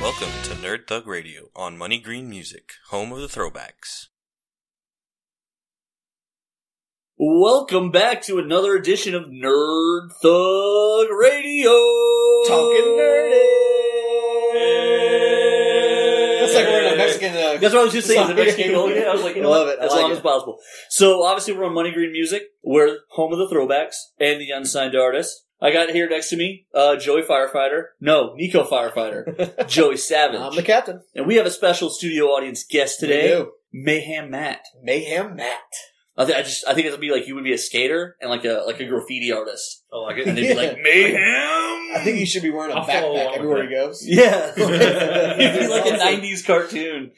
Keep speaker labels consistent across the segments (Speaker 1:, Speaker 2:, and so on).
Speaker 1: Welcome to Nerd Thug Radio on Money Green Music, home of the throwbacks.
Speaker 2: Welcome back to another edition of Nerd Thug Radio.
Speaker 3: Talking nerdy. That's like we're in a Mexican. Uh,
Speaker 2: That's what I was just saying. The
Speaker 3: Sorry.
Speaker 2: Mexican goal. Yeah, I was like, you know
Speaker 3: I love
Speaker 2: what?
Speaker 3: it. I
Speaker 2: As
Speaker 3: like
Speaker 2: long
Speaker 3: it.
Speaker 2: as possible. So obviously we're on Money Green Music. We're home of the throwbacks and the unsigned artist. I got here next to me, uh, Joey Firefighter. No, Nico Firefighter. Joey Savage.
Speaker 3: I'm the captain
Speaker 2: and we have a special studio audience guest
Speaker 3: We
Speaker 2: today,
Speaker 3: do.
Speaker 2: Mayhem Matt.
Speaker 3: Mayhem Matt.
Speaker 2: I, th- I just I think it'll be like you would be a skater and like a like a graffiti artist.
Speaker 4: I like
Speaker 2: And
Speaker 4: it.
Speaker 2: they'd be like, Mayhem!
Speaker 3: I think you should be wearing a
Speaker 4: I'll follow along
Speaker 3: backpack
Speaker 4: with
Speaker 3: everywhere
Speaker 4: that.
Speaker 3: he goes.
Speaker 2: Yeah. It'd be
Speaker 3: That's
Speaker 2: like a
Speaker 3: awesome.
Speaker 2: 90s cartoon.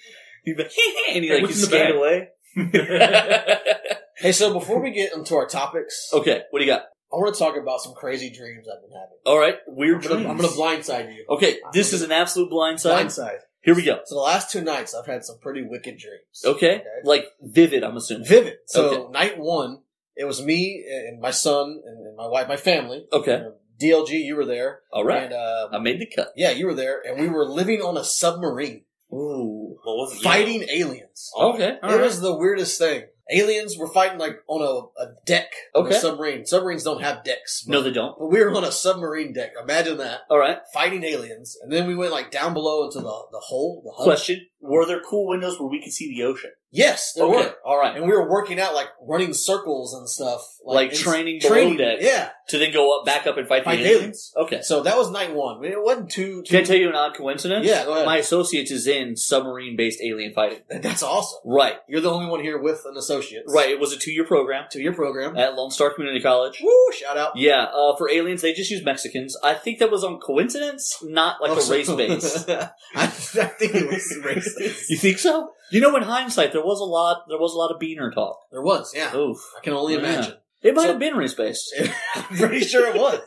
Speaker 2: He'd be like, and he
Speaker 4: Hey,
Speaker 2: like,
Speaker 4: what's in
Speaker 2: he'd
Speaker 4: the
Speaker 2: skate
Speaker 4: bag?
Speaker 2: away.
Speaker 3: Hey, so before we get into our topics,
Speaker 2: okay, what do you got?
Speaker 3: I want to talk about some crazy dreams I've been having.
Speaker 2: All right, weird
Speaker 3: I'm gonna, I'm gonna
Speaker 2: dreams. Oh,
Speaker 3: blindside you.
Speaker 2: Okay, this is an absolute blind side.
Speaker 3: Blindside.
Speaker 2: Here we go.
Speaker 3: So the last two nights, I've had some pretty wicked dreams.
Speaker 2: Okay, like vivid, I'm assuming.
Speaker 3: Vivid. So night one, it was me and my son and and my wife, my family.
Speaker 2: Okay,
Speaker 3: DLG, you were there.
Speaker 2: all right.
Speaker 3: And, uh,
Speaker 2: I made the cut.
Speaker 3: yeah, you were there, and we were living on a submarine,
Speaker 2: Ooh.
Speaker 4: well, wasn't
Speaker 3: fighting aliens.
Speaker 2: Okay, all
Speaker 3: it
Speaker 2: right.
Speaker 3: was the weirdest thing. Aliens were fighting like on a, a deck of
Speaker 2: Okay.
Speaker 3: a submarine. Submarines don't have decks. But,
Speaker 2: no, they don't.
Speaker 3: but we were on a submarine deck. Imagine that.
Speaker 2: All right.
Speaker 3: Fighting aliens. And then we went like down below into the, the hole, the hub.
Speaker 2: Question: Were there cool windows where we could see the ocean?
Speaker 3: Yes, there
Speaker 2: okay.
Speaker 3: were.
Speaker 2: All right.
Speaker 3: And we were working out like running circles and stuff.
Speaker 2: Like
Speaker 3: in-
Speaker 2: training below deck.
Speaker 3: Yeah.
Speaker 2: To then go up, back up, and fight the
Speaker 3: Fight
Speaker 2: aliens.
Speaker 3: aliens.
Speaker 2: Okay.
Speaker 3: So that was night one. I mean, it wasn't too,
Speaker 2: Can I
Speaker 3: too
Speaker 2: tell you an odd coincidence?
Speaker 3: Yeah, go ahead.
Speaker 2: My associates is in submarine-based alien fighting.
Speaker 3: that's awesome.
Speaker 2: Right.
Speaker 3: You're the only one here with an associate.
Speaker 2: Right. Uh, It was a two-year program
Speaker 3: To your program.
Speaker 2: at Lone Star Community College.
Speaker 3: Woo, shout out.
Speaker 2: Yeah, uh, for aliens, they just use Mexicans. I think that was on coincidence, not like a
Speaker 3: Also-
Speaker 2: race base.
Speaker 3: I, I think it was racist.
Speaker 2: you think so? You know, in hindsight, there was a lot. There was a lot of beaner talk.
Speaker 3: There was, yeah.
Speaker 2: Oof,
Speaker 3: I can only
Speaker 2: Yeah.
Speaker 3: imagine.
Speaker 2: it might
Speaker 3: So-
Speaker 2: have been race based.
Speaker 3: I'm pretty sure it was.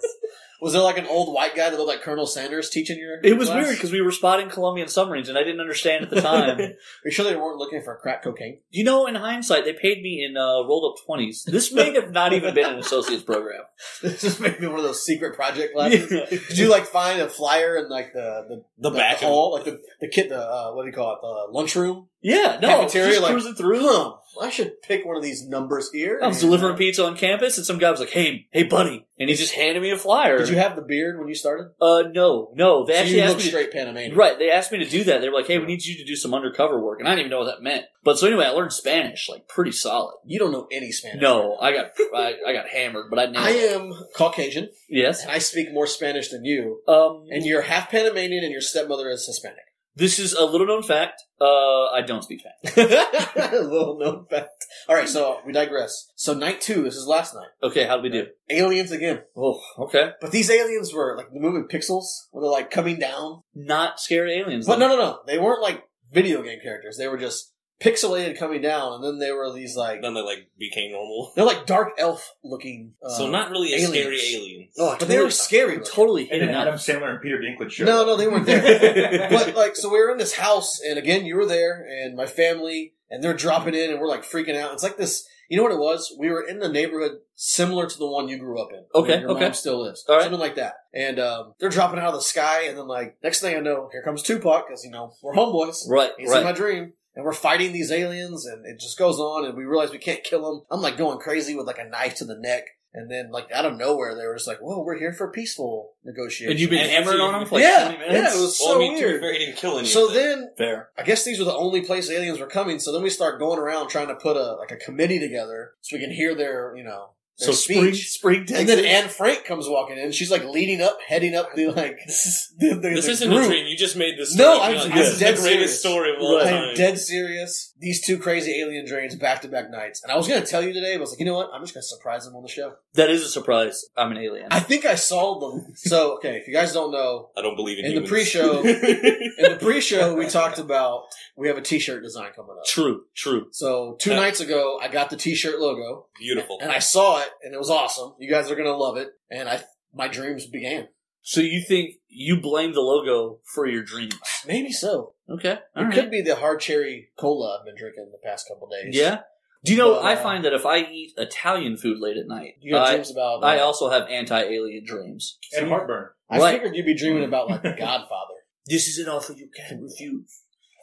Speaker 3: Was there like an old white guy that looked like Colonel Sanders teaching your?
Speaker 2: It was
Speaker 3: class?
Speaker 2: weird because we were spotting Colombian submarines, and I didn't understand at the time.
Speaker 3: Are you sure they weren't looking for crack cocaine?
Speaker 2: you know, in hindsight, they paid me in uh, rolled up twenties. This may have not even been an associate's program.
Speaker 3: This is maybe one of those secret project classes.
Speaker 2: Yeah.
Speaker 3: Did you like find a flyer in like the the,
Speaker 4: The back of-
Speaker 3: hall, like the the kid, the uh, what do you call it, the lunchroom?
Speaker 2: yeah, no,
Speaker 3: Cafeteria,
Speaker 2: just
Speaker 3: like-
Speaker 2: cruising through.
Speaker 3: Huh, I should pick one of these numbers here.
Speaker 2: I was delivering pizza on campus, and some guy was like, "Hey, hey, buddy," and he just handed me a flyer.
Speaker 3: Did you have the beard when you started?
Speaker 2: uh, no, no, they
Speaker 3: So
Speaker 2: actually
Speaker 3: you
Speaker 2: asked
Speaker 3: look
Speaker 2: me. To,
Speaker 3: straight Panamanian.
Speaker 2: Right, they asked me to do that. They were like, "Hey, we need you to do some undercover work," and I didn't even know what that meant. But so anyway, I learned Spanish, like pretty solid.
Speaker 3: You don't know any Spanish.
Speaker 2: No, I got I, I got hammered, but I nailed.
Speaker 3: I uh,
Speaker 2: it.
Speaker 3: am Caucasian,
Speaker 2: Yes.
Speaker 3: and I speak more Spanish than you.
Speaker 2: Um,
Speaker 3: And you're half Panamanian, and your stepmother is Hispanic.
Speaker 2: this is a little known fact. Uh, I don't speak Spanish.
Speaker 3: Little known fact. All right, so we digress. So night two, this is last night.
Speaker 2: Okay, how do we do?
Speaker 3: Aliens again,
Speaker 2: Oh, okay.
Speaker 3: but these aliens were like the movie Pixels, where they're like coming down.
Speaker 2: Not scared of aliens.
Speaker 3: But
Speaker 2: then.
Speaker 3: no, no, no, they weren't like video game characters. They were just pixelated coming down, and then they were these like
Speaker 4: Then they like became normal.
Speaker 3: they're like dark elf looking. Uh,
Speaker 4: so not really a
Speaker 3: aliens.
Speaker 4: scary alien.
Speaker 3: Oh, but they were scary.
Speaker 2: I'm
Speaker 3: looking.
Speaker 2: totally
Speaker 5: And
Speaker 2: hidden.
Speaker 5: then Adam Sandler and Peter Dinklage show.
Speaker 3: No, no, they weren't there.
Speaker 5: but
Speaker 3: but like, so we were in this house, and again, you were there, and my family, and they're dropping in, and we're like freaking out. It's like this. You know what it was? We were in the neighborhood similar to the one you grew up in.
Speaker 2: Okay,
Speaker 3: where your
Speaker 2: okay.
Speaker 3: mom still lives.
Speaker 2: All right.
Speaker 3: Something like that. And um, they're dropping out of the sky, and then like next thing I know, here comes Tupac, because you know we're homeboys.
Speaker 2: Right,
Speaker 3: He's in my
Speaker 2: right.
Speaker 3: dream. And we're fighting these aliens, and it just goes on, and we realize we can't kill them. I'm like going crazy with like a knife to the neck, and then like out of nowhere, they were just like, "Whoa, we're here for peaceful negotiations."
Speaker 2: And you've been
Speaker 4: And
Speaker 2: hammered
Speaker 4: after
Speaker 2: on
Speaker 4: you-
Speaker 2: them for like
Speaker 3: Yeah,
Speaker 2: 20 minutes.
Speaker 3: yeah, it was
Speaker 4: well,
Speaker 3: so
Speaker 4: I mean, to be
Speaker 3: weird.
Speaker 4: fair, he didn't kill any.
Speaker 3: so
Speaker 4: of them.
Speaker 3: then
Speaker 2: Fair.
Speaker 3: I guess these were the only place aliens were coming. So then we start going around trying to put a like a committee together so we can hear their you know their
Speaker 2: So spring,
Speaker 3: speech.
Speaker 2: spring
Speaker 3: and
Speaker 2: Texas.
Speaker 3: then Anne Frank comes walking in. She's like leading up, heading up the like the, the,
Speaker 4: this
Speaker 3: the
Speaker 4: isn't
Speaker 3: group.
Speaker 4: a dream. You just made this.
Speaker 3: No,
Speaker 4: story.
Speaker 3: I'm-
Speaker 4: You're like,
Speaker 3: I'm
Speaker 4: this is
Speaker 3: dead
Speaker 4: the
Speaker 3: serious.
Speaker 4: greatest story of all
Speaker 2: Right.
Speaker 4: time.
Speaker 3: I'm dead serious. These two crazy alien dreams back to back nights. And I was going to tell you today, but I was like, you know what? I'm just going to surprise them on the show.
Speaker 2: that is a surprise. I'm an alien.
Speaker 3: I think I saw them. So, okay, if you guys don't know,
Speaker 4: I don't believe in,
Speaker 3: in the
Speaker 4: humans.
Speaker 3: pre-show, in the pre-show we talked about we have a t-shirt design coming up.
Speaker 2: true, true.
Speaker 3: So, two
Speaker 4: Yeah.
Speaker 3: nights ago, I got the t-shirt logo.
Speaker 4: Beautiful.
Speaker 3: and I saw it, and it was awesome. You guys are gonna love it, and I my dreams began.
Speaker 2: So you think you blame the logo for your dreams?
Speaker 3: Maybe so.
Speaker 2: Okay,
Speaker 3: It
Speaker 2: alright.
Speaker 3: could be the hard cherry cola I've been drinking the past couple days.
Speaker 2: Yeah. Do you know?
Speaker 3: But,
Speaker 2: I
Speaker 3: uh,
Speaker 2: find that if I eat Italian food late at night,
Speaker 3: you have
Speaker 2: I,
Speaker 3: dreams about.
Speaker 2: I also have anti-alien dreams.
Speaker 5: and heartburn.
Speaker 3: I
Speaker 2: Right.
Speaker 3: figured you'd be dreaming about like the Godfather.
Speaker 2: This is an offer you can't refuse.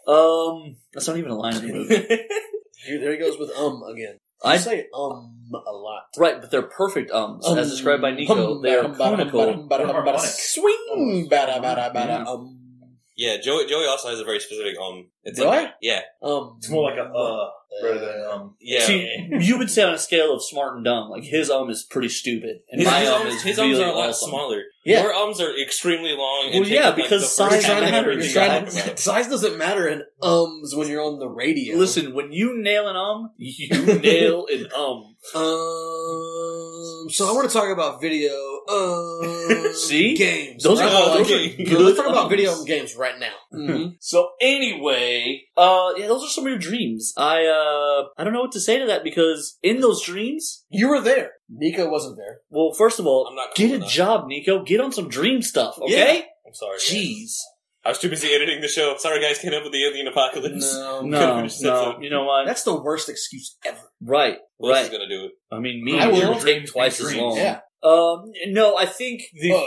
Speaker 2: Um, that's not even a line in the movie.
Speaker 3: Here, there he goes with um again. I
Speaker 2: I
Speaker 3: say um a lot.
Speaker 2: right, but they're perfect ums, as described by Nico.
Speaker 3: Um,
Speaker 2: they are
Speaker 3: bada, bada,
Speaker 2: conical.
Speaker 3: bada, bada, bada,
Speaker 5: Harmonic.
Speaker 3: Swing, bada, bada, bada, um,
Speaker 4: yeah, Joey. Joey also has a very specific um. It's
Speaker 3: Do
Speaker 4: like,
Speaker 3: I?
Speaker 4: yeah,
Speaker 3: um.
Speaker 5: It's more like a uh rather than um.
Speaker 4: yeah.
Speaker 2: See, you would say on a scale of smart and dumb, like his um is pretty stupid, and
Speaker 4: his,
Speaker 2: my
Speaker 4: his
Speaker 2: um
Speaker 4: arms-
Speaker 2: is
Speaker 4: his
Speaker 2: really
Speaker 4: arms are a lot
Speaker 2: awesome.
Speaker 4: smaller.
Speaker 3: Yeah.
Speaker 4: Your arms are extremely long.
Speaker 2: Well,
Speaker 4: And take
Speaker 2: yeah,
Speaker 4: up, like,
Speaker 2: because
Speaker 4: the first
Speaker 2: size
Speaker 3: You're
Speaker 4: half
Speaker 3: trying
Speaker 4: of
Speaker 3: to
Speaker 2: matters.
Speaker 4: everything
Speaker 3: you're
Speaker 4: you
Speaker 3: trying
Speaker 4: talk
Speaker 3: to-
Speaker 4: about.
Speaker 3: size doesn't matter in ums when you're on the radio.
Speaker 2: Listen, when you nail an um, you nail an um.
Speaker 3: Um, so I want to talk about video. Um,
Speaker 2: See?
Speaker 3: games.
Speaker 2: Those
Speaker 3: right?
Speaker 2: are-
Speaker 4: those are
Speaker 3: Okay.
Speaker 2: good
Speaker 3: Let's talk about
Speaker 2: ums.
Speaker 3: video games right now.
Speaker 2: So anyway, uh, yeah, those are some of your dreams. I uh, I don't know what to say to that because in those dreams,
Speaker 3: You were there. Nico wasn't there.
Speaker 2: well, first of all,
Speaker 4: I'm not
Speaker 2: get
Speaker 4: cool
Speaker 2: a
Speaker 4: enough.
Speaker 2: job, Nico. Get on some dream stuff, okay?
Speaker 4: I'm sorry. guys.
Speaker 2: Jeez,
Speaker 4: I was too busy editing the show. I'm sorry, guys. Came up with the alien apocalypse.
Speaker 3: No,
Speaker 4: could've
Speaker 2: no,
Speaker 4: finished this
Speaker 2: no,
Speaker 4: episode.
Speaker 2: you know what?
Speaker 3: that's the worst excuse ever.
Speaker 2: right,
Speaker 4: Who else is
Speaker 2: right.
Speaker 4: gonna do it?
Speaker 2: I mean, me,
Speaker 3: I
Speaker 2: it
Speaker 3: will.
Speaker 2: would take twice as
Speaker 5: Dreams.
Speaker 2: long.
Speaker 3: Yeah.
Speaker 2: Um, no, I think the.
Speaker 3: Um,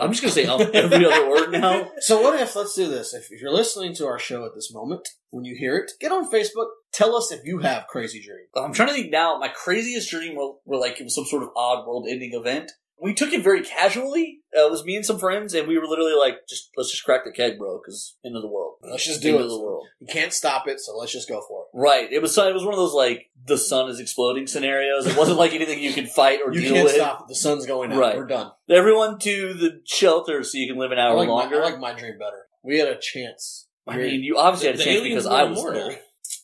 Speaker 2: I'm just gonna say um every other word now.
Speaker 3: So what if let's do this? If if you're listening to our show at this moment, when you hear it, get on Facebook. Tell us if you have crazy dreams.
Speaker 2: I'm trying to think now. My craziest dream were, were like it was some sort of odd world-ending event. We took it very casually. Uh, it was me and some friends, and we were literally like, "Just let's just crack the keg, bro, because end of the world.
Speaker 3: Let's just
Speaker 2: end
Speaker 3: do
Speaker 2: of the
Speaker 3: it.
Speaker 2: world."
Speaker 3: You can't stop it, so let's just go for
Speaker 2: Right. It was. It was one of those like the sun is exploding scenarios. It wasn't like anything you could fight or
Speaker 3: it. You
Speaker 2: deal
Speaker 3: can't
Speaker 2: with.
Speaker 3: stop it. The sun's going out.
Speaker 2: Right.
Speaker 3: We're done.
Speaker 2: Everyone to the shelter so you can live an
Speaker 3: I
Speaker 2: hour
Speaker 3: like, my,
Speaker 2: longer.
Speaker 3: I like my dream better. We had a chance.
Speaker 2: I mean, you obviously had a
Speaker 4: The
Speaker 2: chance
Speaker 4: aliens
Speaker 2: because
Speaker 4: were
Speaker 2: I was
Speaker 4: immortal.
Speaker 2: there.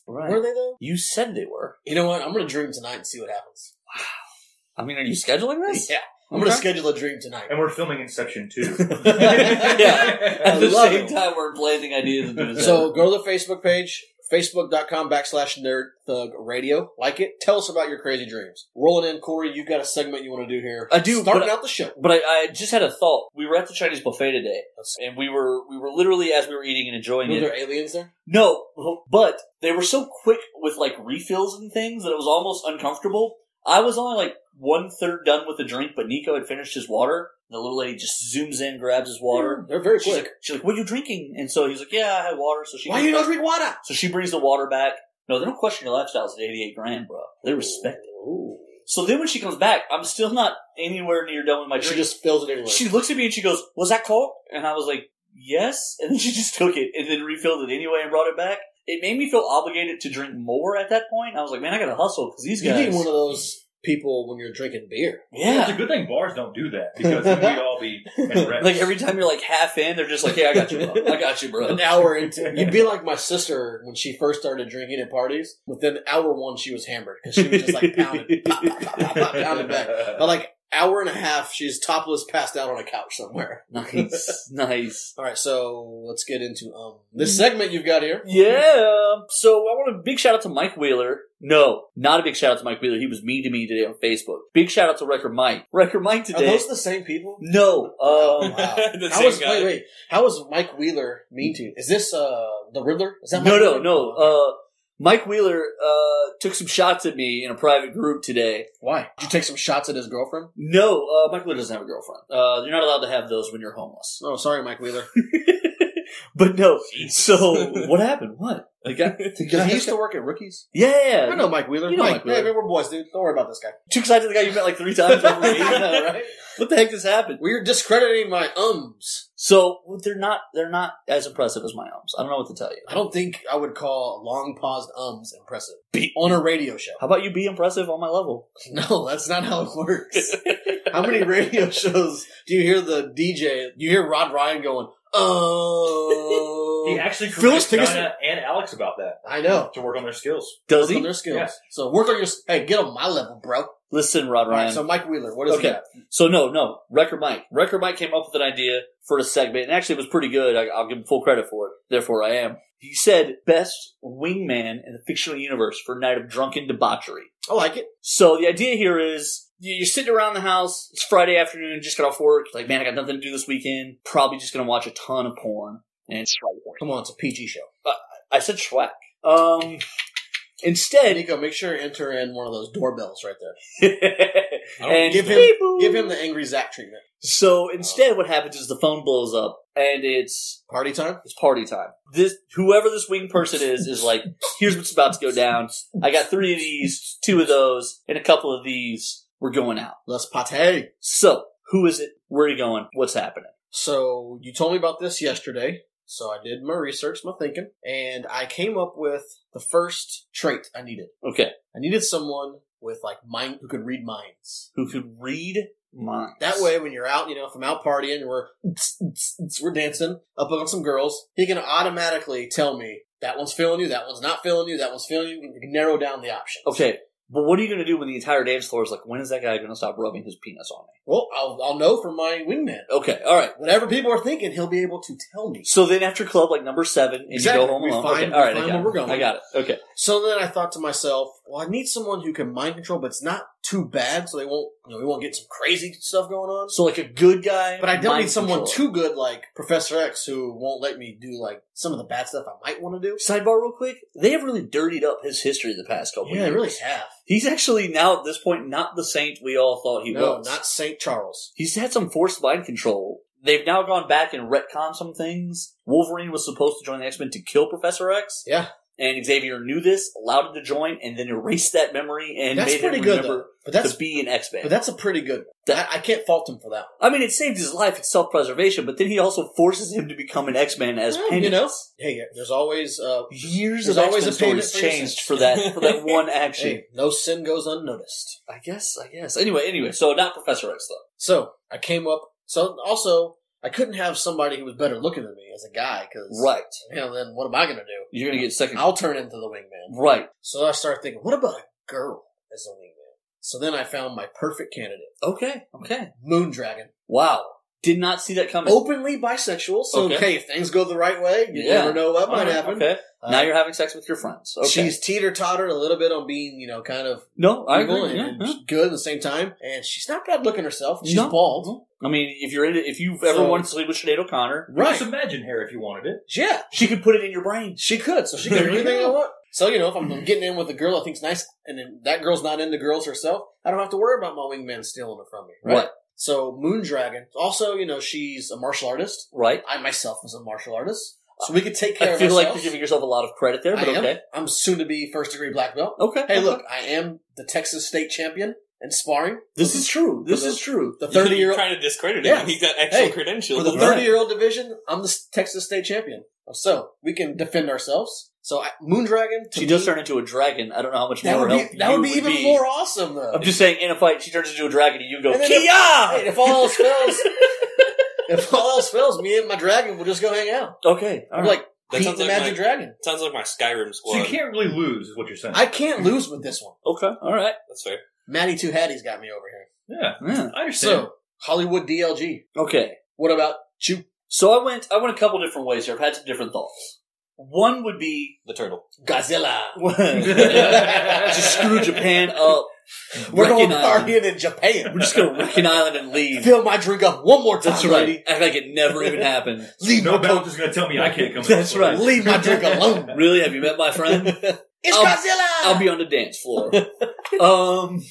Speaker 3: were
Speaker 2: Right.
Speaker 3: they though?
Speaker 2: You said they were.
Speaker 3: You know what? I'm gonna dream tonight and see what happens.
Speaker 2: I mean, are you scheduling this?
Speaker 3: Yeah, I'm gonna schedule a dream tonight.
Speaker 5: And we're filming Inception too.
Speaker 2: Yeah. At
Speaker 3: I
Speaker 2: the
Speaker 3: love
Speaker 2: same
Speaker 3: it.
Speaker 2: time, we're blazing ideas and doing that.
Speaker 3: So go to the Facebook page, facebook.com backslash nerd thug radio. Like it. Tell us about your crazy dreams. Rolling in, Corey, you've got a segment you want to do here.
Speaker 2: I do,
Speaker 3: Starting
Speaker 2: but-
Speaker 3: out the show.
Speaker 2: But I, I just had a thought. We were at the Chinese buffet today, and we were we were literally as we were eating and enjoying
Speaker 3: Were
Speaker 2: it.
Speaker 3: there aliens there?
Speaker 2: No, but they were so quick with like refills and things that it was almost uncomfortable. I was only like one third done with the drink, but Nico had finished his water. The little lady just zooms in, grabs his water.
Speaker 3: They're very
Speaker 2: She's
Speaker 3: quick.
Speaker 2: like, she's like, "What are you drinking?" And so he's like, "Yeah, I had water." So she
Speaker 3: Why you don't drink water?
Speaker 2: so she brings the water back. No, they don't question your lifestyles at eighty eight grand, bro. They respect it. So then when she comes back, I'm still not anywhere near done with my drink.
Speaker 3: She just fills it everywhere.
Speaker 2: She looks at me and she goes, "Was that Coke?" And I was like, "Yes." And then she just took it and then refilled it anyway and brought it back. It made me feel obligated to drink more at that point. I was like, "Man, I gotta hustle because these
Speaker 3: you
Speaker 2: guys."
Speaker 3: need one of those people when you're drinking beer.
Speaker 5: It's a
Speaker 2: yeah.
Speaker 5: good thing bars don't do that because then we'd all be in wrecks.
Speaker 2: Like every time you're like half in, they're just like, "Hey, I got you, bro. I got you, bro."
Speaker 3: An hour into you'd be like my sister when she first started drinking at parties. Within hour one, she was hammered because she was just like pounding, pop, pop, pop, pop, pop, pounding back. By like hour and a half, she's topless, passed out on a couch somewhere.
Speaker 2: nice, nice.
Speaker 3: All right, so let's get into um this
Speaker 2: Mm.
Speaker 3: segment you've got here.
Speaker 2: Yeah. So I want a big shout out to Mike Wheeler. No, not a big shout out to Mike Wheeler. He was mean to me today on Facebook. Big shout out to Record Mike. Record Mike
Speaker 3: Are
Speaker 2: today.
Speaker 3: those the same people?
Speaker 2: No.
Speaker 3: Oh,
Speaker 2: Um,
Speaker 3: wow.
Speaker 4: the
Speaker 3: How
Speaker 4: same
Speaker 3: was
Speaker 4: guy.
Speaker 3: wait wait? How was Mike Wheeler mean to you? Is this uh the Riddler? Is that
Speaker 2: no,
Speaker 3: Mike
Speaker 2: no,
Speaker 3: Wheeler?
Speaker 2: no. Uh, Mike Wheeler uh, took some shots at me in a private group today.
Speaker 3: Why did you take some shots at his girlfriend?
Speaker 2: No, uh, Mike Wheeler doesn't have a girlfriend. Uh, you're not allowed to have those when you're homeless.
Speaker 3: Oh, sorry, Mike Wheeler.
Speaker 2: But no.
Speaker 4: Jesus.
Speaker 2: So what happened? What the guy? The
Speaker 3: Does
Speaker 2: guy
Speaker 3: he used to work at Rookies?
Speaker 2: yeah,
Speaker 3: I know Mike Wheeler.
Speaker 2: You know
Speaker 3: Mike,
Speaker 2: Mike Wheeler.
Speaker 3: Yeah, we're boys, dude. Don't worry about this guy.
Speaker 2: took shots at the guy you met like three times over me.
Speaker 3: I know, right?
Speaker 2: What the heck just happened?
Speaker 3: We're discrediting my ums.
Speaker 2: So they're not they're not as impressive as my arms. I don't know what to tell you.
Speaker 3: I don't think I would call long paused ums impressive
Speaker 2: Be-
Speaker 3: on a radio show.
Speaker 2: How about you be impressive on my level?
Speaker 3: No, that's not how it works. how many radio shows do you hear the DJ? You hear Rod Ryan going,
Speaker 5: he
Speaker 3: "Oh,
Speaker 5: actually
Speaker 3: Phyllis
Speaker 5: convinced
Speaker 3: Dickinson-
Speaker 5: Donna and Alex about that
Speaker 3: I know."
Speaker 5: to work on their skills.
Speaker 2: Does
Speaker 3: Work on
Speaker 2: he?
Speaker 3: their skills.
Speaker 5: Yes.
Speaker 3: So work on your. Hey, get on my level, bro.
Speaker 2: Listen, Rod
Speaker 3: All right.
Speaker 2: Ryan.
Speaker 3: So Mike Wheeler, what is
Speaker 2: Okay.
Speaker 3: that?
Speaker 2: So no, no, Record Mike. Record Mike came up with an idea for a segment, and actually it was pretty good. I, I'll give him full credit for it. Therefore, I am. He said best wingman in the fictional universe for a night of drunken debauchery.
Speaker 3: I like it.
Speaker 2: So the idea here is you- you're sitting around the house. It's Friday afternoon. Just got off work. Like, man, I got nothing to do this weekend. Probably just gonna watch a ton of porn. And it's
Speaker 3: Come on, it's a PG show.
Speaker 2: I said schwack. Um, Instead,
Speaker 3: Nico, make sure to enter in one of those doorbells right there.
Speaker 2: and
Speaker 3: Give him-
Speaker 2: Beep boop.
Speaker 3: Give him the angry Zach treatment.
Speaker 2: So instead, what happens is the phone blows up, and it's
Speaker 3: Party time.
Speaker 2: it's party time. This whoever this wing person is is like, here's what's about to go down. I got three of these, two of those, and a couple of these. We're going out.
Speaker 3: Let's pate.
Speaker 2: So who is it? Where are you going? What's happening?
Speaker 3: So you told me about this yesterday. So I did my research, my thinking, and I came up with the first trait I needed.
Speaker 2: Okay,
Speaker 3: I needed someone with like mind who could read minds.
Speaker 2: who could read minds?
Speaker 3: That way, when you're out, you know, if I'm out partying, we're we're dancing up on some girls, he can automatically tell me that one's feeling you, that one's not feeling you, that one's feeling you. and You can narrow down the options.
Speaker 2: Okay, but what are you going to do when the entire dance floor is like? When is that guy going to stop rubbing his penis on me?
Speaker 3: Well, I'll, I'll know from my wingman.
Speaker 2: Okay, all right.
Speaker 3: Whatever people are thinking, he'll be able to tell me.
Speaker 2: So then after club like number seven, and
Speaker 3: Exactly.
Speaker 2: you go home
Speaker 3: We
Speaker 2: alone.
Speaker 3: find-
Speaker 2: okay, all right,
Speaker 3: we
Speaker 2: I
Speaker 3: find
Speaker 2: got
Speaker 3: where
Speaker 2: it.
Speaker 3: we're going.
Speaker 2: I got it. Okay,
Speaker 3: So then I thought to myself, well, I need someone who can mind control, but it's not too bad, so they won't, you know, we won't get some crazy stuff going on.
Speaker 2: so like a good guy,
Speaker 3: But I don't
Speaker 2: mind
Speaker 3: need someone
Speaker 2: controller.
Speaker 3: too good like Professor X who won't let me do like some of the bad stuff I might want to do.
Speaker 2: Sidebar, real quick. They have really dirtied up his history the past couple.
Speaker 3: Yeah, I
Speaker 2: years.
Speaker 3: really have.
Speaker 2: He's actually now at this point not the saint we all thought he
Speaker 3: no,
Speaker 2: was.
Speaker 3: not St. Charles.
Speaker 2: He's had some forced mind control. They've now gone back and retcon some things. Wolverine was supposed to join the X Men to kill Professor X.
Speaker 3: Yeah.
Speaker 2: And Xavier knew this, allowed him to join, and then erased that memory and
Speaker 3: that's
Speaker 2: made him
Speaker 3: pretty good, though.
Speaker 2: remember
Speaker 3: But that's
Speaker 2: to be an X
Speaker 3: but
Speaker 2: Man.
Speaker 3: that's a pretty good. One. I, I can't fault him for that.
Speaker 2: I mean, it saved his life. It's self preservation, but then he also forces him to become an X Man as
Speaker 3: Well,
Speaker 2: penance.
Speaker 3: you know, Hey, there's always uh,
Speaker 2: Years
Speaker 3: There's
Speaker 2: of
Speaker 3: always
Speaker 2: X-Men
Speaker 3: a payment
Speaker 2: stories
Speaker 3: for your
Speaker 2: changed
Speaker 3: sins.
Speaker 2: for that for that one action.
Speaker 3: hey, no sin goes unnoticed.
Speaker 2: I guess, I guess. Anyway, anyway, so not Professor X though.
Speaker 3: So I came up. So also, I couldn't have somebody who was better looking than me as a guy because
Speaker 2: Right.
Speaker 3: You know, then what am I going to do?
Speaker 2: You're gonna get second
Speaker 3: I'll turn into the wingman.
Speaker 2: Right.
Speaker 3: So I started thinking, what about a girl as a wingman? So then I found my perfect candidate,
Speaker 2: Okay, okay. Oh,
Speaker 3: Moondragon.
Speaker 2: Wow. Did not see that coming.
Speaker 3: Openly bisexual, so
Speaker 2: Okay.
Speaker 3: okay, if things go the right way, you
Speaker 2: Yeah.
Speaker 3: never know what
Speaker 2: All
Speaker 3: might
Speaker 2: right,
Speaker 3: happen.
Speaker 2: Okay.
Speaker 3: Uh,
Speaker 2: now you're having sex with your friends. Okay.
Speaker 3: She's teeter totter a little bit on being, you know, kind of
Speaker 2: no, I
Speaker 3: evil
Speaker 2: agree.
Speaker 3: and
Speaker 2: yeah, yeah.
Speaker 3: good at the same time. And she's not bad looking herself. She's
Speaker 2: No.
Speaker 3: bald.
Speaker 2: I mean, if you're into, if you've ever
Speaker 3: So-
Speaker 2: wanted to sleep with Sinead O'Connor,
Speaker 3: Right.
Speaker 5: Just imagine her if you wanted it.
Speaker 3: Yeah.
Speaker 2: she could put it in your brain.
Speaker 3: She could, so she could
Speaker 5: There
Speaker 3: do
Speaker 5: you
Speaker 3: anything I
Speaker 5: go.
Speaker 3: want. So, you know, if I'm getting in with a girl I think's nice and then that girl's not into girls herself, I don't have to worry about my wingman stealing it from me. Right.
Speaker 2: Right.
Speaker 3: So Moondragon. Also, you know, she's a martial artist.
Speaker 2: Right.
Speaker 3: I myself was a martial artist. So we could take care
Speaker 2: I
Speaker 3: of
Speaker 2: feel like
Speaker 3: ourselves.
Speaker 2: you're giving yourself a lot of credit there, but
Speaker 3: I am.
Speaker 2: okay.
Speaker 3: I'm soon to be first degree black belt.
Speaker 2: Okay.
Speaker 3: Hey,
Speaker 2: okay.
Speaker 3: look, I am the Texas state champion in sparring.
Speaker 2: This is true. This
Speaker 3: the-
Speaker 2: is true.
Speaker 3: The
Speaker 4: You're
Speaker 3: 30 year old
Speaker 4: trying to discredit him.
Speaker 3: Yeah.
Speaker 4: He's got actual
Speaker 3: Hey,
Speaker 4: credentials.
Speaker 3: for the
Speaker 2: Right.
Speaker 3: 30 year old division, I'm the Texas state champion. So we can defend ourselves. So I, Moondragon, to
Speaker 2: She does
Speaker 3: me,
Speaker 2: turn into a dragon. I don't know how much
Speaker 3: that
Speaker 2: more
Speaker 3: would be,
Speaker 2: help
Speaker 3: that
Speaker 2: you
Speaker 3: would be even more awesome though.
Speaker 2: I'm just saying, in a fight, she turns into a dragon, and you go,
Speaker 3: And then
Speaker 2: Kia!
Speaker 3: Hey, if all else fails, if all else fails, me and my dragon will just go hang out.
Speaker 2: Okay, all
Speaker 3: I'm
Speaker 2: right.
Speaker 3: like
Speaker 4: That
Speaker 3: beat
Speaker 4: sounds
Speaker 3: the
Speaker 4: like
Speaker 3: magic
Speaker 4: my-
Speaker 3: dragon.
Speaker 4: Sounds like my Skyrim
Speaker 5: So
Speaker 4: squad.
Speaker 5: you can't really lose, is what you're saying.
Speaker 3: I can't lose with this one.
Speaker 2: okay, all right.
Speaker 4: That's fair.
Speaker 3: Matty Two Hattie's got me over here.
Speaker 5: yeah,
Speaker 2: Yeah.
Speaker 5: I understand.
Speaker 3: So Hollywood DLG.
Speaker 2: Okay,
Speaker 3: What about you?
Speaker 2: so I went. I went a couple different ways here. I've had some different thoughts. One would be
Speaker 4: The turtle.
Speaker 3: Godzilla?
Speaker 2: to screw Japan up.
Speaker 3: We're going
Speaker 2: Wrecking Island.
Speaker 3: partying in
Speaker 2: We're
Speaker 3: Japan.
Speaker 2: just gonna wreck an island and leave.
Speaker 3: Fill my drink up one more time,
Speaker 2: That's
Speaker 3: lady.
Speaker 2: right. Act like it never even happened.
Speaker 3: Leave
Speaker 5: no
Speaker 3: my coke-
Speaker 5: belt is going to tell me I can't come. in
Speaker 2: That's
Speaker 5: this place.
Speaker 2: right.
Speaker 3: leave my drink alone.
Speaker 2: Really? Have you met my friend?
Speaker 3: It's
Speaker 2: I'll-
Speaker 3: Godzilla.
Speaker 2: I'll be on the dance floor. um,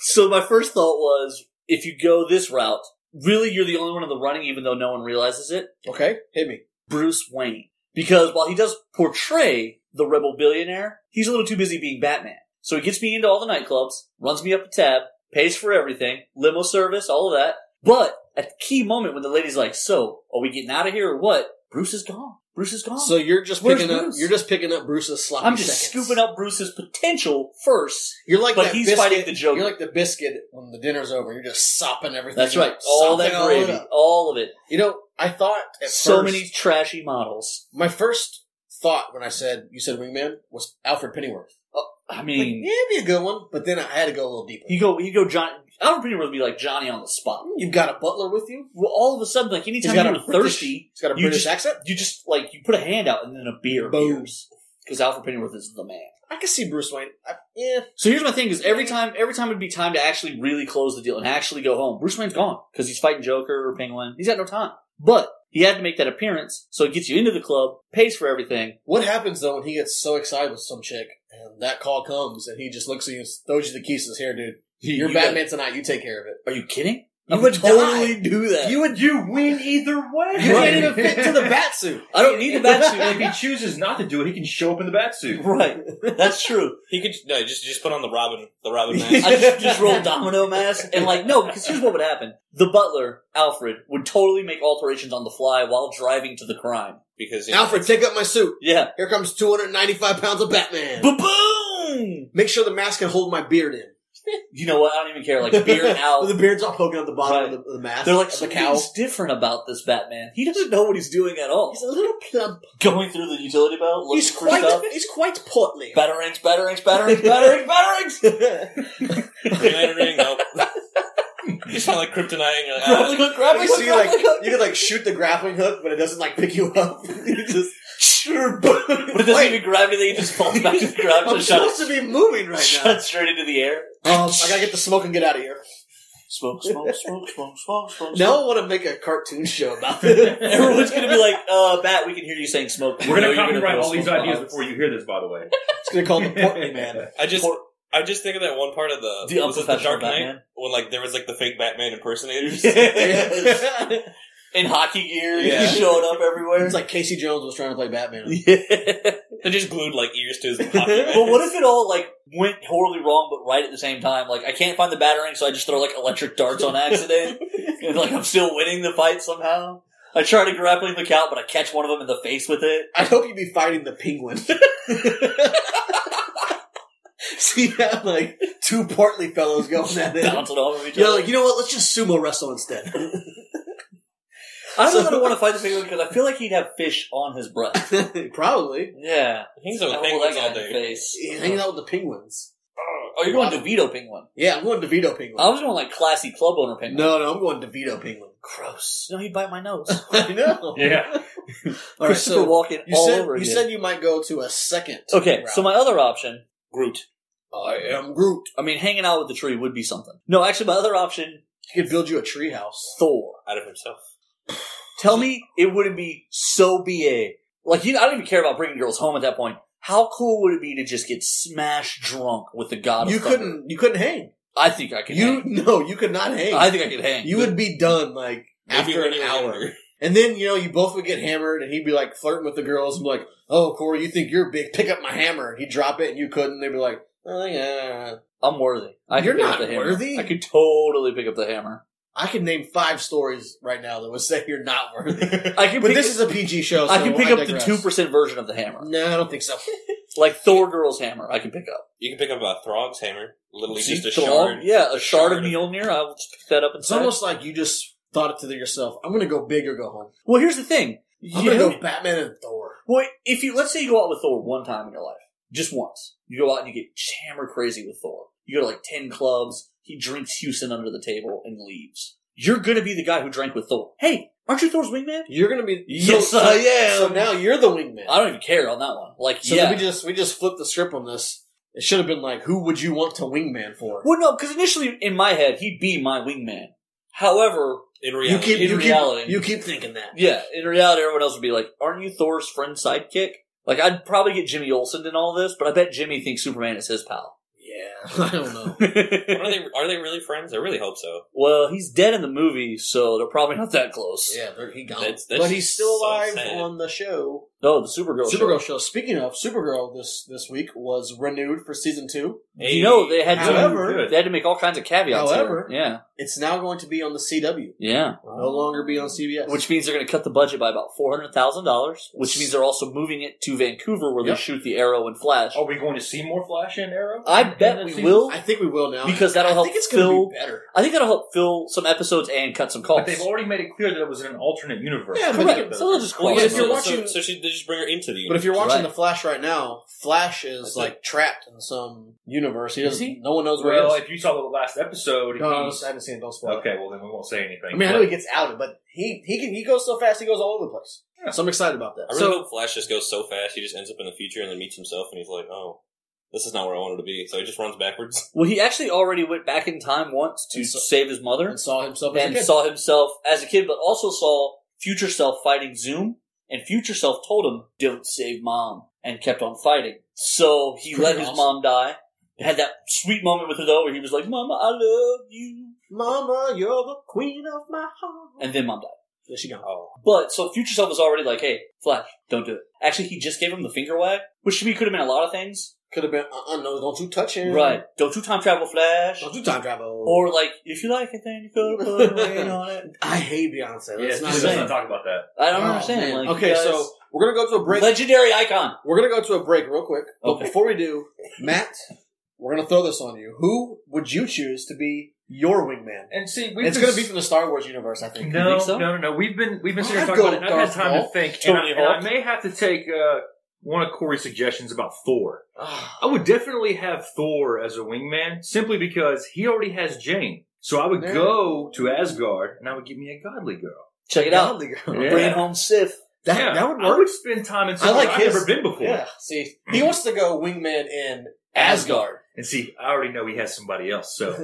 Speaker 2: so my first thought was, if you go this route, really you're the only one in the running, even though no one realizes it.
Speaker 3: okay. Hit me.
Speaker 2: Bruce Wayne. Because while he does portray the rebel billionaire, he's a little too busy being Batman. So he gets me into all the nightclubs, runs me up a tab, pays for everything, limo service, all of that. But at the key moment when the lady's like, so, are we getting out of here or what? Bruce is gone. Bruce is gone.
Speaker 3: So you're just
Speaker 2: Where's
Speaker 3: picking up.
Speaker 2: Bruce?
Speaker 3: You're just picking up Bruce's sloppy.
Speaker 2: I'm just
Speaker 3: seconds.
Speaker 2: scooping up Bruce's potential first.
Speaker 3: You're like
Speaker 2: But
Speaker 3: that
Speaker 2: he's
Speaker 3: biscuit-
Speaker 2: fighting the Joker.
Speaker 3: You're like the biscuit when the dinner's over. You're just sopping everything.
Speaker 2: That's
Speaker 3: up,
Speaker 2: right. All
Speaker 3: sopping
Speaker 2: that
Speaker 3: it
Speaker 2: gravy.
Speaker 3: up.
Speaker 2: All of it.
Speaker 3: You know, I thought at
Speaker 2: So
Speaker 3: first-
Speaker 2: many trashy models.
Speaker 3: My first thought when I said you said wingman was Alfred Pennyworth.
Speaker 2: I
Speaker 3: Like,
Speaker 2: mean,
Speaker 3: yeah, it'd be a good one, but then I had to go a little deeper.
Speaker 2: you go, you go, John. Alfred Pennyworth would be like Johnny on the spot.
Speaker 3: You've got a butler with you.
Speaker 2: Well, all of a sudden, like anytime
Speaker 3: got
Speaker 2: you were
Speaker 3: a British-
Speaker 2: thirsty,
Speaker 3: He's got a
Speaker 2: You
Speaker 3: British
Speaker 2: just-
Speaker 3: accent.
Speaker 2: you just like you put a hand out and then a beer
Speaker 3: Boom.
Speaker 2: appears because Alfred Pennyworth is the man.
Speaker 3: I can see Bruce Wayne. I, yeah,
Speaker 2: So here's my thing: is every time, every time it'd be time to actually really close the deal and actually go home. Bruce Wayne's gone because he's fighting Joker or Penguin. He's got no time, but he had to make that appearance, so it gets you into the club, pays for everything.
Speaker 3: what happens though when he gets so excited with some chick And that call comes, and he just looks at you, and throws you the keys, and says, "Here, dude, you're
Speaker 2: You
Speaker 3: Batman tonight. You take care of it."
Speaker 2: Are you kidding?
Speaker 3: I
Speaker 2: You would
Speaker 3: would die.
Speaker 2: totally do that.
Speaker 5: You would you win either way.
Speaker 3: You can't even fit to the bat suit.
Speaker 2: I don't need a
Speaker 5: if
Speaker 2: bat
Speaker 5: he chooses not to do it, he can show up in the bat suit.
Speaker 2: suit. right. That's true.
Speaker 4: He could no, just just put on the Robin, the Robin mask.
Speaker 2: I just, just roll domino mask and like no, because here's what would happen: the butler Alfred would totally make alterations on the fly while driving to the crime.
Speaker 4: because you know,
Speaker 3: Alfred, take up my suit.
Speaker 2: Yeah,
Speaker 3: Here comes 295 pounds of Batman.
Speaker 2: ba boom.
Speaker 3: Make sure the mask can hold my beard in.
Speaker 2: You know what? I don't even care. Like beard out.
Speaker 3: the beard's all poking out the bottom of, the, of the mask.
Speaker 2: They're like
Speaker 3: of the cow.
Speaker 2: something's different about this Batman. He doesn't know what he's doing at all.
Speaker 3: He's a little plump.
Speaker 2: Going through the utility belt, looking
Speaker 3: He's
Speaker 2: for stuff.
Speaker 3: quite. He's quite portly.
Speaker 2: Batarangs, batarangs, batarangs, batarangs, batarangs.
Speaker 4: Green Ring, no. you sound like Kryptonite, and you're like, ah,
Speaker 2: Grappling hook, grappling
Speaker 3: you
Speaker 2: hook,
Speaker 3: see, like
Speaker 2: grappling hook.
Speaker 3: you can like shoot the grappling hook, but it doesn't like pick you up. You just
Speaker 2: Sure, but but it doesn't
Speaker 3: Wait.
Speaker 2: even grab anything. It just falls back to the ground.
Speaker 3: I'm
Speaker 2: Just shot,
Speaker 3: supposed to be moving right now.
Speaker 2: shot straight into the air.
Speaker 3: Um, I gotta get the smoke and get out of here.
Speaker 2: Smoke, smoke, smoke, smoke, smoke, smoke.
Speaker 3: Now
Speaker 2: smoke.
Speaker 3: I want to make a cartoon show about this.
Speaker 2: everyone's gonna be like, "Uh, Bat, we can hear you saying smoke."
Speaker 5: We're
Speaker 2: No,
Speaker 5: gonna
Speaker 2: you're
Speaker 5: copyright
Speaker 2: throw
Speaker 5: all these
Speaker 2: smoke
Speaker 5: ideas
Speaker 2: bombs.
Speaker 5: before you hear this, by the way.
Speaker 3: It's gonna call him the Portly Man.
Speaker 4: I just
Speaker 2: Por-
Speaker 4: I just think of that one part of the,
Speaker 2: The
Speaker 4: was it the
Speaker 2: unprofessional
Speaker 4: Dark Knight
Speaker 2: Batman.
Speaker 4: when like there was like the fake Batman impersonators.
Speaker 2: Yes. In hockey gear,
Speaker 4: Yeah.
Speaker 2: he's showing up everywhere.
Speaker 3: It's like Casey Jones was trying to play Batman.
Speaker 2: Yeah.
Speaker 4: They just glued like ears to his pocket.
Speaker 2: but what if it all like went horribly wrong, but right at the same time? Like I can't find the battering, so I just throw like electric darts on accident, and like I'm still winning the fight somehow. I try to grappling hook out, but I catch one of them in the face with it.
Speaker 3: I hope you'd be fighting the penguin. so you have like two portly fellows going at it.
Speaker 2: Bouncing off of each
Speaker 3: You're
Speaker 2: other.
Speaker 3: like, you know what? Let's just sumo wrestle instead.
Speaker 2: I don't
Speaker 3: so-
Speaker 2: know that I want to fight the penguin because I feel like he'd have fish on his breath.
Speaker 3: Probably.
Speaker 2: Yeah,
Speaker 4: He's
Speaker 2: I
Speaker 4: on
Speaker 2: roll
Speaker 4: penguins
Speaker 2: that guy
Speaker 4: all
Speaker 2: in the
Speaker 4: day.
Speaker 2: face.
Speaker 3: Yeah, Hanging out with the penguins.
Speaker 2: Oh, you're going DeVito penguin.
Speaker 3: Yeah, I'm going DeVito penguin.
Speaker 2: I was going like classy club owner penguin.
Speaker 3: no, no, I'm going DeVito penguin.
Speaker 2: gross. No, he'd bite my nose.
Speaker 3: I know.
Speaker 5: yeah.
Speaker 3: All right,
Speaker 2: Christopher
Speaker 3: so
Speaker 2: Walken
Speaker 3: you
Speaker 2: all
Speaker 3: said
Speaker 2: over
Speaker 3: you
Speaker 2: again.
Speaker 3: said you might go to a second.
Speaker 2: okay,
Speaker 3: route.
Speaker 2: so my other option.
Speaker 4: Groot.
Speaker 3: I am Groot.
Speaker 2: I mean, hanging out with the tree would be something. No, actually, my other option,
Speaker 3: He could build you a treehouse.
Speaker 2: Thor.
Speaker 4: Out of himself.
Speaker 2: Tell me it wouldn't be so BA. Like, you know, I don't even care about bringing girls home at that point. How cool would it be to just get smashed drunk with the god of
Speaker 3: You
Speaker 2: thunder?
Speaker 3: couldn't. You couldn't hang.
Speaker 2: I think I could
Speaker 3: You
Speaker 2: hang.
Speaker 3: no. You could not hang.
Speaker 2: I think I could hang.
Speaker 3: you would be done like
Speaker 4: Maybe
Speaker 3: after
Speaker 4: when
Speaker 3: an
Speaker 4: you were
Speaker 3: hour.
Speaker 4: younger.
Speaker 3: And then, you know, you both would get hammered and he'd be like flirting with the girls and be like, Oh, Corey, you think you're big, pick up my hammer. He'd drop it and you couldn't. They'd be like, Oh yeah.
Speaker 2: I'm worthy. I could
Speaker 3: You're
Speaker 2: pick up
Speaker 3: not
Speaker 2: the hammer.
Speaker 3: worthy.
Speaker 2: I could totally pick up the hammer.
Speaker 3: I can name five stories right now that would say you're not worthy.
Speaker 2: I can
Speaker 3: But
Speaker 2: pick
Speaker 3: this is a PG show, so
Speaker 2: I can pick up the
Speaker 3: digress.
Speaker 2: two percent version of the hammer,
Speaker 3: No, I don't think so.
Speaker 2: like Thor girl's hammer. I can pick up.
Speaker 4: You can pick up a Throg's hammer. Literally
Speaker 2: See,
Speaker 4: just a
Speaker 2: Thor?
Speaker 4: shard.
Speaker 2: Yeah, a shard of
Speaker 4: Shard of-
Speaker 2: Mjolnir. I will just pick that up and
Speaker 3: It's almost like you just thought it to yourself, I'm gonna go big or go home.
Speaker 2: Well, here's the thing.
Speaker 3: I'm
Speaker 2: You
Speaker 3: gonna
Speaker 2: know-
Speaker 3: go Batman and Thor.
Speaker 2: well, if you let's say you go out with Thor one time in your life, just once, you go out and you get just hammer crazy with Thor. You go to like ten clubs. He drinks Houston under the table and leaves. You're gonna be the guy who drank with Thor. Hey, aren't you Thor's wingman?
Speaker 3: You're gonna be
Speaker 2: Yes,
Speaker 3: so,
Speaker 2: I
Speaker 3: So
Speaker 2: am.
Speaker 3: now you're the wingman.
Speaker 2: I don't even care on that one. Like,
Speaker 3: So
Speaker 2: yeah,
Speaker 3: then we just we just flipped the script on this. It should have been like, who would you want to wingman for?
Speaker 2: Well, no, because initially in my head he'd be my wingman. However,
Speaker 4: In
Speaker 3: You
Speaker 4: reality.
Speaker 3: keep
Speaker 2: in
Speaker 3: you
Speaker 2: reality.
Speaker 3: keep you keep thinking that.
Speaker 2: yeah, in reality, everyone else would be like, "Aren't you Thor's friend sidekick?" Like, I'd probably get Jimmy Olsen in all this, but I bet Jimmy thinks Superman is his pal.
Speaker 3: Yeah, I don't know.
Speaker 4: are they are they really friends? I really hope so.
Speaker 2: well, he's dead in the movie, so they're probably not that close.
Speaker 3: yeah, they're, he gone.
Speaker 4: That's- that's
Speaker 3: but he's still
Speaker 4: so
Speaker 3: alive
Speaker 4: sad.
Speaker 3: on the show.
Speaker 2: No, the Supergirl.
Speaker 3: Supergirl
Speaker 2: Show.
Speaker 3: show. Speaking of Supergirl, this this week was renewed for season two.
Speaker 4: Hey,
Speaker 2: You know they had to,
Speaker 3: However-
Speaker 5: Good.
Speaker 2: they had to make all kinds of caveats. here.
Speaker 3: However-
Speaker 2: yeah,
Speaker 3: It's now going to be on the CW.
Speaker 2: yeah,
Speaker 3: No longer be on CBS.
Speaker 2: which means they're going to cut the budget by about four hundred thousand dollars, which means they're also moving it to Vancouver where
Speaker 3: Yep. Oh,
Speaker 2: they shoot the Arrow and Flash.
Speaker 5: Are we going to see more Flash and Arrow?
Speaker 2: I
Speaker 5: in
Speaker 2: bet
Speaker 5: this
Speaker 2: we
Speaker 5: season?
Speaker 2: will.
Speaker 3: I think we will now
Speaker 2: Because that'll
Speaker 3: I
Speaker 2: help
Speaker 3: think it's gonna
Speaker 2: fill-
Speaker 3: be better.
Speaker 2: I think that'll help fill some episodes and cut some
Speaker 5: But
Speaker 2: costs.
Speaker 5: they've already made it clear that it was in an alternate universe.
Speaker 3: Yeah, but
Speaker 2: Correct. So they'll just
Speaker 4: Well,
Speaker 2: cross
Speaker 4: yeah,
Speaker 3: But if
Speaker 4: so-
Speaker 2: them
Speaker 3: you're
Speaker 2: over.
Speaker 3: watching-
Speaker 4: so, so she, they just bring her into the
Speaker 3: But if you're watching
Speaker 2: Right.
Speaker 3: the Flash right now, Flash is
Speaker 4: That's
Speaker 3: like trapped in some universe. He
Speaker 2: Is
Speaker 3: doesn't.
Speaker 2: he?
Speaker 3: No one knows where
Speaker 5: well,
Speaker 3: he is.
Speaker 5: if you saw the last episode,
Speaker 3: No, no,
Speaker 5: he's-
Speaker 3: I haven't seen it. Don't spoil. it.
Speaker 5: okay. Well, then we won't say anything.
Speaker 3: I mean, I
Speaker 5: but-
Speaker 3: know he gets outed, but he he can he goes so fast, he goes all over the place.
Speaker 5: Yeah.
Speaker 3: So I'm excited about that.
Speaker 4: I really
Speaker 3: so
Speaker 4: hope Flash just goes so fast he just ends up in the future and then meets himself and he's like, oh, this is not where I wanted to be. So he just runs backwards.
Speaker 2: Well, he actually already went back in time once to
Speaker 3: And so-
Speaker 2: save his mother
Speaker 3: and saw himself as a
Speaker 2: and
Speaker 3: kid.
Speaker 2: saw himself as a kid, but also saw future self fighting Zoom. And future self told him, "Don't save mom," and kept on fighting. So he
Speaker 3: Pretty
Speaker 2: let his
Speaker 3: awesome.
Speaker 2: mom die. Had that sweet moment with her though, where he was like, "Mama, I love you,"
Speaker 3: Mama, you're the queen of my heart.
Speaker 2: and then mom died.
Speaker 3: there she gone.
Speaker 4: Oh.
Speaker 2: But so Future Self was already like, "Hey, Flash, don't do it." Actually, he just gave him the finger wag, which to me could have been a lot of things.
Speaker 3: Could have been. Uh, uh, no, don't you touch him.
Speaker 2: Right? Don't you time travel, Flash?
Speaker 3: Don't you time travel.
Speaker 2: Or like, if you like it, then you could put a ring on it.
Speaker 3: I hate Beyonce.
Speaker 5: Yeah,
Speaker 3: Let's
Speaker 5: it's
Speaker 3: not
Speaker 5: just
Speaker 2: saying.
Speaker 5: not talk about that.
Speaker 2: I don't
Speaker 3: Oh,
Speaker 2: understand.
Speaker 3: man.
Speaker 2: Like,
Speaker 3: okay,
Speaker 2: you guys-
Speaker 3: so we're gonna go to a break.
Speaker 2: legendary icon.
Speaker 3: We're gonna go to a break real quick, but
Speaker 2: Okay.
Speaker 3: before we do, Matt, we're gonna throw this on you. Who would you choose to be your wingman?
Speaker 5: And see, we've
Speaker 3: It's
Speaker 5: been
Speaker 3: gonna be from the Star Wars universe, I think.
Speaker 5: No,
Speaker 2: so?
Speaker 5: no, no, no. We've been we've been sitting here
Speaker 3: I'd
Speaker 5: talking
Speaker 3: go
Speaker 5: about it. and I've
Speaker 3: Darth
Speaker 5: had time
Speaker 3: Hulk,
Speaker 5: to think, and I,
Speaker 2: Tony
Speaker 5: and I
Speaker 2: Hulk.
Speaker 5: may have to take uh, one of Corey's suggestions about Thor.
Speaker 2: Ah,
Speaker 5: I would definitely have Thor as a wingman, simply because he already has Jane. So I would
Speaker 3: Yeah.
Speaker 5: go to Asgard, and I would give me a godly girl.
Speaker 2: Check it out.
Speaker 3: Godly
Speaker 5: Yeah.
Speaker 3: girl.
Speaker 2: Bring home Sif.
Speaker 3: That,
Speaker 5: Yeah,
Speaker 3: that would
Speaker 5: I
Speaker 3: work.
Speaker 5: would spend time in
Speaker 3: I
Speaker 5: somewhere
Speaker 3: like
Speaker 5: I've
Speaker 3: his-
Speaker 5: never been before.
Speaker 3: Yeah. See, he wants to go wingman in
Speaker 2: Asgard.
Speaker 5: And see, I already know he has somebody else, so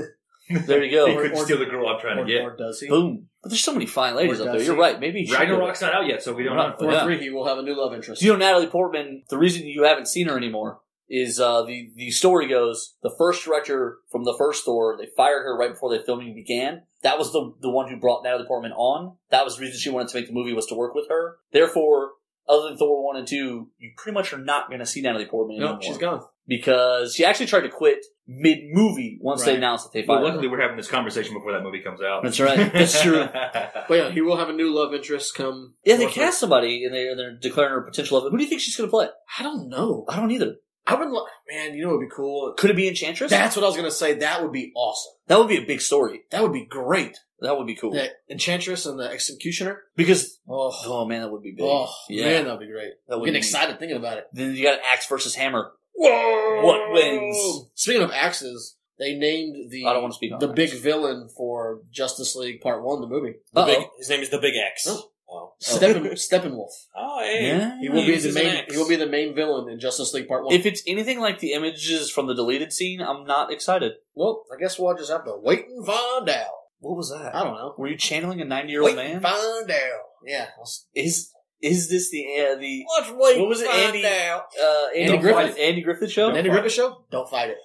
Speaker 2: There you
Speaker 5: he
Speaker 2: go.
Speaker 3: Or-
Speaker 5: couldn't
Speaker 3: or-
Speaker 5: steal the girl I'm trying
Speaker 3: Or,
Speaker 5: to get.
Speaker 3: or does he?
Speaker 2: Boom. But there's so many fine ladies
Speaker 3: Or
Speaker 2: up
Speaker 3: does
Speaker 2: there. You're
Speaker 3: he?
Speaker 2: right. Maybe you should.
Speaker 5: Ragnarok's not out yet, so we don't
Speaker 2: Right.
Speaker 5: know.
Speaker 3: Four
Speaker 2: Yeah.
Speaker 3: three, he will have a new love interest.
Speaker 2: Do you know Natalie Portman? The reason you haven't seen her anymore is uh, the the story goes the first director from the first Thor they fired her right before the filming began. That was the the one who brought Natalie Portman on. That was the reason she wanted to make the movie was to work with her. Therefore, other than Thor one and two, you pretty much are not going to see Natalie Portman
Speaker 3: no,
Speaker 2: anymore
Speaker 3: she's gone.
Speaker 2: because she actually tried to quit mid movie once they
Speaker 3: Right.
Speaker 2: announced that they
Speaker 5: Well,
Speaker 2: fired her.
Speaker 5: luckily we're having this conversation before that movie comes out.
Speaker 2: That's right. That's true.
Speaker 3: But yeah, he will have a new love interest come.
Speaker 2: Yeah, they
Speaker 5: Or-
Speaker 2: cast somebody and they're, they're declaring her potential of it. Who do you think she's going to play?
Speaker 3: I don't know.
Speaker 2: I don't either.
Speaker 3: I would, lo- man. You know, it'd be cool.
Speaker 2: Could it be Enchantress?
Speaker 3: That's what I was gonna say. That would be awesome.
Speaker 2: that would be a big story.
Speaker 3: That would be great.
Speaker 2: That would be cool.
Speaker 3: The Enchantress and the Executioner.
Speaker 2: Because,
Speaker 3: Oh,
Speaker 2: oh man, that would be big.
Speaker 3: oh
Speaker 2: yeah.
Speaker 3: man, that'd be great.
Speaker 2: That
Speaker 3: I'm
Speaker 2: would
Speaker 3: getting
Speaker 2: be-
Speaker 3: excited thinking about it.
Speaker 2: Then you got axe versus hammer.
Speaker 3: Whoa!
Speaker 2: What wins?
Speaker 3: Speaking of axes, they named the
Speaker 2: I don't want to speak on
Speaker 3: the
Speaker 2: that.
Speaker 3: big villain for Justice League Part One, the movie.
Speaker 1: The
Speaker 2: Uh-oh.
Speaker 1: big, his name is the Big X.
Speaker 3: Oh.
Speaker 1: Oh.
Speaker 3: Steppen, Steppenwolf.
Speaker 1: Oh, hey.
Speaker 2: Yeah.
Speaker 3: He will be the
Speaker 1: uses an
Speaker 3: main.
Speaker 1: axe.
Speaker 3: He will be the main villain in Justice League Part One.
Speaker 2: If it's anything like the images from the deleted scene, I'm not excited.
Speaker 3: well, I guess we'll just have to wait and find out.
Speaker 2: What was that?
Speaker 3: I don't know.
Speaker 2: Were you channeling a 90 year
Speaker 3: Wait
Speaker 2: old man?
Speaker 3: and find out. Yeah. Let's-
Speaker 2: Is is this the uh, the
Speaker 3: Let's wait.
Speaker 2: What was it, Andy-
Speaker 3: Out.
Speaker 2: uh, Andy,
Speaker 3: Don't
Speaker 2: Griffith
Speaker 3: fight
Speaker 2: Andy Griffith show?
Speaker 3: Andy Griffith show? Don't fight it.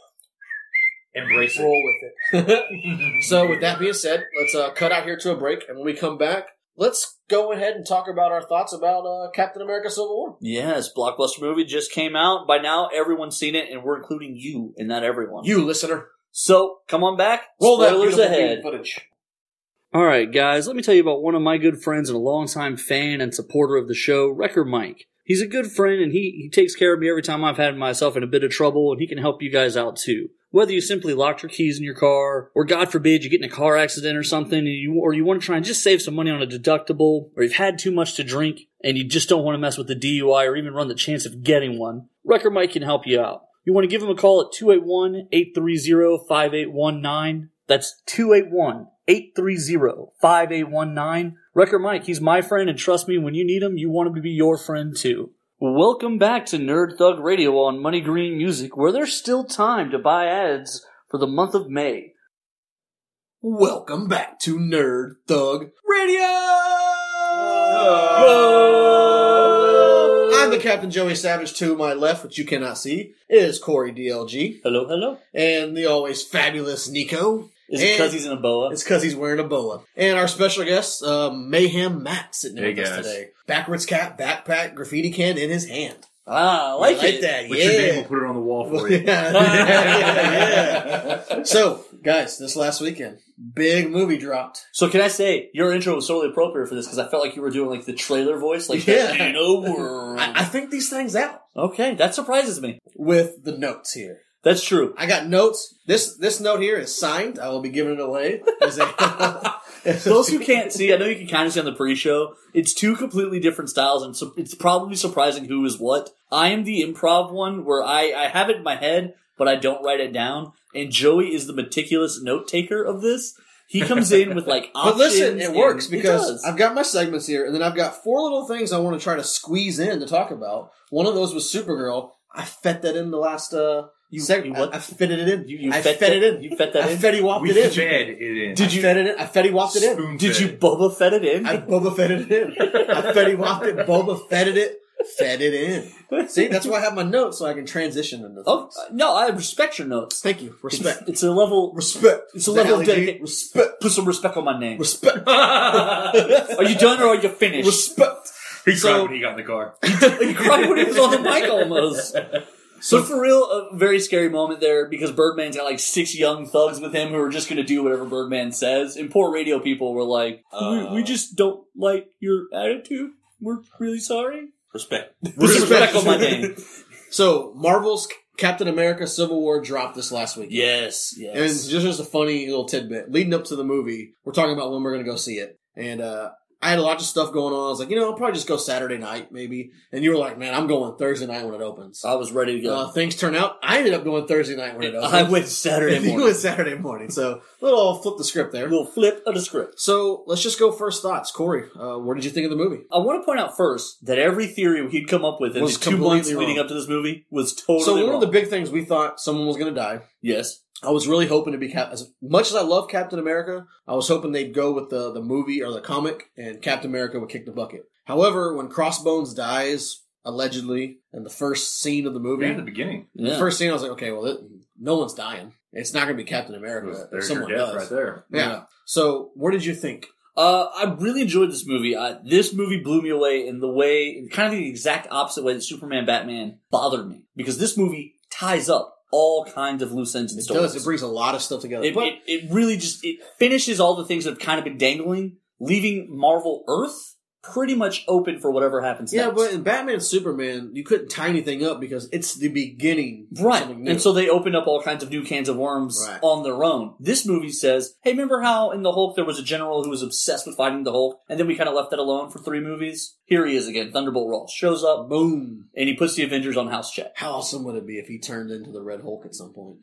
Speaker 5: Embrace it.
Speaker 3: Roll with it. so, with that being said, let's uh, cut out here to a break, and when we come back, let's go ahead and talk about our thoughts about uh, Captain America: Civil War.
Speaker 2: Yes, blockbuster movie just came out. By now, everyone's seen it, and we're including you in that everyone.
Speaker 3: You listener,
Speaker 2: So come on back.
Speaker 3: roll that
Speaker 2: Spoilers
Speaker 3: beautiful
Speaker 2: ahead.
Speaker 3: green footage.
Speaker 2: All right, guys, let me tell you about one of my good friends and a longtime fan and supporter of the show, Wrecker Mike. He's a good friend and he, he takes care of me every time I've had myself in a bit of trouble, and he can help you guys out too. Whether you simply locked your keys in your car, or God forbid you get in a car accident or something, and you, or you want to try and just save some money on a deductible, or you've had too much to drink and you just don't want to mess with the DUI or even run the chance of getting one, Wrecker Mike can help you out. You want to give him a call at 281 830 5819. That's 281 830 5819. Wrecker Mike, he's my friend, and trust me, when you need him, you want him to be your friend too. Welcome back to Nerd Thug Radio on Money Green Music, where there's still time to buy ads for the month of May.
Speaker 3: Welcome back to Nerd Thug Radio. I'm the Captain Joey Savage. To my left, which you cannot see, is Corey DLG
Speaker 2: Hello, hello.
Speaker 3: and the always fabulous Nico.
Speaker 2: Is it because
Speaker 3: And-
Speaker 2: he's in a boa?
Speaker 3: It's because he's wearing a boa. And our special guest, uh, Mayhem Matt, sitting in
Speaker 5: Hey,
Speaker 3: with us
Speaker 5: guys.
Speaker 3: today. Backwards cap, backpack, graffiti can in his hand.
Speaker 2: Ah, I like, it.
Speaker 3: that.
Speaker 5: What's
Speaker 3: yeah.
Speaker 5: your name? We'll put it on the wall for you.
Speaker 3: yeah, yeah. So, guys, this last weekend, big movie dropped.
Speaker 2: So can I say your intro was totally appropriate for this because I felt like you were doing like the trailer voice, like
Speaker 3: Yeah.
Speaker 2: that, you know, world.
Speaker 3: I, I think these things out
Speaker 2: okay, that surprises me.
Speaker 3: with the notes here.
Speaker 2: That's true.
Speaker 3: I got notes. This this note here is signed. I will be giving it away. As a-
Speaker 2: Those who can't see, I know you can kind of see on the pre-show. It's two completely different styles, and so it's probably surprising who is what. I am the improv one where I I have it in my head, but I don't write it down. And Joey is the meticulous note taker of this. He comes in with like
Speaker 3: But
Speaker 2: options.
Speaker 3: listen, it
Speaker 2: and-
Speaker 3: works because
Speaker 2: does.
Speaker 3: I've got my segments here, and then I've got four little things I want to try to squeeze in to talk about. One of those was Supergirl. I fet that in the last uh,
Speaker 2: You-
Speaker 3: seg-
Speaker 2: you what?
Speaker 3: I, I fitted it in.
Speaker 2: you, you
Speaker 3: I
Speaker 2: fed
Speaker 3: fet, it in.
Speaker 2: You fed that
Speaker 3: I
Speaker 2: in.
Speaker 3: fetty wopped
Speaker 5: we
Speaker 3: it in.
Speaker 5: fed it in.
Speaker 3: Did you fet it in? I fetty wopped it in.
Speaker 5: Spoon
Speaker 2: Did
Speaker 5: fed
Speaker 2: you Boba fed it in?
Speaker 3: I Boba fetted it in. I fetty wopped it. Boba fetted it. Fed it in. See, that's why I have my notes so I can transition into things.
Speaker 2: Oh uh, no, I respect your notes.
Speaker 3: Thank you. Respect.
Speaker 2: It's, it's a level.
Speaker 3: Respect.
Speaker 2: It's a level of
Speaker 3: Valley G.
Speaker 2: dedication. Respect. Put some respect on my name.
Speaker 3: Respect.
Speaker 2: Are you done or are you finished?
Speaker 3: Respect.
Speaker 5: He
Speaker 3: So-
Speaker 5: cried when he got in the car.
Speaker 2: he cried when he was on the mic almost. So for real, a very scary moment there because Birdman's got like six young thugs with him who are just going to do whatever Birdman says, and poor radio people were like,
Speaker 4: Uh.
Speaker 2: "We, we just don't like your attitude. We're really sorry."
Speaker 4: Respect.
Speaker 2: Respect on my name.
Speaker 3: So, Marvel's Captain America Civil War dropped this last week.
Speaker 2: Yes,
Speaker 3: And it's just, just a funny little tidbit. Leading up to the movie, we're talking about when we're going to go see it. And uh, I had a lot of stuff going on. I was like, you know, I'll probably just go Saturday night, maybe. And you were like, man, I'm going Thursday night when it opens.
Speaker 2: I was ready to go.
Speaker 3: Uh, things turn out, I ended up going Thursday night when it opens.
Speaker 2: I went Saturday
Speaker 3: And you
Speaker 2: morning.
Speaker 3: went Saturday morning. So, little flip the script there.
Speaker 2: little flip of the script.
Speaker 3: So, let's just go first thoughts. Corey, uh, what did you think of the movie?
Speaker 2: I want to point out first that every theory he'd come up with in
Speaker 3: Was
Speaker 2: the two months
Speaker 3: completely
Speaker 2: leading
Speaker 3: wrong.
Speaker 2: up to this movie was totally
Speaker 3: so, one
Speaker 2: wrong.
Speaker 3: of the big things we thought someone was going to die.
Speaker 2: yes,
Speaker 3: I was really hoping to be Cap- as much as I love Captain America. I was hoping they'd go with the the movie or the comic, and Captain America would kick the bucket. However, when Crossbones dies allegedly in the first scene of the movie,
Speaker 5: Yeah, at the beginning.
Speaker 3: the
Speaker 2: yeah.
Speaker 3: first scene, I was like, okay, well, it, no one's dying. It's not going to be Captain America. if
Speaker 5: There's your
Speaker 3: someone
Speaker 5: death
Speaker 3: does.
Speaker 5: right there.
Speaker 3: Yeah. So, what did you think?
Speaker 2: Uh, I really enjoyed this movie. I, this movie blew me away in the way, in kind of the exact opposite way that Superman Batman bothered me. Because this movie ties up all kinds of loose ends and
Speaker 3: It
Speaker 2: stories.
Speaker 3: does. It brings a lot of stuff together.
Speaker 2: it,
Speaker 3: but
Speaker 2: it, it really just, it finishes all the things that have kind of been dangling, leaving Marvel Earth pretty much open for whatever happens
Speaker 3: yeah,
Speaker 2: next.
Speaker 3: but in Batman Superman, you couldn't tie anything up because it's the beginning. of
Speaker 2: Right.
Speaker 3: something new.
Speaker 2: And so they opened up all kinds of new cans of worms
Speaker 3: Right.
Speaker 2: on their own. This movie says, hey, remember how in The Hulk there was a general who was obsessed with fighting the Hulk, and then we kind of left that alone for three movies? Here he is again. Thunderbolt Ross shows up,
Speaker 3: boom.
Speaker 2: and he puts the Avengers on house check.
Speaker 3: How awesome would it be if he turned into the Red Hulk at some point?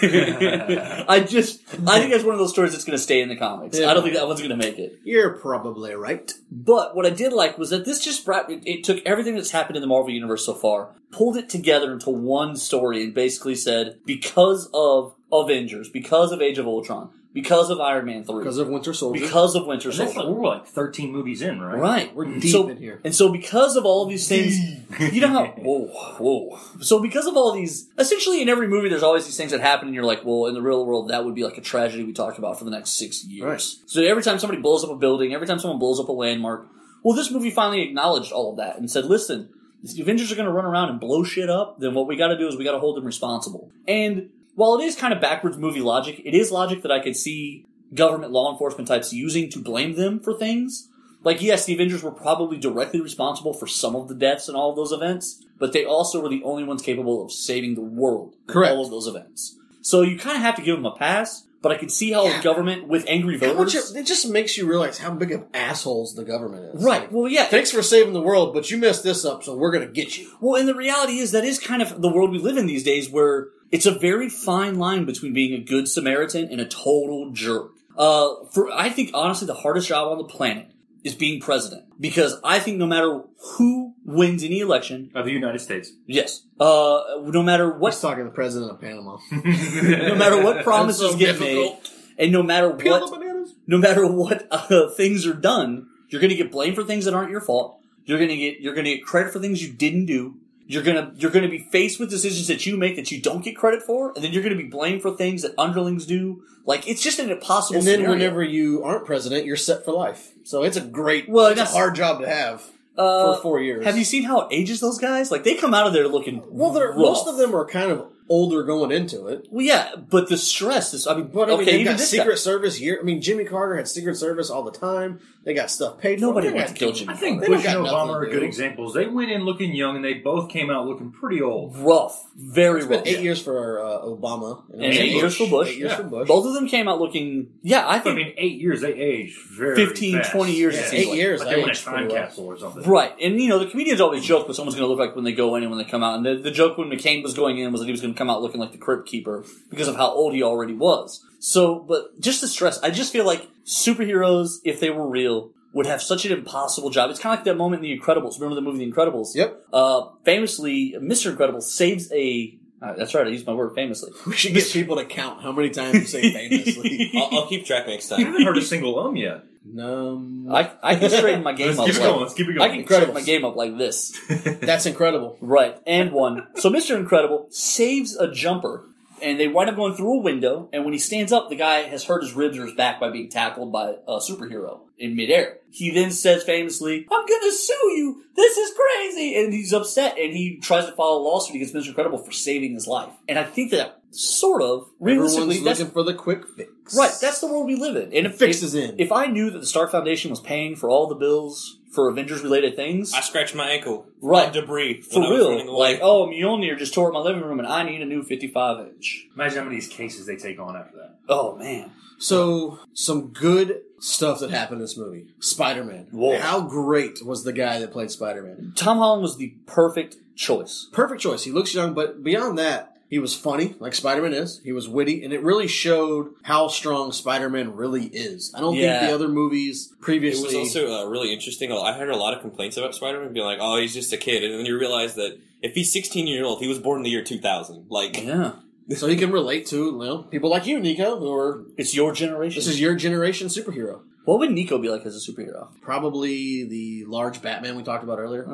Speaker 2: I just, I think that's one of those stories that's going to stay in the comics.
Speaker 3: Yeah.
Speaker 2: I don't think that one's going to make it.
Speaker 3: You're probably right.
Speaker 2: But what I did like was that this just brought it, it took everything that's happened in the Marvel universe so far, pulled it together into one story, and basically said because of Avengers, because of Age of Ultron, because of Iron Man three,
Speaker 3: Because of Winter Soldier.
Speaker 2: because of Winter
Speaker 5: And that's like,
Speaker 2: Soldier,
Speaker 5: we're like 13 movies in, right?
Speaker 2: right?
Speaker 3: We're
Speaker 2: And
Speaker 3: deep
Speaker 2: Mm-hmm. so-
Speaker 3: in here.
Speaker 2: And so, because of all of these things, you know how whoa whoa. So because of all these, essentially in every movie, there's always these things that happen, and you're like, well, in the real world, that would be like a tragedy we talked about for the next six years. So every time somebody blows up a building, every time someone blows up a landmark, well, this movie finally acknowledged all of that and said, listen, if the Avengers are going to run around and blow shit up, then what we got to do is we got to hold them responsible. And while it is kind of backwards movie logic, it is logic that I could see government law enforcement types using to blame them for things. Like, yes, the Avengers were probably directly responsible for some of the deaths in all of those events, but they also were the only ones capable of saving the world in
Speaker 3: Correct.
Speaker 2: all of those events. So you kind of have to give them a pass, but I could see how
Speaker 3: Yeah.
Speaker 2: government with angry
Speaker 3: How
Speaker 2: voters.
Speaker 3: much it, it just makes you realize how big of assholes the government is.
Speaker 2: Right.
Speaker 3: Like,
Speaker 2: Well, yeah.
Speaker 3: Thanks for saving the world, but you messed this up, so we're going to get you.
Speaker 2: Well, and the reality is that is kind of the world we live in these days where it's a very fine line between being a good Samaritan and a total jerk. Uh, for I think honestly the hardest job on the planet is being president because I think no matter who wins any election,
Speaker 5: Of the United States.
Speaker 2: yes, uh, no matter what
Speaker 3: Let's talk to the president of Panama.
Speaker 2: no matter what promises
Speaker 3: so
Speaker 2: get
Speaker 3: difficult.
Speaker 2: made, and no matter
Speaker 3: Peel
Speaker 2: what
Speaker 3: the bananas.
Speaker 2: no matter what uh, things are done, you're going to get blamed for things that aren't your fault. You're going to get you're going to get credit for things you didn't do. You're going to you're going to be faced with decisions that you make that you don't get credit for, and then you're going to be blamed for things that underlings do. Like it's just an impossible.
Speaker 3: And then
Speaker 2: scenario.
Speaker 3: whenever you aren't president, you're set for life. So it's a great,
Speaker 2: Well,
Speaker 3: it's a
Speaker 2: that's-
Speaker 3: hard job to have
Speaker 2: uh,
Speaker 3: for four years.
Speaker 2: have you seen how it ages those guys? Like they come out of there looking
Speaker 3: Well, they're,
Speaker 2: rough.
Speaker 3: most of them are kind of older going into it.
Speaker 2: Well, yeah, but the stress. This I mean,
Speaker 3: But I mean,
Speaker 2: okay,
Speaker 3: they've
Speaker 2: even
Speaker 3: got
Speaker 2: this
Speaker 3: Secret
Speaker 2: guy-
Speaker 3: Service year. I mean, Jimmy Carter had Secret Service all the time. They got stuff paid. for.
Speaker 2: Nobody
Speaker 3: They
Speaker 2: wants
Speaker 3: got-
Speaker 2: to kill Jimmy.
Speaker 5: I think
Speaker 3: They
Speaker 5: Bush
Speaker 3: got
Speaker 5: and
Speaker 3: nothing
Speaker 5: Obama
Speaker 3: to
Speaker 5: are
Speaker 3: do.
Speaker 5: good examples. They went in looking young, and they both came out looking pretty old.
Speaker 2: rough, very
Speaker 3: It's
Speaker 2: rough.
Speaker 3: been eight years for uh, Obama. And it
Speaker 2: And
Speaker 3: was
Speaker 2: eight years for Bush.
Speaker 3: Eight years
Speaker 5: Yeah.
Speaker 3: for Bush.
Speaker 2: Both of them came out looking. Yeah, I
Speaker 5: I
Speaker 2: think
Speaker 5: mean, eight years, they aged very
Speaker 2: 15,
Speaker 5: fast.
Speaker 2: 20 years, it
Speaker 5: Yeah.
Speaker 2: seems
Speaker 3: eight
Speaker 2: like-
Speaker 3: years.
Speaker 5: But
Speaker 3: I
Speaker 5: they want a
Speaker 3: aged
Speaker 5: time
Speaker 3: pretty well.
Speaker 5: capsule or something.
Speaker 2: Right, and you know the comedians always joke what someone's going to look like when they go in and when they come out. And the, the joke when McCain was going in was that he was going to come out looking like the Crypt Keeper because of how old he already was. So, but just the stress. I just feel like superheroes, if they were real, would have such an impossible job. It's kind of like that moment in The Incredibles. Remember the movie The Incredibles?
Speaker 3: Yep.
Speaker 2: Uh, famously, Mr. Incredible saves a Uh, that's right. I used my word famously.
Speaker 3: We should get people to count how many times you say famously.
Speaker 4: I'll, I'll keep track next
Speaker 5: You
Speaker 4: time.
Speaker 5: haven't heard a single um yet.
Speaker 3: Num.
Speaker 2: I, I can straighten my game
Speaker 5: Let's
Speaker 2: up.
Speaker 5: keep it
Speaker 2: like-
Speaker 5: going. Let's keep it
Speaker 2: I
Speaker 5: going.
Speaker 2: can straighten
Speaker 3: Incredibles.
Speaker 2: my game up like this.
Speaker 3: That's incredible.
Speaker 2: Right, and one. So Mr. Incredible saves a jumper, and they wind up going through a window. And when he stands up, the guy has hurt his ribs or his back by being tackled by a superhero in midair. He then says famously, I'm gonna sue you! This is crazy! And he's upset, and he tries to file a lawsuit against Mr. Incredible for saving his life. And I think that, sort of, realistically,
Speaker 3: Everyone's
Speaker 2: that's,
Speaker 3: looking for the quick fix.
Speaker 2: right, that's the world we live in. And if,
Speaker 3: fix
Speaker 2: if,
Speaker 3: is in.
Speaker 2: if I knew that the Stark Foundation was paying for all the bills for Avengers-related things...
Speaker 4: I scratched my ankle.
Speaker 2: Right.
Speaker 4: on Debris.
Speaker 2: For
Speaker 4: when I was running
Speaker 2: real,
Speaker 4: away.
Speaker 2: like, oh, Mjolnir just tore up my living room, and I need a new 55 inch.
Speaker 5: Imagine how many of these cases they take on after that.
Speaker 2: Oh man,
Speaker 3: so some good stuff that happened in this movie. Spider Man.
Speaker 2: Whoa.
Speaker 3: How great was the guy that played Spider Man?
Speaker 2: Tom Holland was the perfect choice.
Speaker 3: Perfect choice. He looks young, but beyond that, he was funny, like Spider Man is. He was witty, and it really showed how strong Spider Man really is. I don't
Speaker 2: Yeah.
Speaker 3: think the other movies
Speaker 4: It was
Speaker 3: previously.
Speaker 4: also uh, really interesting. I heard a lot of complaints about Spider Man being like, "Oh, he's just a kid," and then you realize that if he's 16 years old, he was born in the year 2000. Like,
Speaker 2: Yeah,
Speaker 3: so he can relate to you know, people like you, Nico, who are
Speaker 2: it's your generation.
Speaker 3: this is your generation superhero.
Speaker 2: what would Nico be like as a superhero?
Speaker 3: Probably the large Batman we talked about earlier.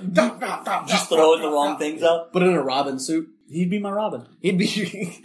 Speaker 2: Just throwing the wrong things up.
Speaker 3: But in a Robin suit.
Speaker 2: He'd be my Robin,
Speaker 3: He'd be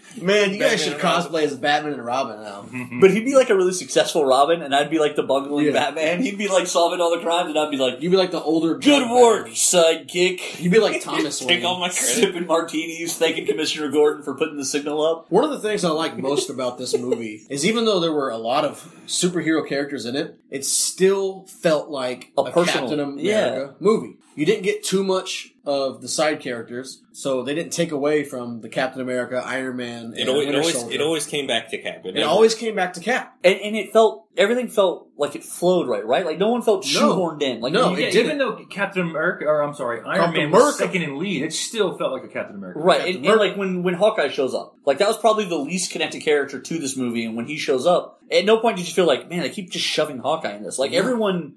Speaker 3: man.
Speaker 4: Batman
Speaker 3: You guys should
Speaker 4: and
Speaker 3: cosplay as Batman and Robin now.
Speaker 2: but he'd be like a really successful Robin, and I'd be like the bungling
Speaker 3: Yeah.
Speaker 2: Batman. He'd be like solving all the crimes, and I'd be like,
Speaker 3: You'd be like the older.
Speaker 2: "Good
Speaker 3: Batman.
Speaker 2: work, sidekick."
Speaker 3: You'd be like Thomas Wayne.
Speaker 4: take all my credit.
Speaker 2: Sipping martinis, thanking Commissioner Gordon for putting the signal up.
Speaker 3: One of the things I like most about this movie is even though there were a lot of superhero characters in it, it still felt like
Speaker 2: A
Speaker 3: a,
Speaker 2: personal-
Speaker 3: Captain
Speaker 2: yeah.
Speaker 3: America movie. You didn't get too much of the side characters, so they didn't take away from the Captain America, Iron Man, and
Speaker 4: It always, it
Speaker 3: Winter
Speaker 4: always,
Speaker 3: Soldier.
Speaker 4: it always came back to Cap. It,
Speaker 3: It always came back to Cap.
Speaker 2: And, and it felt, everything felt like it flowed right, right? Like no one felt
Speaker 3: No.
Speaker 2: shoehorned in. Like
Speaker 3: No,
Speaker 2: you
Speaker 3: it
Speaker 5: Yeah,
Speaker 2: get-
Speaker 3: didn't.
Speaker 5: even though Captain America, or I'm sorry, Iron
Speaker 3: Captain
Speaker 5: Man was
Speaker 3: America.
Speaker 5: second in lead, it still felt like a Captain America.
Speaker 2: Right,
Speaker 3: Captain
Speaker 2: and, and
Speaker 3: America.
Speaker 2: like when when Hawkeye shows up, like that was probably the least connected character to this movie. And when he shows up, at no point did you feel like, man, they keep just shoving Hawkeye in this. Like everyone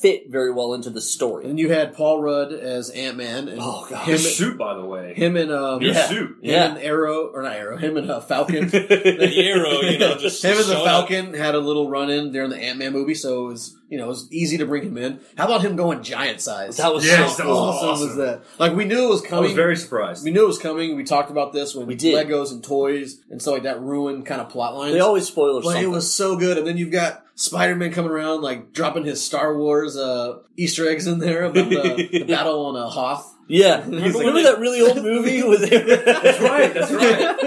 Speaker 2: fit very well into the story.
Speaker 3: And you had Paul Rudd as Ant Man, and
Speaker 2: Oh, God.
Speaker 3: him,
Speaker 5: His suit, by the way.
Speaker 3: him and um,
Speaker 5: Your
Speaker 2: Yeah.
Speaker 5: suit.
Speaker 3: Him
Speaker 2: Yeah.
Speaker 3: and Arrow, or not Arrow, him and uh, Falcon. him
Speaker 4: the arrow, you know, just
Speaker 3: and the
Speaker 4: showed up.
Speaker 3: Falcon had a little run in during the Ant Man movie, so it was you know it was easy to bring him in. How about him going giant size?
Speaker 2: That was
Speaker 5: Yes,
Speaker 2: so
Speaker 5: that was
Speaker 2: cool.
Speaker 3: awesome,
Speaker 5: awesome.
Speaker 3: was that? Like we knew it was
Speaker 5: I
Speaker 3: coming.
Speaker 5: was very surprised.
Speaker 3: we knew it was coming. We talked about this when
Speaker 2: We did.
Speaker 3: Legos and toys and stuff like that ruined kind of plot lines.
Speaker 2: They always spoil or
Speaker 3: but
Speaker 2: something.
Speaker 3: it was so good. And then you've got Spider Man coming around, like dropping his Star Wars uh, Easter eggs in there about the, the battle on uh, Hoth.
Speaker 2: yeah,
Speaker 3: He's
Speaker 2: remember,
Speaker 3: like-
Speaker 2: that really old movie with
Speaker 5: That's right, that's right.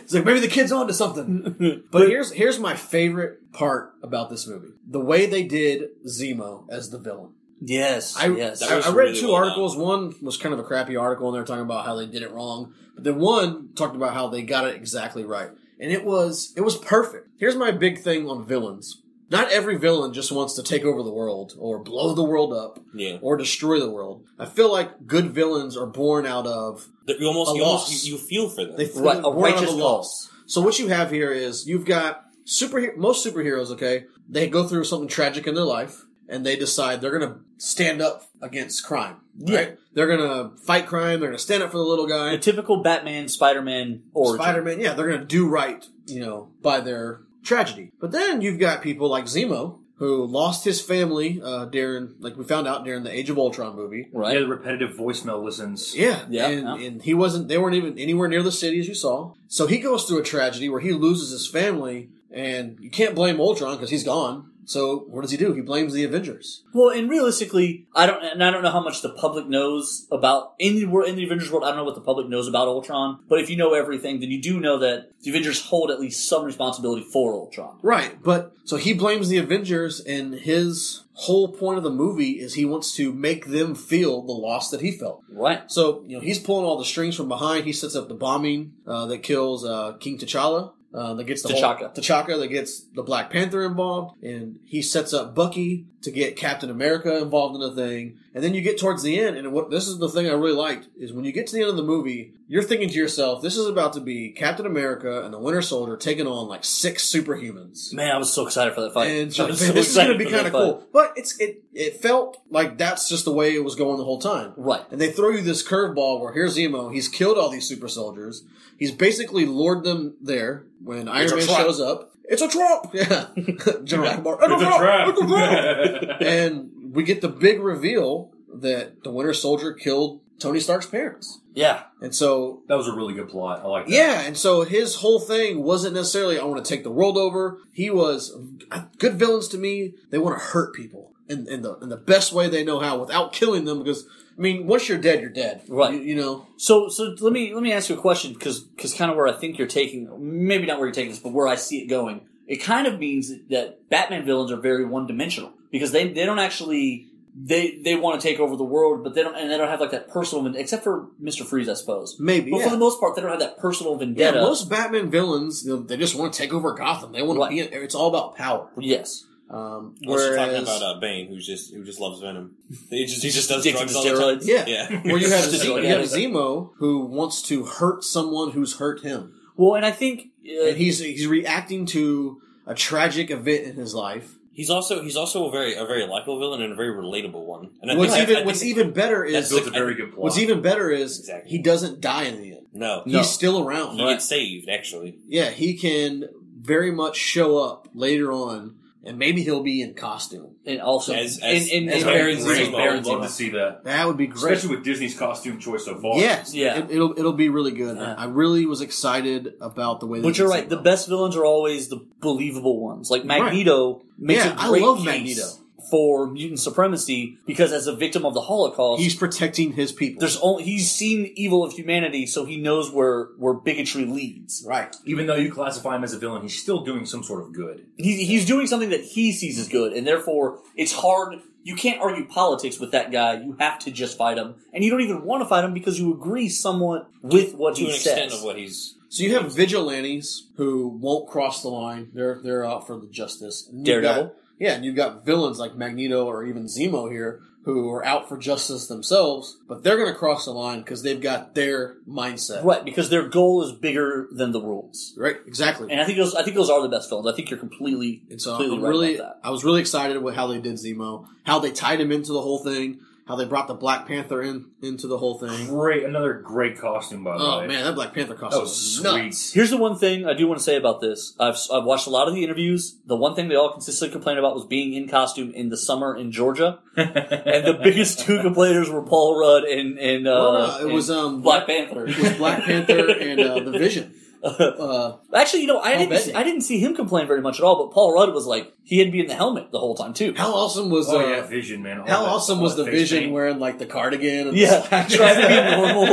Speaker 3: It's like maybe the kid's onto something. But here's here's my favorite part about this movie: the way they did Zemo as the villain.
Speaker 2: Yes,
Speaker 3: I
Speaker 2: yes,
Speaker 3: I,
Speaker 4: was
Speaker 3: I read
Speaker 4: really
Speaker 3: two
Speaker 4: well
Speaker 3: articles. One was kind of a crappy article, and they were talking about how they did it wrong. But then one talked about how they got it exactly right, and it was it was perfect. Here's my big thing on villains: not every villain just wants to take over the world or blow the world up
Speaker 4: Yeah,
Speaker 3: or destroy the world. I feel like good villains are born out of
Speaker 4: That you almost,
Speaker 3: A
Speaker 4: you, almost
Speaker 3: loss.
Speaker 4: you, you feel for them.
Speaker 3: they
Speaker 2: Right, a
Speaker 3: born out of
Speaker 2: righteous
Speaker 3: the
Speaker 2: cause.
Speaker 3: So what you have here is you've got super most superheroes. Okay, they go through something tragic in their life, and they decide they're going to stand up against crime. Right? They're going to fight crime. They're going to stand up for the little
Speaker 2: the
Speaker 3: guy.
Speaker 2: typical Batman, Spider Man, or
Speaker 3: Spider Man. Yeah, they're going to do right. You know, by their tragedy. But then you've got people like Zemo. Who lost his family uh, during, like we found out during the Age of Ultron movie?
Speaker 5: Yeah,
Speaker 2: right?
Speaker 5: the repetitive voicemail listens.
Speaker 3: Yeah,
Speaker 2: Yeah,
Speaker 3: and,
Speaker 2: yeah.
Speaker 3: and he wasn't. They weren't even anywhere near the city as you saw. So he goes through a tragedy where he loses his family, and you can't blame Ultron because he's gone. So what does he do? He blames the Avengers.
Speaker 2: Well, and realistically, I don't, and I don't know how much the public knows about in the wor- in the Avengers world. I don't know what the public knows about Ultron, but if you know everything, then you do know that the Avengers hold at least some responsibility for Ultron.
Speaker 3: Right, but so he blames the Avengers, and his whole point of the movie is he wants to make them feel the loss that he felt.
Speaker 2: Right.
Speaker 3: So you know he's pulling all the strings from behind. He sets up the bombing uh, that kills uh, King T'Challa. Uh, that gets the whole-
Speaker 2: T'Chaka.
Speaker 3: T'Chaka that gets the Black Panther involved, and he sets up Bucky to get Captain America involved in the thing, and And then you get towards the end, and what this is the thing I really liked is when you get to the end of the movie, you're thinking to yourself, "This is about to be Captain America and the Winter Soldier taking on like six superhumans."
Speaker 2: Man, I was so excited for that fight.
Speaker 3: And it's
Speaker 2: I
Speaker 3: like,
Speaker 2: was
Speaker 3: man,
Speaker 2: so
Speaker 3: this is going to
Speaker 2: excited
Speaker 3: be
Speaker 2: for that
Speaker 3: kind of
Speaker 2: fight.
Speaker 3: cool, but it's it it felt like that's just the way it was going the whole time.
Speaker 2: Right.
Speaker 3: And they throw you this curveball where here's Zemo. He's killed all these super soldiers. He's basically lured them there when
Speaker 2: a
Speaker 3: Iron Man
Speaker 2: trap.
Speaker 3: shows up. It's a trap. Yeah, General Akbar.
Speaker 5: It's a trap.
Speaker 3: It's a trap. and we get the big reveal that the Winter Soldier killed Tony Stark's parents.
Speaker 2: Yeah.
Speaker 3: And so,
Speaker 5: that was a really good plot. I like that.
Speaker 3: yeah, and so his whole thing wasn't necessarily I want to take the world over. He was good villains to me. They want to hurt people in, in the in the best way they know how without killing them because I mean, once you're dead, you're dead.
Speaker 2: Right.
Speaker 3: You, you know.
Speaker 2: So so let me let me ask you a question because kind of where I think you're taking maybe not where you're taking this but where I see it going it kind of means that Batman villains are very one dimensional because they they don't actually they they want to take over the world but they don't and they don't have like that personal except for Mister Freeze I suppose
Speaker 3: Maybe.
Speaker 2: but for
Speaker 3: yeah.
Speaker 2: the most part they don't have that personal
Speaker 3: Yeah,
Speaker 2: vendetta
Speaker 4: uh,
Speaker 3: most Batman villains, you know, they just want to take over Gotham. They want
Speaker 2: Right.
Speaker 3: to be. In, it's all about power.
Speaker 2: yes
Speaker 3: Um,
Speaker 4: Unless you're talking
Speaker 3: whereas-
Speaker 4: about uh, Bane, who's just who just loves Venom. He just he just does
Speaker 2: addicted
Speaker 4: drugs
Speaker 2: to
Speaker 4: all the time.
Speaker 2: steroids
Speaker 3: yeah,
Speaker 4: Yeah.
Speaker 3: Where you have,
Speaker 2: Just
Speaker 3: Zemo,
Speaker 2: like
Speaker 3: you have
Speaker 2: that.
Speaker 3: Zemo who wants to hurt someone who's hurt him,
Speaker 2: well and I think uh,
Speaker 3: and he's he's reacting to a tragic event in his life.
Speaker 4: He's also he's also a very a very likable villain and a very relatable one. And I
Speaker 3: What's
Speaker 4: think, I- I
Speaker 3: even
Speaker 4: think-
Speaker 3: what's even better
Speaker 4: That's
Speaker 3: is
Speaker 5: Builds a
Speaker 4: I-
Speaker 5: very good plot.
Speaker 3: what's even better is
Speaker 4: Exactly.
Speaker 3: he doesn't die in the end.
Speaker 4: no,
Speaker 2: No.
Speaker 3: He's still around.
Speaker 4: he gets saved actually.
Speaker 3: Yeah, he can very much show up later on, and maybe he'll be in costume.
Speaker 2: and also
Speaker 4: As- as-
Speaker 2: in, in,
Speaker 4: as
Speaker 2: in
Speaker 5: That'd be
Speaker 2: Baron
Speaker 4: Zemo.
Speaker 5: great.
Speaker 2: Zemo,
Speaker 5: I
Speaker 2: Baron
Speaker 5: would love to
Speaker 2: Zemo.
Speaker 5: see that,
Speaker 3: That would be great.
Speaker 5: especially with Disney's costume choice so far.
Speaker 3: Yes,
Speaker 2: Yeah.
Speaker 3: it, will it'll be really good.
Speaker 2: Yeah.
Speaker 3: I really was excited about the way. they
Speaker 2: But you're
Speaker 3: did
Speaker 2: right. The
Speaker 3: Zemo.
Speaker 2: best villains are always the believable ones. Like
Speaker 3: Right.
Speaker 2: Magneto makes
Speaker 3: Yeah, I
Speaker 2: a great
Speaker 3: love
Speaker 2: case
Speaker 3: Magneto.
Speaker 2: for mutant supremacy because as a victim of the Holocaust,
Speaker 3: He's protecting his people.
Speaker 2: there's only he's seen the evil of humanity, so he knows where where bigotry leads.
Speaker 3: right.
Speaker 5: Even though you classify him as a villain, he's still doing some sort of good.
Speaker 2: He's he's doing something that he sees as good, and therefore it's hard. You can't argue politics with that guy. You have to just fight him, and you don't even want to fight him because you agree somewhat with what
Speaker 4: To
Speaker 2: he
Speaker 4: an
Speaker 2: says.
Speaker 4: extent of what he's
Speaker 3: So you have vigilantes who won't cross the line; they're they're out for the justice. And you've
Speaker 2: Daredevil.
Speaker 3: got- yeah, and you've got villains like Magneto or even Zemo here who are out for justice themselves, but they're going to cross the line because they've got their mindset.
Speaker 2: right? Because their goal is bigger than the rules.
Speaker 3: Right, exactly.
Speaker 2: And I think those I think those are the best films. I think you're completely
Speaker 3: And so
Speaker 2: completely
Speaker 3: I'm
Speaker 2: right
Speaker 3: really,
Speaker 2: about
Speaker 3: I was really excited with how they did Zemo, how they tied him into the whole thing, how they brought the Black Panther in into the whole thing.
Speaker 5: Great, another great costume by the
Speaker 3: Oh
Speaker 5: way.
Speaker 3: man, that Black Panther costume
Speaker 5: that was
Speaker 3: was
Speaker 5: sweet.
Speaker 3: nuts.
Speaker 2: Here's the one thing I do want to say about this. I've, I've watched a lot of the interviews. The one thing they all consistently complained about was being in costume in the summer in Georgia. And the biggest two complainers were Paul Rudd and, and uh,
Speaker 3: Well, no, it
Speaker 2: and
Speaker 3: was um
Speaker 2: Black Panther.
Speaker 3: it was Black Panther and uh, the Vision. Uh,
Speaker 2: Actually, you know, I
Speaker 3: Paul
Speaker 2: didn't
Speaker 3: Bettany.
Speaker 2: I didn't see him complain very much at all. But Paul Rudd was like he had to be in the helmet the whole time too.
Speaker 3: how awesome was
Speaker 5: Oh
Speaker 3: uh,
Speaker 5: yeah, Vision man. All
Speaker 3: how
Speaker 5: that-
Speaker 3: awesome
Speaker 5: all
Speaker 3: was
Speaker 5: that
Speaker 3: the
Speaker 5: face
Speaker 3: Vision
Speaker 5: paint.
Speaker 3: wearing like the cardigan? And
Speaker 2: yeah, trying to be normal.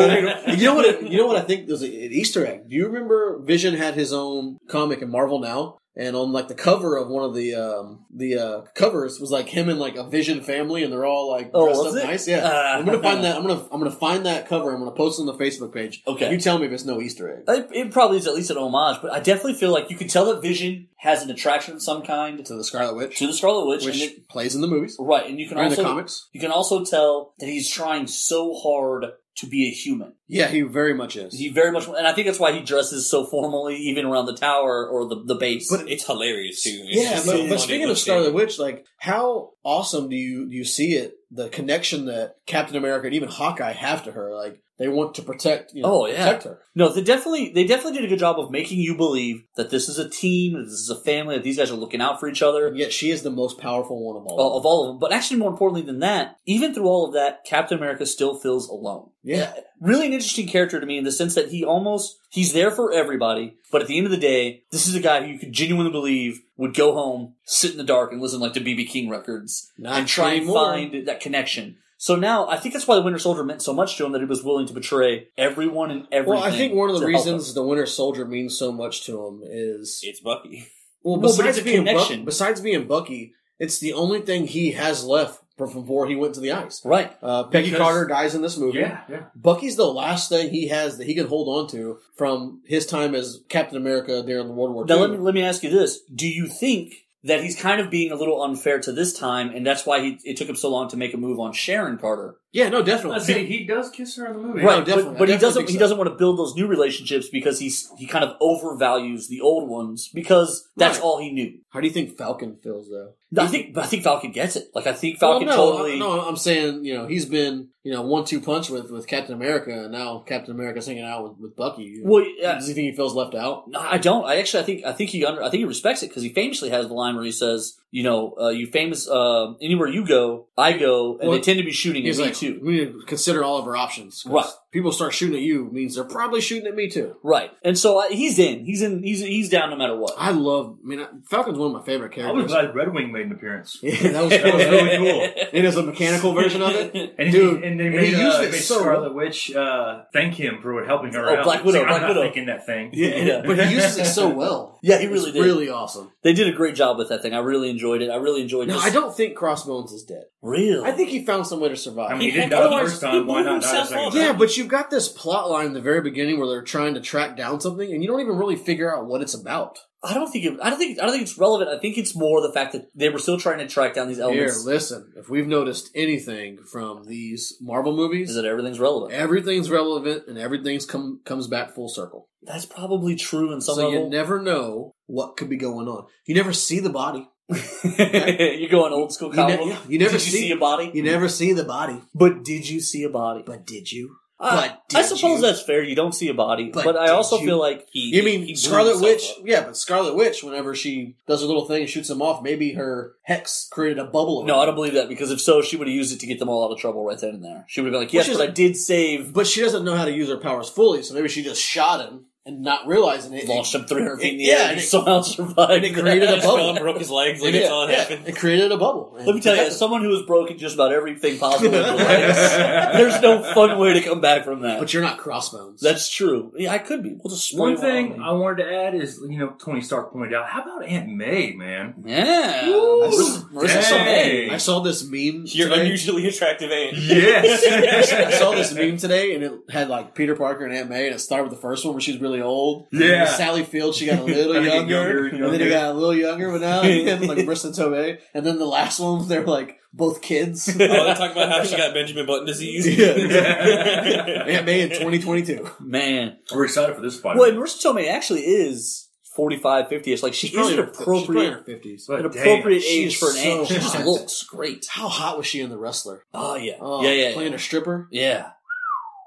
Speaker 3: you know what? You know what I think there's a- an Easter egg. Do you remember Vision had his own comic in Marvel Now, and on like the cover of one of the um, the uh, covers was like him and like a Vision family, and they're all like
Speaker 2: Oh,
Speaker 3: dressed
Speaker 2: was
Speaker 3: up
Speaker 2: it?
Speaker 3: nice. Yeah,
Speaker 2: Ah.
Speaker 3: I'm gonna find that. I'm gonna I'm gonna find that cover. I'm gonna post it on the Facebook page.
Speaker 2: Okay.
Speaker 3: you tell me if it's no Easter egg
Speaker 2: It, it probably is at least an homage, but I definitely feel like you can tell that Vision has an attraction of some kind
Speaker 3: to the Scarlet Witch,
Speaker 2: to the Scarlet Witch,
Speaker 3: which
Speaker 2: and it,
Speaker 3: plays in the movies
Speaker 2: right, and you can
Speaker 3: or in the
Speaker 2: also
Speaker 3: comics.
Speaker 2: You can also tell that he's trying so hard to be a human.
Speaker 3: Yeah, he very much is.
Speaker 2: He very much, and I think that's why he dresses so formally, even around the tower or the the base.
Speaker 3: But-
Speaker 4: it's hilarious too. It's
Speaker 3: Yeah,
Speaker 4: just so
Speaker 3: but, but
Speaker 4: funny
Speaker 3: speaking of
Speaker 4: what's
Speaker 3: Scarlet
Speaker 4: there.
Speaker 3: Witch, like how awesome do you do you see it? The connection that Captain America and even Hawkeye have to her, like they want to protect, you know,
Speaker 2: Oh, yeah.
Speaker 3: protect her.
Speaker 2: no, they definitely they definitely did a good job of making you believe that this is a team, that this is a family, that these guys are looking out for each other.
Speaker 3: And yet she is the most powerful one of all.
Speaker 2: uh, Of all of them, but actually, more importantly than that, even through all of that, Captain America still feels alone.
Speaker 3: yeah,
Speaker 2: really an interesting character to me in the sense that he almost he's there for everybody, but at the end of the day, this is a guy who you could genuinely believe would go home, sit in the dark, and listen like to BB King records
Speaker 3: Not
Speaker 2: and try
Speaker 3: anymore.
Speaker 2: and find that connection. So now I think that's why the Winter Soldier meant so much to him that he was willing to betray everyone and everything.
Speaker 3: Well, I think one of the
Speaker 2: to help
Speaker 3: reasons
Speaker 2: him.
Speaker 3: the Winter Soldier means so much to him is
Speaker 4: It's Bucky.
Speaker 3: well,
Speaker 2: No, but
Speaker 3: besides
Speaker 2: it's a
Speaker 3: being Buck-
Speaker 2: connection.
Speaker 3: besides being Bucky, it's the only thing he has left from before he went to the ice.
Speaker 2: right.
Speaker 3: Uh, Peggy
Speaker 5: Because-
Speaker 3: Carter dies in this movie.
Speaker 5: Yeah, yeah.
Speaker 3: Bucky's the last thing he has that he can hold on to from his time as Captain America during the World War
Speaker 2: Now
Speaker 3: II.
Speaker 2: let me let me ask you this: Do you think that he's kind of being a little unfair to this time, and that's why he, it took him so long to make a move on Sharon Carter.
Speaker 3: Yeah, no,
Speaker 5: Let's
Speaker 3: definitely.
Speaker 5: see, he does kiss her in the movie.
Speaker 3: Right.
Speaker 2: but-
Speaker 3: definitely.
Speaker 2: But,
Speaker 3: I
Speaker 2: he
Speaker 3: definitely
Speaker 2: doesn't.
Speaker 3: think
Speaker 2: He
Speaker 3: so.
Speaker 2: doesn't want to build those new relationships because he's he kind of overvalues the old ones because that's
Speaker 3: Right.
Speaker 2: all he knew.
Speaker 3: How do you think Falcon feels though?
Speaker 2: I think. but I think Falcon gets it. Like I think Falcon
Speaker 3: Well, no,
Speaker 2: totally.
Speaker 3: No, I'm saying you know he's been you know one two punch with with Captain America, and now Captain America's hanging out with, with Bucky. You know.
Speaker 2: Well, yeah,
Speaker 3: Does he think he feels left out?
Speaker 2: No, I don't. I actually, I think, I think he under, I think he respects it because he famously has the line where he says, "You know, uh, you famous uh, anywhere you go, I go," and
Speaker 3: Well,
Speaker 2: they tend to be shooting at
Speaker 3: He's
Speaker 2: me
Speaker 3: like,
Speaker 2: too.
Speaker 3: we need to consider all of our options. 'cause
Speaker 2: Right.
Speaker 3: People start shooting at you means they're probably shooting at me too.
Speaker 2: Right, and so I, he's in. He's in. He's he's down no matter what.
Speaker 3: I love. I mean, I- Falcon's one of my favorite
Speaker 5: I
Speaker 3: characters.
Speaker 5: was glad Red Wing made an appearance.
Speaker 3: yeah, that was, that was really.
Speaker 5: really cool.
Speaker 3: It is a mechanical version of it.
Speaker 5: And,
Speaker 3: Dude,
Speaker 5: he, and they
Speaker 3: and
Speaker 5: made,
Speaker 3: he
Speaker 5: uh,
Speaker 3: used
Speaker 5: they
Speaker 3: it
Speaker 5: made
Speaker 3: so
Speaker 5: Scarlet Witch uh, thank him for helping her
Speaker 2: Oh,
Speaker 5: out.
Speaker 2: Black Widow,
Speaker 5: It's like,
Speaker 2: Black
Speaker 5: I'm
Speaker 2: Widow.
Speaker 5: not thinking that thing.
Speaker 2: Yeah.
Speaker 3: But he uses it so well.
Speaker 2: Yeah, he really
Speaker 3: It's
Speaker 2: did.
Speaker 3: Really awesome.
Speaker 2: They did a great job with that thing. I really enjoyed it. I really enjoyed.
Speaker 3: No,
Speaker 2: his-
Speaker 3: I don't think Crossbones is dead.
Speaker 2: Really,
Speaker 3: I think he found some way to survive.
Speaker 5: I mean, he
Speaker 2: He
Speaker 5: did
Speaker 2: had-
Speaker 5: die the
Speaker 2: otherwise,
Speaker 5: first
Speaker 2: he
Speaker 5: time. Why
Speaker 2: blew
Speaker 5: not die the
Speaker 2: himself
Speaker 5: second
Speaker 2: up.
Speaker 5: time?
Speaker 3: Yeah, but you've got this plot line in the very beginning where they're trying to track down something, and you don't even really figure out what it's about.
Speaker 2: I don't think. It, I don't think. I don't think it's relevant. I think it's more the fact that they were still trying to track down these
Speaker 3: Here,
Speaker 2: elements.
Speaker 3: listen, if we've noticed anything from these Marvel movies,
Speaker 2: is that everything's relevant?
Speaker 3: everything's relevant and everything's come comes back full circle.
Speaker 2: That's probably true in some
Speaker 3: so
Speaker 2: level.
Speaker 3: you never know what could be going on. You never see the body.
Speaker 2: You're going old school.
Speaker 3: You, ne-
Speaker 2: comic book.
Speaker 3: yeah, you never
Speaker 2: Did you
Speaker 3: see,
Speaker 2: see a body?
Speaker 3: you never see the body.
Speaker 2: But did you see a body?
Speaker 3: But did you?
Speaker 2: Uh, I-
Speaker 3: But
Speaker 2: I
Speaker 3: did
Speaker 2: suppose
Speaker 3: you?
Speaker 2: that's fair. You don't see a body, but,
Speaker 3: But
Speaker 2: I
Speaker 3: did
Speaker 2: also
Speaker 3: you?
Speaker 2: feel like he.
Speaker 3: You mean
Speaker 2: he blew
Speaker 3: Scarlet
Speaker 2: himself
Speaker 3: Witch?
Speaker 2: up.
Speaker 3: Yeah, but Scarlet Witch, whenever she does her little thing and shoots them off, maybe her hex created a bubble.
Speaker 2: No, I don't
Speaker 3: around them.
Speaker 2: believe that because if so, she would have used it to get them all out of trouble right then and there. She would have been like,
Speaker 3: Which
Speaker 2: "Yes,
Speaker 3: is-
Speaker 2: but I did save,
Speaker 3: But she doesn't know how to use her powers fully, so maybe she just shot him and not realizing it.
Speaker 2: lost him 300 feet in the
Speaker 3: Yeah,
Speaker 2: air,
Speaker 3: and
Speaker 2: and
Speaker 3: it-
Speaker 2: somehow survived."
Speaker 3: and it created a
Speaker 2: that.
Speaker 3: bubble.
Speaker 4: Fell and broke his legs. Like
Speaker 3: Yeah,
Speaker 4: that's all that
Speaker 3: yeah,
Speaker 4: happened.
Speaker 3: It created a bubble.
Speaker 2: Let me tell you, as someone who has broken just about everything possible, with the legs, there's no fun way to come back from that.
Speaker 3: But you're not crossbones.
Speaker 2: That's true. Yeah, I could be. We'll just spray
Speaker 5: One
Speaker 2: on
Speaker 5: thing
Speaker 2: me.
Speaker 5: I wanted to add is, you know, Tony Stark pointed out, how about Aunt May, man?
Speaker 2: yeah,
Speaker 5: Ooh,
Speaker 2: Marissa, Marissa
Speaker 5: dang.
Speaker 2: Tomei.
Speaker 3: I saw this meme.
Speaker 4: You're
Speaker 3: today.
Speaker 4: unusually attractive, ain't? you?
Speaker 3: I
Speaker 5: Yes.
Speaker 3: saw this meme today, and it had like Peter Parker and Aunt May, and it started with the first one where she's really old.
Speaker 5: Yeah.
Speaker 3: And Sally Field, she got a little
Speaker 5: I
Speaker 3: younger,
Speaker 5: think it younger and
Speaker 3: and then it
Speaker 5: younger.
Speaker 3: got a little younger, but now him like Marissa Tomei, and then the last one they're like both kids.
Speaker 4: Oh, they talk about how she got Benjamin Button disease.
Speaker 5: Yeah.
Speaker 3: Aunt May in 2022.
Speaker 2: man.
Speaker 5: We're excited for this fight.
Speaker 2: Well, and Marissa Tomei actually is 45, 50 ish. Like, she is an appropriate,
Speaker 3: She's probably in her 50s.
Speaker 5: But
Speaker 2: an
Speaker 5: damn,
Speaker 2: appropriate
Speaker 3: she
Speaker 2: age
Speaker 3: is
Speaker 2: for an
Speaker 3: so
Speaker 2: aunt. She just
Speaker 3: hot.
Speaker 2: looks great.
Speaker 3: How hot was she in The Wrestler?
Speaker 2: Oh, yeah.
Speaker 3: Oh,
Speaker 2: yeah, yeah.
Speaker 3: Playing
Speaker 2: yeah.
Speaker 3: a stripper?
Speaker 2: Yeah.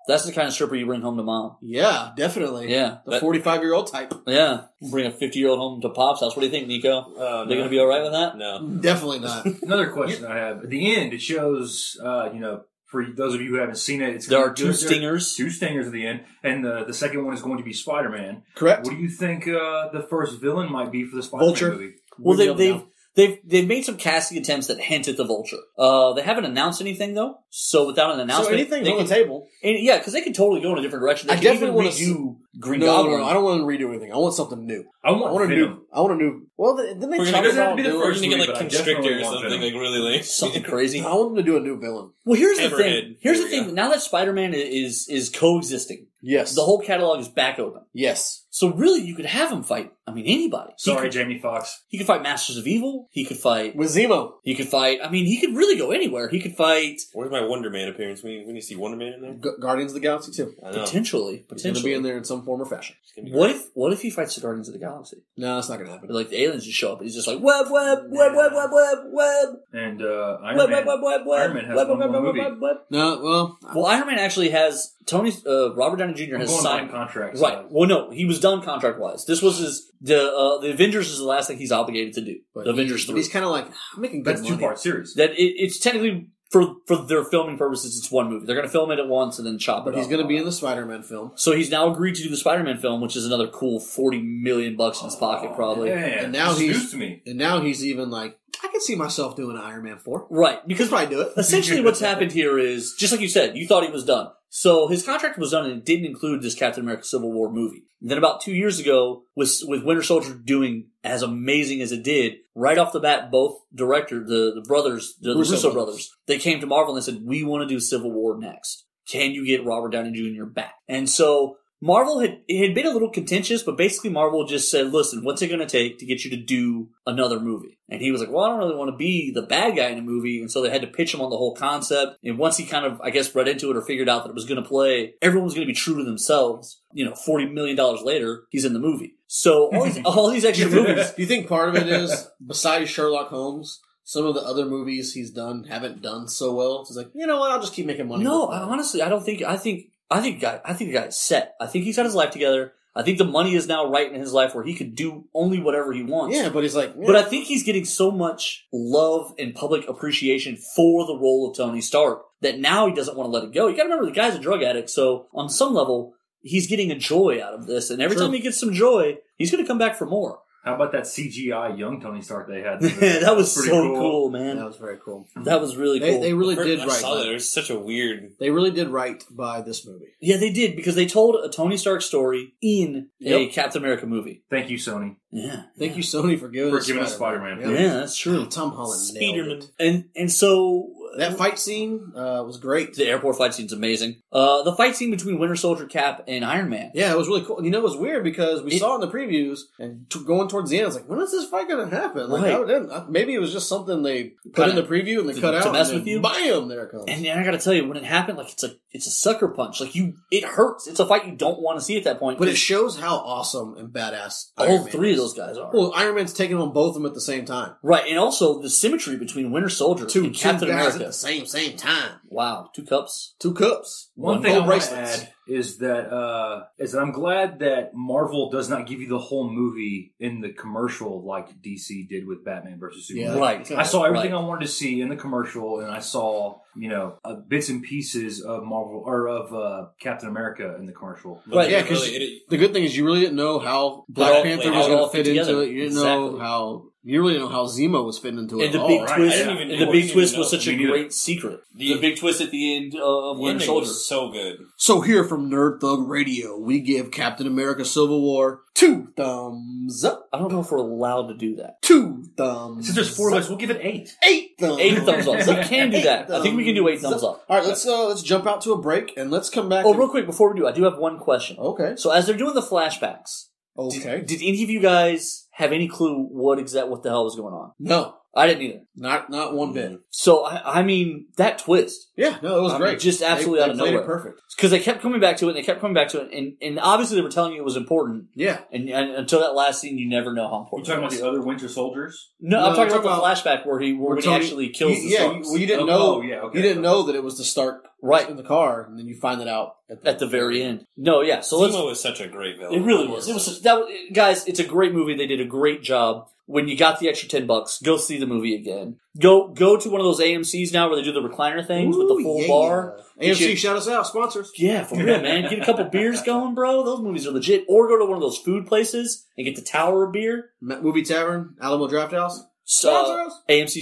Speaker 2: That's the kind of stripper you bring home to mom.
Speaker 3: Yeah, definitely.
Speaker 2: Yeah.
Speaker 3: The
Speaker 2: That-
Speaker 3: 45 year old type.
Speaker 2: yeah. Bring a 50 year old home to Pop's house. What do you think, Nico?
Speaker 5: Uh,
Speaker 4: Oh,
Speaker 2: They're
Speaker 4: no.
Speaker 2: going to be all right with that?
Speaker 4: No.
Speaker 3: Definitely not.
Speaker 5: Another question I have. At the end, it shows, uh, you know, for those of you who haven't seen it, it's
Speaker 2: There are two
Speaker 5: there-
Speaker 2: stingers.
Speaker 5: Two stingers at the end, and the, the second one is going to be Spider Man. What
Speaker 3: Correct?
Speaker 5: do you think uh, the first villain might be for the Spider Man
Speaker 3: Vulture.
Speaker 5: movie?
Speaker 2: Well, they,
Speaker 3: We'll be able
Speaker 2: they've. They've, they've made some casting attempts that hint at the vulture. Uh, they haven't announced anything though, so without an
Speaker 3: to know. So
Speaker 2: announcement,
Speaker 3: anything's
Speaker 2: they
Speaker 3: on
Speaker 2: can,
Speaker 3: the table.
Speaker 2: and- yeah, because they could totally go in a different direction. They
Speaker 3: I
Speaker 2: could
Speaker 3: definitely
Speaker 2: even
Speaker 3: wanna
Speaker 2: redo Green
Speaker 3: No,
Speaker 2: Goblin.
Speaker 3: no, no, I don't want to redo anything. I want something new.
Speaker 5: I
Speaker 3: I
Speaker 5: want,
Speaker 3: want a
Speaker 5: Venom.
Speaker 3: new. I want a new. Well, then then they
Speaker 4: We're
Speaker 3: talk
Speaker 4: gonna, it doesn't have
Speaker 3: about
Speaker 4: to be the
Speaker 3: doing-
Speaker 4: first
Speaker 5: doing
Speaker 4: We're gonna
Speaker 5: it,
Speaker 4: get
Speaker 5: but
Speaker 4: like
Speaker 5: I
Speaker 4: constrictor
Speaker 5: definitely
Speaker 4: or
Speaker 5: want
Speaker 4: something
Speaker 5: Venom.
Speaker 4: like really late.
Speaker 2: something crazy.
Speaker 3: I want them to do a new villain.
Speaker 2: Well, here's the
Speaker 4: Hammerhead.
Speaker 2: thing. Here's
Speaker 4: There
Speaker 2: the
Speaker 4: we
Speaker 2: thing. Now that Spider-Man is is coexisting,
Speaker 3: Yes.
Speaker 2: the whole catalog is back open.
Speaker 3: Yes.
Speaker 2: So really, you could have him fight. I mean, anybody. He
Speaker 5: Sorry,
Speaker 2: could-
Speaker 5: Jamie Fox.
Speaker 2: he could fight Masters of Evil. He could fight.
Speaker 3: With Zemo.
Speaker 2: He could fight. I mean, he could really go anywhere. He could fight
Speaker 4: Where's my Wonder Man appearance? We we need to see Wonder Man in there.
Speaker 3: Gu- Guardians of the Galaxy too.
Speaker 4: I know.
Speaker 2: potentially.
Speaker 3: It's going to
Speaker 2: Potentially.
Speaker 3: be in there in some form or fashion.
Speaker 4: It's gonna be
Speaker 2: What if what if he fights the Guardians of the Galaxy?
Speaker 3: No, that's not going to happen.
Speaker 2: Like the aliens just show up. and He's just like web web web web web web web
Speaker 5: And uh, Iron
Speaker 2: web web
Speaker 5: Man.
Speaker 2: web web web
Speaker 5: Iron Man has
Speaker 2: web
Speaker 5: one
Speaker 2: web
Speaker 5: more
Speaker 2: web
Speaker 5: movie.
Speaker 2: web web.
Speaker 3: No, well,
Speaker 2: Well, Iron Man actually has Tony uh, Robert Downey Jr.
Speaker 5: I'm
Speaker 2: has
Speaker 5: going
Speaker 2: signed
Speaker 5: by contracts.
Speaker 2: Right. Well, no, he was done contract wise. This was his the uh, the Avengers is the last thing he's obligated to do.
Speaker 3: but
Speaker 2: the Avengers
Speaker 3: he-
Speaker 2: three.
Speaker 3: He's kind of like I'm making good
Speaker 5: That's two
Speaker 3: money.
Speaker 5: part series.
Speaker 2: That it, it's technically for for their filming purposes, it's one movie. They're going to film it at once and then chop
Speaker 3: But
Speaker 2: it.
Speaker 3: he's going to be in the Spider-Man film,
Speaker 2: So he's now agreed to do the Spider Man film, which is another cool forty million bucks in his pocket, probably.
Speaker 5: Man,
Speaker 3: And now
Speaker 5: this is
Speaker 3: he's-
Speaker 5: news to me.
Speaker 3: and now he's even like I can see myself doing an Iron Man four.
Speaker 2: Right.
Speaker 3: He could
Speaker 2: Because
Speaker 3: probably do it.
Speaker 2: essentially, what's happened here is just like you said, you thought he was done. So his contract was done, and it didn't include this Captain America Civil War movie. And then about two years ago, with with Winter Soldier doing as amazing as it did, right off the bat, both director the the brothers, the
Speaker 3: Russo
Speaker 2: Russo,
Speaker 3: brothers.
Speaker 2: brothers. they came to Marvel and they said, "We want to do Civil War next. Can you get Robert Downey Jr. back?" And so Marvel had it had been a little contentious, but basically Marvel just said, "Listen, what's it going to take to get you to do another movie?" And he was like, "Well, I don't really want to be the bad guy in a movie," and so they had to pitch him on the whole concept. And once he kind of, I guess, read into it or figured out that it was going to play, everyone was going to be true to themselves. You know, forty million dollars later, he's in the movie. So all these all these extra movies,
Speaker 3: Do you think part of it is besides Sherlock Holmes, some of the other movies he's done haven't done so well? So he's like, you know what? I'll just keep making money.
Speaker 2: No,
Speaker 3: with
Speaker 2: I,
Speaker 3: that.
Speaker 2: honestly, I don't think. I think. I think. Guy, I think the guy is set. I think he's got his life together. I think the money is now right in his life where he could do only whatever he wants.
Speaker 3: Yeah, but he's like, yeah,
Speaker 2: But I think he's getting so much love and public appreciation for the role of Tony Stark that now he doesn't want to let it go. You got to remember the guy's a drug addict, so on some level he's getting a joy out of this, and every
Speaker 3: True.
Speaker 2: time he gets some joy, he's going to come back for more.
Speaker 5: How about that CGI young Tony Stark they had?
Speaker 2: that was
Speaker 5: Pretty
Speaker 2: so cool, man.
Speaker 3: that was very cool.
Speaker 2: That was really
Speaker 3: They,
Speaker 2: cool.
Speaker 3: they really
Speaker 4: First-
Speaker 3: did
Speaker 4: I
Speaker 3: right.
Speaker 4: saw
Speaker 3: by-
Speaker 4: that. It was such a weird.
Speaker 3: They really did right by this movie.
Speaker 2: yeah, they did because they told a Tony Stark story in a Captain America movie.
Speaker 5: Thank you, Sony.
Speaker 2: Yeah,
Speaker 3: Thank you, Sony, for giving
Speaker 5: For
Speaker 3: us
Speaker 5: giving us
Speaker 3: Spider-Man.
Speaker 5: Spider-Man.
Speaker 2: Yeah, that's
Speaker 3: Oh,
Speaker 2: true.
Speaker 3: Tom Holland, Spiderman.
Speaker 4: Spiderman.
Speaker 2: And and so
Speaker 3: That fight scene uh, was great.
Speaker 2: the airport fight scene's amazing. Uh, the fight scene between Winter Soldier, Cap, and Iron Man.
Speaker 3: Yeah, it was really cool. You know, it was weird because we
Speaker 2: It-
Speaker 3: saw in the previews and t- going towards the end, I was like, when is this fight going to happen? Like,
Speaker 2: Right.
Speaker 3: how did- uh, maybe it was just something they put
Speaker 2: Kinda-
Speaker 3: in the preview and they
Speaker 2: to-
Speaker 3: cut
Speaker 2: to
Speaker 3: out. and
Speaker 2: mess
Speaker 3: then
Speaker 2: with you?
Speaker 3: Bam! There it comes.
Speaker 2: And, and I gotta tell you, when it happened, like it's a it's a sucker punch. Like you, it hurts. It's a fight you don't want to see at that point.
Speaker 3: but it shows how awesome and badass
Speaker 2: all
Speaker 3: Iron Man
Speaker 2: three of
Speaker 3: is.
Speaker 2: those guys are
Speaker 3: Well, Iron Man's taking on both of them at the same time.
Speaker 2: right, and also the symmetry between Winter Soldier
Speaker 3: Two,
Speaker 2: and
Speaker 3: two
Speaker 2: Captain
Speaker 3: guys
Speaker 2: America.
Speaker 3: at the same same time.
Speaker 2: Wow, two cups.
Speaker 3: Two cups.
Speaker 5: One,
Speaker 2: One
Speaker 5: thing I
Speaker 3: gold
Speaker 5: want to
Speaker 3: bracelets.
Speaker 5: add is that uh, is that I'm glad that Marvel does not give you the whole movie in the commercial like DC did with Batman versus Superman.
Speaker 2: Right.
Speaker 5: I saw everything
Speaker 2: Right.
Speaker 5: I wanted to see in the commercial, and I saw you know uh, bits and pieces of Marvel or of uh, Captain America in the commercial.
Speaker 4: But
Speaker 2: Right,
Speaker 4: they
Speaker 3: yeah, 'cause
Speaker 4: really- it-
Speaker 3: The good thing is you really didn't know how Black
Speaker 4: all-
Speaker 3: Panther
Speaker 4: they
Speaker 3: was
Speaker 4: all
Speaker 3: going to
Speaker 2: fit
Speaker 3: fit into
Speaker 2: together.
Speaker 3: it. You didn't know
Speaker 2: Exactly.
Speaker 3: how you really didn't know how Zemo was fitting into it.
Speaker 2: And the
Speaker 3: at
Speaker 2: big
Speaker 3: all.
Speaker 5: right,
Speaker 2: twist,
Speaker 5: I didn't
Speaker 4: even-
Speaker 2: and the
Speaker 4: I
Speaker 2: big
Speaker 4: didn't
Speaker 2: twist
Speaker 4: even
Speaker 2: was
Speaker 4: know.
Speaker 2: such a
Speaker 5: Me neither.
Speaker 2: great secret. The,
Speaker 4: The-
Speaker 2: big twist at the end uh, of
Speaker 4: The
Speaker 2: Winter
Speaker 4: ending
Speaker 2: Soldier.
Speaker 4: was so good.
Speaker 3: So here from Nerd Thug Radio, we give Captain America: Civil War two thumbs up,
Speaker 2: I don't know if we're allowed to do that.
Speaker 3: two thumbs.
Speaker 5: Since there's four
Speaker 3: up,
Speaker 5: of us, we'll give it eight.
Speaker 3: eight thumbs,
Speaker 2: Eight thumbs up. We can do
Speaker 3: Eight
Speaker 2: that. I think we can do eight
Speaker 3: thumbs
Speaker 2: thumbs up.
Speaker 3: All right, let's uh, let's jump out to a break and let's come back.
Speaker 2: Oh,
Speaker 3: and-
Speaker 2: real quick before we do, I do have one question.
Speaker 3: okay,
Speaker 2: So as they're doing the flashbacks, did,
Speaker 3: okay.
Speaker 2: did any of you guys have any clue what exact what the hell was going on?
Speaker 3: No,
Speaker 2: I didn't either.
Speaker 3: not not one bit.
Speaker 2: So I, I mean that twist
Speaker 3: Yeah, no, it was
Speaker 2: I mean,
Speaker 3: great.
Speaker 2: just absolutely
Speaker 3: They-
Speaker 2: out
Speaker 3: they
Speaker 2: of
Speaker 3: played it
Speaker 2: nowhere.
Speaker 3: perfect.
Speaker 2: because they kept coming back to it and they kept coming back to it and, and obviously they were telling you it was important
Speaker 3: Yeah,
Speaker 2: and, and until that last scene you never know how
Speaker 5: We're
Speaker 2: important.
Speaker 5: talking about
Speaker 2: it was.
Speaker 5: the other Winter Soldiers.
Speaker 2: no,
Speaker 3: No,
Speaker 2: I'm talking
Speaker 3: we're
Speaker 2: about the flashback where he where
Speaker 3: we're
Speaker 2: when he
Speaker 3: talking-
Speaker 2: actually kills
Speaker 3: You-
Speaker 2: the
Speaker 3: yeah.
Speaker 2: Starks.
Speaker 3: You, well, you didn't
Speaker 5: Oh,
Speaker 3: know.
Speaker 5: oh, yeah, okay.
Speaker 3: You didn't know that it was the Stark
Speaker 2: right
Speaker 3: in the car, and then you find it out
Speaker 2: at the very end. No, yeah. So let's
Speaker 4: Zemo was such a great villain.
Speaker 2: It really was. It was such- that was- guys. It's a great movie. They did a great job. When you got the extra ten bucks, go see the movie again. Go go to one of those AMC's now where they do the recliner things with the
Speaker 3: Ooh,
Speaker 2: full
Speaker 3: yeah.
Speaker 2: bar. Get
Speaker 3: AMC,
Speaker 2: you-
Speaker 3: shout us out, sponsors.
Speaker 2: Yeah, for real, man. Get a couple beers going, bro. Those movies are legit. Or go to one of those food places and get the Tower of Beer.
Speaker 3: Ma- Movie Tavern, Alamo Draft House,
Speaker 2: So, uh,
Speaker 3: sponsors.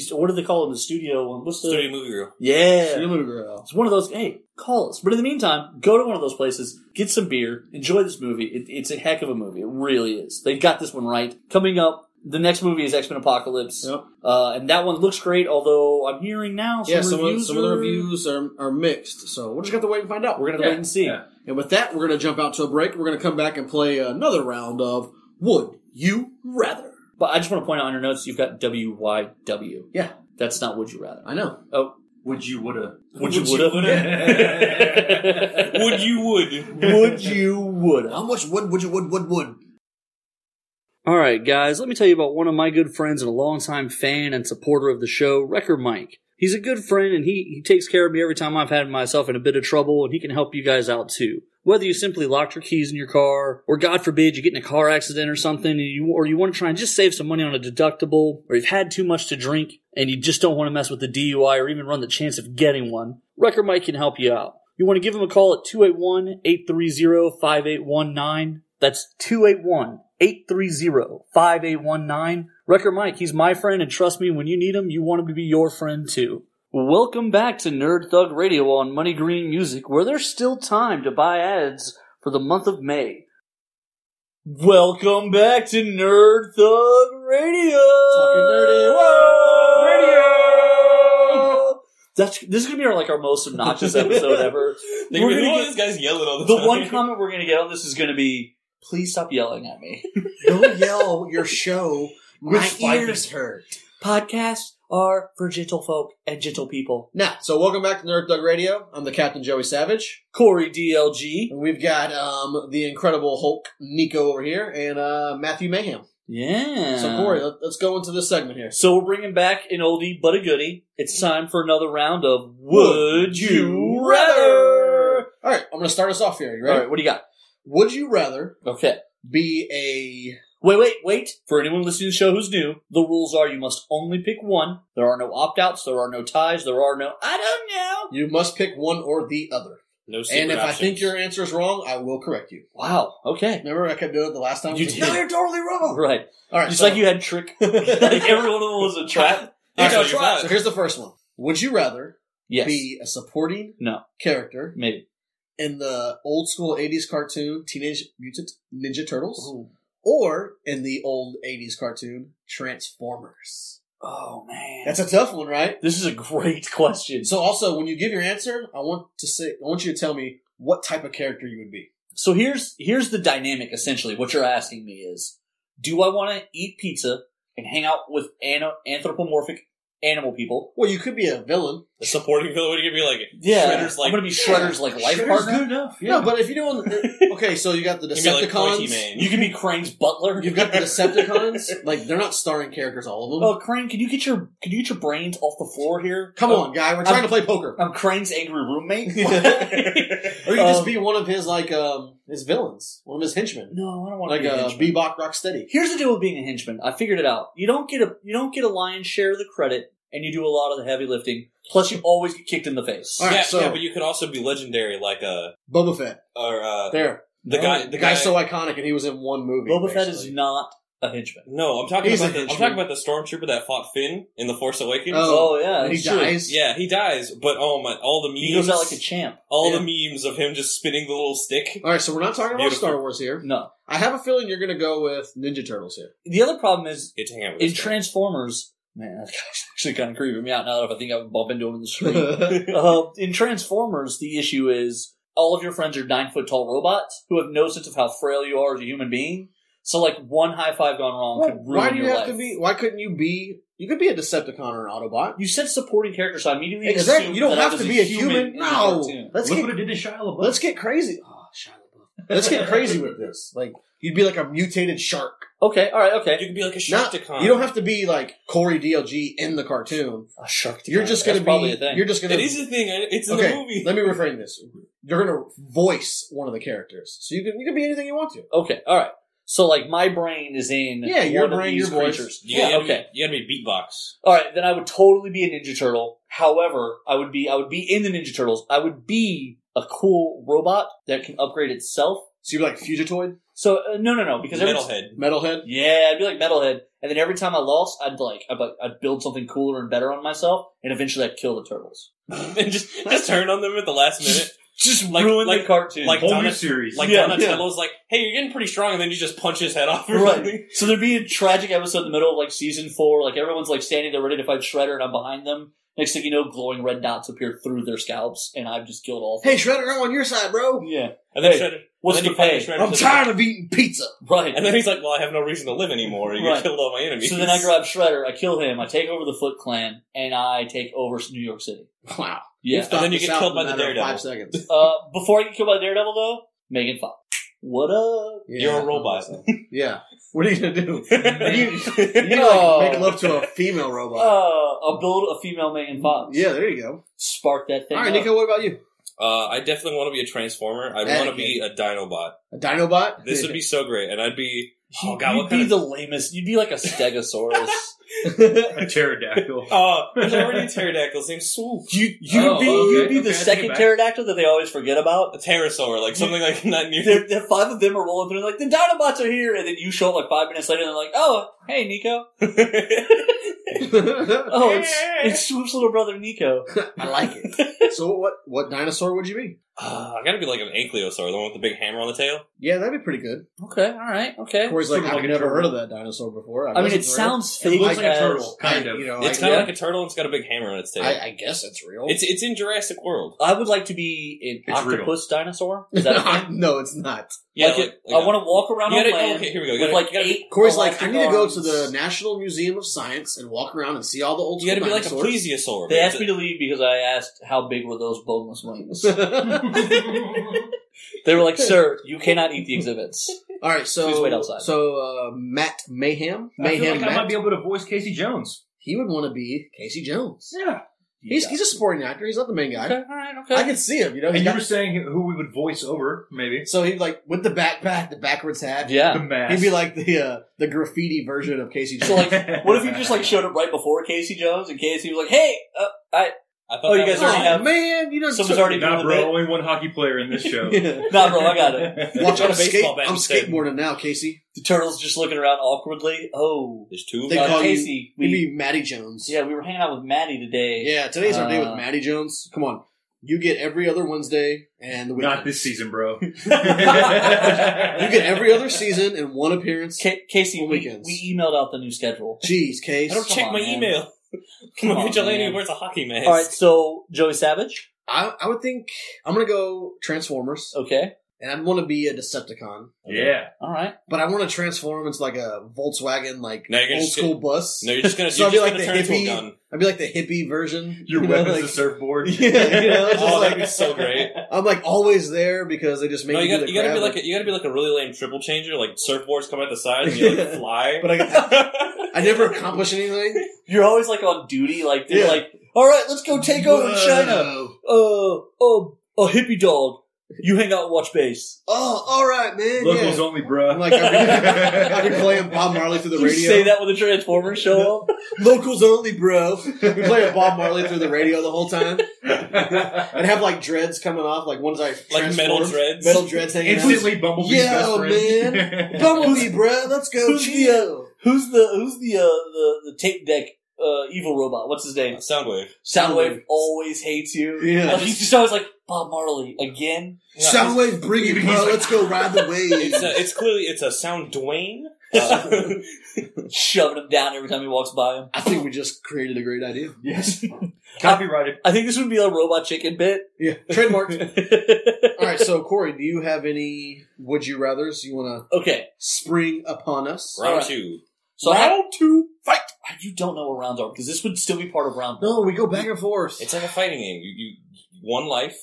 Speaker 2: AMC. What do they call them? The studio. What's the?
Speaker 4: Studio movie reel.
Speaker 2: Yeah.
Speaker 3: Dreamer Girl.
Speaker 2: It's one of those. Hey, call us. But in the meantime, go to one of those places, get some beer, enjoy this movie. It, it's a heck of a movie. It really is. They got this one right. Coming up, the next movie is X Men Apocalypse,
Speaker 3: Yep.
Speaker 2: uh, and that one looks great. Although I'm hearing now, some
Speaker 3: yeah, some of,
Speaker 2: reviews
Speaker 3: some of the
Speaker 2: are-
Speaker 3: reviews are, are mixed, so we're just gonna have to wait and find out.
Speaker 2: We're gonna
Speaker 5: Yeah,
Speaker 2: wait and see.
Speaker 5: yeah.
Speaker 3: and with that, we're gonna jump out to a break. We're gonna come back and play another round of Would You Rather?
Speaker 2: But I just want to point out on your notes, you've got W Y W.
Speaker 3: Yeah.
Speaker 2: that's not Would You Rather.
Speaker 3: I know.
Speaker 5: Would you? Woulda?
Speaker 2: Oh. Would you woulda?
Speaker 4: Would you would?
Speaker 2: Would you would?
Speaker 3: How much wood would you would would would?
Speaker 2: All right, guys, let me tell you about one of my good friends and a longtime fan and supporter of the show, Wrecker Mike. He's a good friend and he, he takes care of me every time I've had myself in a bit of trouble, and he can help you guys out too. Whether you simply locked your keys in your car, or God forbid you get in a car accident or something, and you, or you want to try and just save some money on a deductible, or you've had too much to drink and you just don't want to mess with the DUI or even run the chance of getting one, Wrecker Mike can help you out. You want to give him a call at 281 830 5819. That's 281 830 5819. Wrecker Mike, he's my friend, and trust me, when you need him, you want him to be your friend too. Welcome back to Nerd Thug Radio on Money Green Music, where there's still time to buy ads for the month of May. Welcome back to Nerd Thug Radio.
Speaker 3: Talking nerdy.
Speaker 2: Whoa! That's this is gonna be our like our most obnoxious episode ever.
Speaker 4: They
Speaker 2: We're
Speaker 4: were
Speaker 2: gonna
Speaker 4: like, oh,
Speaker 2: get-
Speaker 4: this guy's yelling all the,
Speaker 2: The
Speaker 4: time.
Speaker 2: one comment we're gonna get on this is gonna be, "Please stop yelling at me."
Speaker 3: Don't yell your show. My
Speaker 2: Which fight
Speaker 3: ears hurt.
Speaker 2: Podcasts are for gentle folk and gentle people.
Speaker 3: Now, so welcome back to Nerd Thug Radio. I'm the Captain Joey Savage.
Speaker 2: Corey DLG.
Speaker 3: And we've got um, the Incredible Hulk Nico over here and uh, Matthew Mayhem.
Speaker 2: Yeah.
Speaker 3: So Corey, let, us go into this segment here.
Speaker 2: So we're bringing back an oldie but a goodie. It's time for another round of Would You Rather?
Speaker 3: All right, I'm going to start us off here. You
Speaker 2: All
Speaker 3: ready?
Speaker 2: right, what do you got?
Speaker 3: Would you rather
Speaker 2: Okay.
Speaker 3: be a
Speaker 2: Wait, wait, wait. For anyone listening to the show who's new, the rules are you must only pick one. There are no opt outs, there are no ties, there are no I don't know.
Speaker 3: you must pick one or the other.
Speaker 4: No
Speaker 3: and
Speaker 4: secret
Speaker 3: if I
Speaker 4: options.
Speaker 3: think your answer is wrong, I will correct you.
Speaker 2: Wow, okay.
Speaker 3: Remember, I kept doing it the last time. I
Speaker 2: You
Speaker 3: was like,
Speaker 2: did.
Speaker 3: No, you're totally wrong.
Speaker 2: Right.
Speaker 3: All right,
Speaker 2: Just
Speaker 3: so-
Speaker 2: like you had trick. like every one of them was a trap.
Speaker 3: All
Speaker 4: It's
Speaker 3: right,
Speaker 4: a
Speaker 3: so-
Speaker 4: trap.
Speaker 3: so here's the first one. Would you rather
Speaker 2: Yes.
Speaker 3: be a supporting
Speaker 2: No.
Speaker 3: character
Speaker 2: Maybe.
Speaker 3: in the old school 80s cartoon Teenage Mutant Ninja Turtles or in the old 80s cartoon Transformers?
Speaker 2: Oh man.
Speaker 3: That's a tough one, right?
Speaker 2: this is a great question.
Speaker 3: So also when you give your answer, I want to say I want you to tell me what type of character you would be.
Speaker 2: So here's here's the dynamic essentially. What you're asking me is, do I want to eat pizza and hang out with ana- anthropomorphic animal people?
Speaker 3: Well, you could be a villain.
Speaker 4: the supporting villain would give me like Shredder's
Speaker 2: I'm
Speaker 4: like
Speaker 2: gonna be Shredder's like life
Speaker 5: Shredder's
Speaker 2: partner.
Speaker 5: good enough. Yeah.
Speaker 3: No, but if you don't Okay, so you got the
Speaker 4: give me like pointy
Speaker 3: Decepticons.
Speaker 4: man.
Speaker 2: You can be Crane's butler.
Speaker 3: You've got the Decepticons. like they're not starring characters all of them.
Speaker 2: oh, Crane, can you get your can you get your brains off the floor here?
Speaker 3: Come on, guy, we're trying
Speaker 2: I'm-
Speaker 3: to play poker.
Speaker 2: I'm Crane's angry roommate.
Speaker 3: Or you could just
Speaker 2: Um,
Speaker 3: be one of his like um his villains, one of his henchmen,
Speaker 2: no, I don't want to
Speaker 3: like
Speaker 2: be a
Speaker 3: uh,
Speaker 2: henchman.
Speaker 3: Bebop Rocksteady.
Speaker 2: Here's the deal with being a henchman. I figured it out. You don't get a you don't get a lion's share of the credit, and you do a lot of the heavy lifting. Plus, you always get kicked in the face.
Speaker 3: All right,
Speaker 4: yeah,
Speaker 3: so-
Speaker 4: yeah, but you could also be legendary, like uh,
Speaker 3: Boba Fett.
Speaker 4: or uh,
Speaker 3: There,
Speaker 4: the
Speaker 3: No,
Speaker 4: guy,
Speaker 3: the, guy's so iconic, and he was in one movie.
Speaker 2: Boba Fett is
Speaker 3: basically.
Speaker 2: not a henchman.
Speaker 4: No, I'm talking
Speaker 3: He's
Speaker 4: about
Speaker 3: a
Speaker 4: the, I'm
Speaker 3: henchman.
Speaker 4: talking about the stormtrooper that fought Finn in the Force Awakens.
Speaker 3: Oh,
Speaker 2: Oh, yeah,
Speaker 3: and he
Speaker 2: that's true.
Speaker 3: dies.
Speaker 4: Yeah, he dies, but oh my, all the memes,
Speaker 2: He goes out like a champ.
Speaker 4: all
Speaker 3: yeah.
Speaker 4: the memes of him just spinning the little stick.
Speaker 3: All right, so we're not talking about
Speaker 4: Beautiful.
Speaker 3: Star Wars here.
Speaker 2: No,
Speaker 3: I have a feeling you're going to go with Ninja Turtles here.
Speaker 2: the other problem is
Speaker 4: It's hang out with
Speaker 2: in
Speaker 4: this guy.
Speaker 2: Transformers. Man, that's actually kind of creeping me out now. If I think I would bump into him in the street. uh, in Transformers, the issue is all of your friends are nine foot tall robots who have no sense of how frail you are as a human being. So, like one high five gone wrong
Speaker 3: Well,
Speaker 2: could ruin
Speaker 3: why do you
Speaker 2: your
Speaker 3: have
Speaker 2: life.
Speaker 3: to be? Why couldn't you be? You could be a Decepticon or an Autobot.
Speaker 2: You said supporting character, so I immediately
Speaker 3: Exactly.
Speaker 2: assumed
Speaker 3: You don't
Speaker 2: that I
Speaker 3: have
Speaker 2: was
Speaker 3: to be a human.
Speaker 2: in the
Speaker 3: No.
Speaker 2: cartoon.
Speaker 3: Let's
Speaker 5: Look
Speaker 3: get
Speaker 5: what it did to Shia LaBeouf.
Speaker 3: let's get crazy. Oh, Shia LaBeouf. Let's get crazy with this. Like you'd be like a mutated shark.
Speaker 2: Okay. All right. Okay.
Speaker 4: You could be like a
Speaker 3: Not-
Speaker 4: Sharkticon.
Speaker 3: You don't have to be like Corey DLG in the cartoon.
Speaker 2: A shark.
Speaker 3: You're just
Speaker 2: That's
Speaker 3: going to
Speaker 2: probably a
Speaker 3: be.
Speaker 2: thing.
Speaker 3: You're just going
Speaker 4: It
Speaker 3: to.
Speaker 4: is a thing. I- It's in
Speaker 3: okay,
Speaker 4: the movie.
Speaker 3: let me reframe this. You're going to voice one of the characters, so you can you can be anything you want to.
Speaker 2: Okay, all right. So like my brain is in
Speaker 3: Yeah, your
Speaker 2: one of
Speaker 3: brain,
Speaker 2: these
Speaker 3: your voice.
Speaker 2: creatures.
Speaker 4: You
Speaker 2: yeah,
Speaker 4: gotta be-
Speaker 2: okay.
Speaker 4: you gotta be beatbox.
Speaker 2: All right, then I would totally be a Ninja Turtle. However, I would be I would be in the Ninja Turtles. I would be a cool robot that can upgrade itself.
Speaker 3: So you'd be like Fugitoid,
Speaker 2: So uh, no, no, no, because every
Speaker 4: Metalhead.
Speaker 3: Metalhead.
Speaker 2: yeah, I'd be like Metalhead, and then every time I lost, I'd like I'd, like, I'd build something cooler and better on myself, and eventually I'd kill the turtles.
Speaker 4: and just just turn on them at the last minute.
Speaker 2: Just
Speaker 4: Like-
Speaker 2: ruin
Speaker 4: like-
Speaker 2: the cartoon.
Speaker 4: like
Speaker 5: whole new
Speaker 4: Donna-
Speaker 5: series.
Speaker 4: Like
Speaker 2: Yeah,
Speaker 4: Donatello's like, hey, you're getting pretty strong, and then you just punch his head off or
Speaker 2: Right.
Speaker 4: something.
Speaker 2: So there'd be a tragic episode in the middle of like season four, like everyone's like standing there ready to fight Shredder and I'm behind them. Next thing you know, glowing red dots appear through their scalps and I've just killed all of them.
Speaker 3: Hey, Shredder, I'm on your side, bro.
Speaker 2: Yeah.
Speaker 4: And then
Speaker 2: Hey,
Speaker 4: Shredder,
Speaker 2: What's
Speaker 4: and then
Speaker 2: the
Speaker 4: he finally
Speaker 2: pay?
Speaker 4: Shredder
Speaker 3: I'm
Speaker 4: says-
Speaker 3: tired of eating pizza.
Speaker 2: Right.
Speaker 4: And then he's like, well, I have no reason to live anymore. You
Speaker 2: Right.
Speaker 4: killed all my enemies.
Speaker 2: so then I grab Shredder, I kill him, I take over the Foot Clan, and I take over New York City.
Speaker 3: Wow.
Speaker 2: Yeah.
Speaker 4: And then you
Speaker 3: This
Speaker 4: get
Speaker 3: out
Speaker 4: killed
Speaker 3: in
Speaker 4: by
Speaker 3: a
Speaker 4: the
Speaker 3: matter of
Speaker 4: Daredevil.
Speaker 3: Five seconds.
Speaker 2: uh, before I get killed by Daredevil though, Megan Fox. What up?
Speaker 4: You're a robot.
Speaker 3: Yeah. What are you gonna do? you need
Speaker 4: you,
Speaker 3: to
Speaker 2: Oh.
Speaker 3: like, make love to a female
Speaker 2: Uh,
Speaker 3: robot.
Speaker 2: I'll build a female Megan
Speaker 4: Oh.
Speaker 2: Fox.
Speaker 3: yeah, there you go.
Speaker 2: Spark that thing.
Speaker 3: All right,
Speaker 2: up.
Speaker 3: Nico, what about you?
Speaker 4: uh, I definitely want to be a Transformer. I
Speaker 3: Hey,
Speaker 4: want to be a Dinobot.
Speaker 3: A Dinobot?
Speaker 4: This would be so great, and I'd be.
Speaker 2: You-
Speaker 4: Oh, God,
Speaker 2: you'd
Speaker 4: what
Speaker 2: be
Speaker 4: kind of-
Speaker 2: the lamest. You'd be like a Stegosaurus.
Speaker 5: a pterodactyl.
Speaker 4: Oh, there's already a pterodactyl named Swoop.
Speaker 2: You you'd
Speaker 5: Oh,
Speaker 2: be
Speaker 5: okay,
Speaker 2: you'd be the
Speaker 5: okay, I take it
Speaker 2: second
Speaker 5: back.
Speaker 2: pterodactyl that they always forget about.
Speaker 4: A pterosaur, like something like not near.
Speaker 2: They're, they're- five of them are rolling through like the Dinobots are here, and then you show up like five minutes later, and they're like, "Oh, hey Nico, oh it's it's Swoop's little brother Nico."
Speaker 3: I like it. So what what dinosaur would you be?
Speaker 4: Uh, I gotta be like an ankylosaur, the one with the big hammer on the tail.
Speaker 3: Yeah, that'd be pretty good.
Speaker 2: Okay, all right, okay.
Speaker 3: Corey's like,
Speaker 5: Sort of
Speaker 3: I've
Speaker 5: like a
Speaker 3: never
Speaker 5: turtle.
Speaker 3: heard of that dinosaur before.
Speaker 2: I mean,
Speaker 3: guess
Speaker 2: it
Speaker 3: it's real.
Speaker 2: sounds
Speaker 5: It
Speaker 2: fake
Speaker 5: looks like a
Speaker 2: as-
Speaker 5: turtle, kind
Speaker 3: I-
Speaker 5: of.
Speaker 3: You know,
Speaker 4: It's
Speaker 3: I
Speaker 4: kind of
Speaker 3: guess-
Speaker 4: like a turtle. and It's got a big hammer on its tail.
Speaker 3: I, I guess it's real.
Speaker 4: it's it's in Jurassic World.
Speaker 2: I would like to be an
Speaker 5: It's real.
Speaker 2: octopus dinosaur. Is that a thing?
Speaker 3: no, it's not.
Speaker 4: Yeah,
Speaker 2: Like,
Speaker 4: like,
Speaker 2: it- I want to walk around
Speaker 4: You
Speaker 2: on
Speaker 4: gotta-
Speaker 2: land
Speaker 4: okay, here we go. You
Speaker 2: with
Speaker 4: gotta-
Speaker 2: like
Speaker 4: you gotta-
Speaker 2: eight.
Speaker 3: Corey's like, I
Speaker 2: elastic
Speaker 3: need to go
Speaker 2: arms.
Speaker 3: to the National Museum of Science and walk around and see all the old
Speaker 4: You
Speaker 3: school
Speaker 4: gotta be like a
Speaker 3: dinosaurs.
Speaker 4: plesiosaur.
Speaker 2: They
Speaker 4: man.
Speaker 2: asked me to leave because I asked how big were those boneless wings. they were like, "Sir, you cannot eat the exhibits."
Speaker 3: all right, so
Speaker 2: Please wait outside.
Speaker 3: So uh, Matt Mayhem,
Speaker 5: I feel
Speaker 3: Mayhem
Speaker 5: like I
Speaker 3: Matt,
Speaker 5: might be able to voice Casey Jones.
Speaker 3: he would want to be Casey Jones.
Speaker 5: Yeah.
Speaker 3: He's he's a supporting actor. He's not the main guy.
Speaker 2: okay, all right, okay.
Speaker 3: I can see him. You know,
Speaker 5: And
Speaker 3: he's
Speaker 5: you
Speaker 3: got-
Speaker 5: were saying who we would voice over, maybe.
Speaker 3: so he like with the backpack, the backwards hat.
Speaker 5: The
Speaker 2: yeah.
Speaker 5: mask.
Speaker 3: He'd be like the uh, the graffiti version of Casey Jones.
Speaker 2: So like, what if you just like showed up right before Casey Jones and Casey was like, "Hey, uh, I
Speaker 4: I thought
Speaker 2: Oh, you
Speaker 4: that
Speaker 2: guys
Speaker 4: was-
Speaker 2: already have-
Speaker 3: man, you know
Speaker 2: someone's already doing
Speaker 5: Nah, bro,
Speaker 2: it."
Speaker 5: only one hockey player in this show.
Speaker 2: Nah, bro, I got it.
Speaker 3: Watch
Speaker 4: Got
Speaker 3: I'm,
Speaker 4: a
Speaker 3: skate-
Speaker 4: baseball bat
Speaker 3: I'm
Speaker 4: instead.
Speaker 3: skateboarding now, Casey.
Speaker 2: The turtle's just looking around awkwardly. Oh,
Speaker 4: There's two. Of
Speaker 3: They
Speaker 4: them.
Speaker 2: uh,
Speaker 3: call you-
Speaker 2: Casey,
Speaker 3: He'd
Speaker 2: we
Speaker 3: be Matty Jones.
Speaker 2: yeah, we were hanging out with Maddie today.
Speaker 3: yeah. Today's our day
Speaker 2: Uh,
Speaker 3: with Matty Jones. Come on, you get every other Wednesday and the weekend.
Speaker 5: Not this season, bro. you
Speaker 3: You get every other season and one appearance.
Speaker 2: Ca- Casey,
Speaker 3: On
Speaker 2: we,
Speaker 3: weekends.
Speaker 2: we emailed out the new schedule.
Speaker 3: Jeez, Case.
Speaker 4: I don't
Speaker 2: Come
Speaker 4: check
Speaker 2: on,
Speaker 4: my
Speaker 2: man.
Speaker 4: email.
Speaker 2: Come
Speaker 4: Come
Speaker 2: on,
Speaker 4: on, vigilante
Speaker 2: man.
Speaker 4: who wears a hockey mask.
Speaker 2: All right, so Joey Savage.
Speaker 3: I, I would think I'm gonna go Transformers,
Speaker 2: Okay,
Speaker 3: and I'd want to be a Decepticon,
Speaker 5: yeah.
Speaker 2: all right.
Speaker 3: but I want to transform into like a Volkswagen, like
Speaker 4: Now you're gonna
Speaker 3: old
Speaker 4: sit-
Speaker 3: school bus.
Speaker 4: No, you're just gonna.
Speaker 3: So
Speaker 4: you're
Speaker 3: I'll be
Speaker 4: just
Speaker 3: like
Speaker 4: gonna
Speaker 3: the
Speaker 4: turn into a
Speaker 3: hippie-
Speaker 4: gun.
Speaker 3: I'd be like the hippie version.
Speaker 5: Your
Speaker 3: you know,
Speaker 5: weapon's
Speaker 3: like-
Speaker 5: a surfboard.
Speaker 3: Yeah, you know, it's just
Speaker 4: Oh, that'd be
Speaker 3: like-
Speaker 4: so great.
Speaker 3: I'm like always there because they just make
Speaker 4: No,
Speaker 3: me
Speaker 4: you
Speaker 3: do
Speaker 4: gotta,
Speaker 3: the
Speaker 4: you gotta be
Speaker 3: grab,
Speaker 4: like a, you gotta be like a really lame triple changer. Like surfboards come out the side and you like fly.
Speaker 3: but I, I never accomplish anything.
Speaker 2: You're always like on duty, like they're
Speaker 3: Yeah.
Speaker 2: like, all right, let's go take over China.
Speaker 3: Whoa.
Speaker 2: Uh, oh, a hippie dog. You hang out and watch bass.
Speaker 3: Oh, all right, man.
Speaker 5: Locals
Speaker 3: yeah.
Speaker 5: only, bro.
Speaker 3: I'm like, I've been, I've been playing Bob Marley through the
Speaker 2: you
Speaker 3: radio.
Speaker 2: say that when the Transformers show up.
Speaker 3: Locals only, bro. We play Bob Marley through the radio the whole time. I'd have like dreads coming off, like ones I
Speaker 4: like metal
Speaker 3: transform.
Speaker 4: dreads.
Speaker 3: metal dreads hanging
Speaker 5: Instantly Bumblebee's
Speaker 3: Yeah,
Speaker 5: best friend.
Speaker 3: out. Bumblebee, bro. Let's go,
Speaker 2: Who's the, uh,
Speaker 3: Geo.
Speaker 2: Who's the who's the uh, the the tape deck uh, evil robot? What's his name?
Speaker 4: Soundwave.
Speaker 2: Soundwave always hates you.
Speaker 3: Yeah.
Speaker 2: Like, he's just always like Bob Marley again.
Speaker 4: No,
Speaker 3: Soundwave, bring it, bro. Let's go ride the wave.
Speaker 4: It's, a, it's clearly it's a sound Dwayne. Uh,
Speaker 2: shoving him down every time he walks by him.
Speaker 3: I think we just created a great idea.
Speaker 5: yes. Copyrighted.
Speaker 2: I think this would be a robot chicken bit.
Speaker 3: Yeah, trademarked. All right, so Corey, do you have any would you rather's you want to
Speaker 2: okay,
Speaker 3: spring upon us?
Speaker 4: round
Speaker 2: Alright.
Speaker 4: two.
Speaker 2: so I,
Speaker 3: two, fight.
Speaker 2: you don't know what rounds are because this would still be part of round.
Speaker 3: No, we go back and forth.
Speaker 4: It's like a fighting game. You, you one life.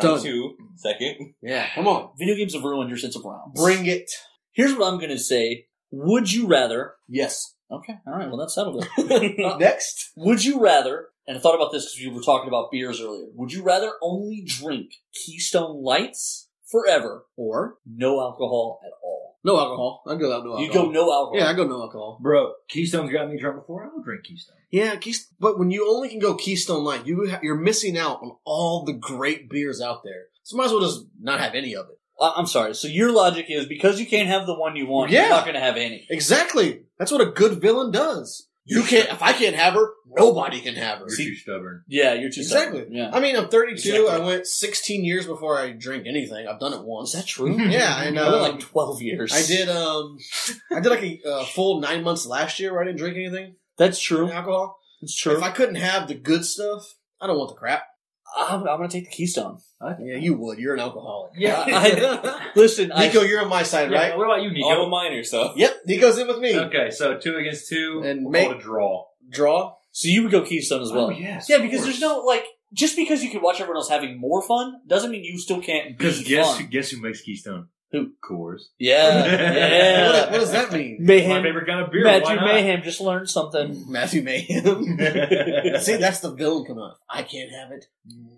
Speaker 3: Done.
Speaker 4: Round two, second.
Speaker 3: yeah, come on,
Speaker 2: Video games have ruined your sense of rounds.
Speaker 3: bring it.
Speaker 2: Here's what I'm going to say. Would you rather?
Speaker 3: Yes.
Speaker 2: Okay, all right. Well, that's settled. it.
Speaker 3: Uh, Next.
Speaker 2: would you rather? And I thought about this because we were talking about beers earlier. Would you rather only drink Keystone Lights forever,
Speaker 3: Or
Speaker 2: no alcohol at all?
Speaker 3: no alcohol. I go out no alcohol.
Speaker 2: You go no alcohol.
Speaker 3: Yeah, I go no alcohol.
Speaker 5: Bro, Keystone's got me drunk before. I'll drink Keystone.
Speaker 3: Yeah, Keys- but when you only can go Keystone Light, you ha- you're missing out on all the great beers out there. So might as well just not have any of it.
Speaker 2: I- I'm sorry. So your logic is because you can't have the one you want,
Speaker 3: Yeah.
Speaker 2: you're not going to have any.
Speaker 3: Exactly. That's what a good villain does. You can't. If I can't have her, nobody can have her.
Speaker 5: You're too stubborn.
Speaker 2: Yeah, you're too
Speaker 3: Exactly. Uh,
Speaker 2: stubborn. Yeah.
Speaker 3: I mean, I'm 32.
Speaker 4: Exactly.
Speaker 3: I went 16 years before I drank anything. I've done it once.
Speaker 2: Is that true?
Speaker 3: yeah, and
Speaker 2: I went
Speaker 3: uh,
Speaker 2: like 12 years.
Speaker 3: I did. Um, I did like a uh, full nine months last year where I didn't drink anything
Speaker 2: That's true.
Speaker 3: alcohol.
Speaker 2: That's true.
Speaker 3: If I couldn't have the good stuff, I don't want the crap.
Speaker 2: I'm, I'm going to take the Keystone.
Speaker 3: Yeah, you would. You're an alcoholic.
Speaker 5: Yeah.
Speaker 2: I- Listen, I,
Speaker 3: Nico, you're on my side,
Speaker 5: Yeah,
Speaker 3: right?
Speaker 5: What about you,
Speaker 4: I'm a
Speaker 5: Nico?
Speaker 4: minor, so
Speaker 3: Yep. Nico's in with me.
Speaker 5: Okay, so two against two.
Speaker 3: And
Speaker 5: we'll
Speaker 3: make-
Speaker 5: call it a draw.
Speaker 3: Draw.
Speaker 2: so you would go Keystone as well.
Speaker 5: Oh, yes.
Speaker 2: yeah,
Speaker 5: of
Speaker 2: because
Speaker 5: course.
Speaker 2: there's no, like, just because you can watch everyone else having more fun doesn't mean you still can't be
Speaker 5: Because guess,
Speaker 2: fun.
Speaker 5: guess who makes Keystone?
Speaker 2: Who?
Speaker 5: Coors.
Speaker 2: Yeah.
Speaker 3: What,
Speaker 2: yeah.
Speaker 3: what does that mean?
Speaker 5: My
Speaker 2: Mayhem.
Speaker 5: favorite kind of beer. why
Speaker 2: Matthew
Speaker 5: not?
Speaker 2: Mayhem just learned something.
Speaker 3: Matthew Mayhem. See,
Speaker 5: See,
Speaker 3: that's the villain coming out. I can't have it.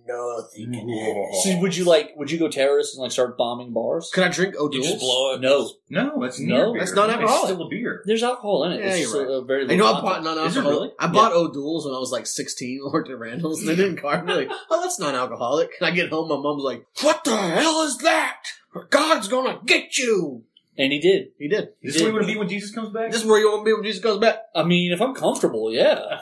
Speaker 3: Nothing can have it.
Speaker 2: So would you, like, would you go terrorist and, like, start bombing bars?
Speaker 3: Could I drink
Speaker 4: you just
Speaker 3: O'Doul's?
Speaker 4: blow it.
Speaker 2: Uh, No.
Speaker 5: no, that's
Speaker 2: No,
Speaker 5: near beer.
Speaker 3: that's not alcoholic.
Speaker 5: It's still a beer.
Speaker 2: There's alcohol in it.
Speaker 3: Yeah,
Speaker 2: it's
Speaker 3: you're
Speaker 2: just a-
Speaker 3: right.
Speaker 2: a very
Speaker 3: I know
Speaker 2: low
Speaker 3: I bought
Speaker 2: content.
Speaker 3: non
Speaker 5: Is it
Speaker 3: alcoholic.
Speaker 5: really?
Speaker 3: I bought O'Doul's when I was like 16 or at Randall's. They didn't card me like, oh, that's non alcoholic. And I get home, my mom's like, what the hell is that? God's gonna get you.
Speaker 2: And he did.
Speaker 3: He did.
Speaker 5: Is this where you want to be when Jesus comes back?
Speaker 3: This is where you want to be when Jesus comes back.
Speaker 2: I mean, if I'm comfortable, yeah.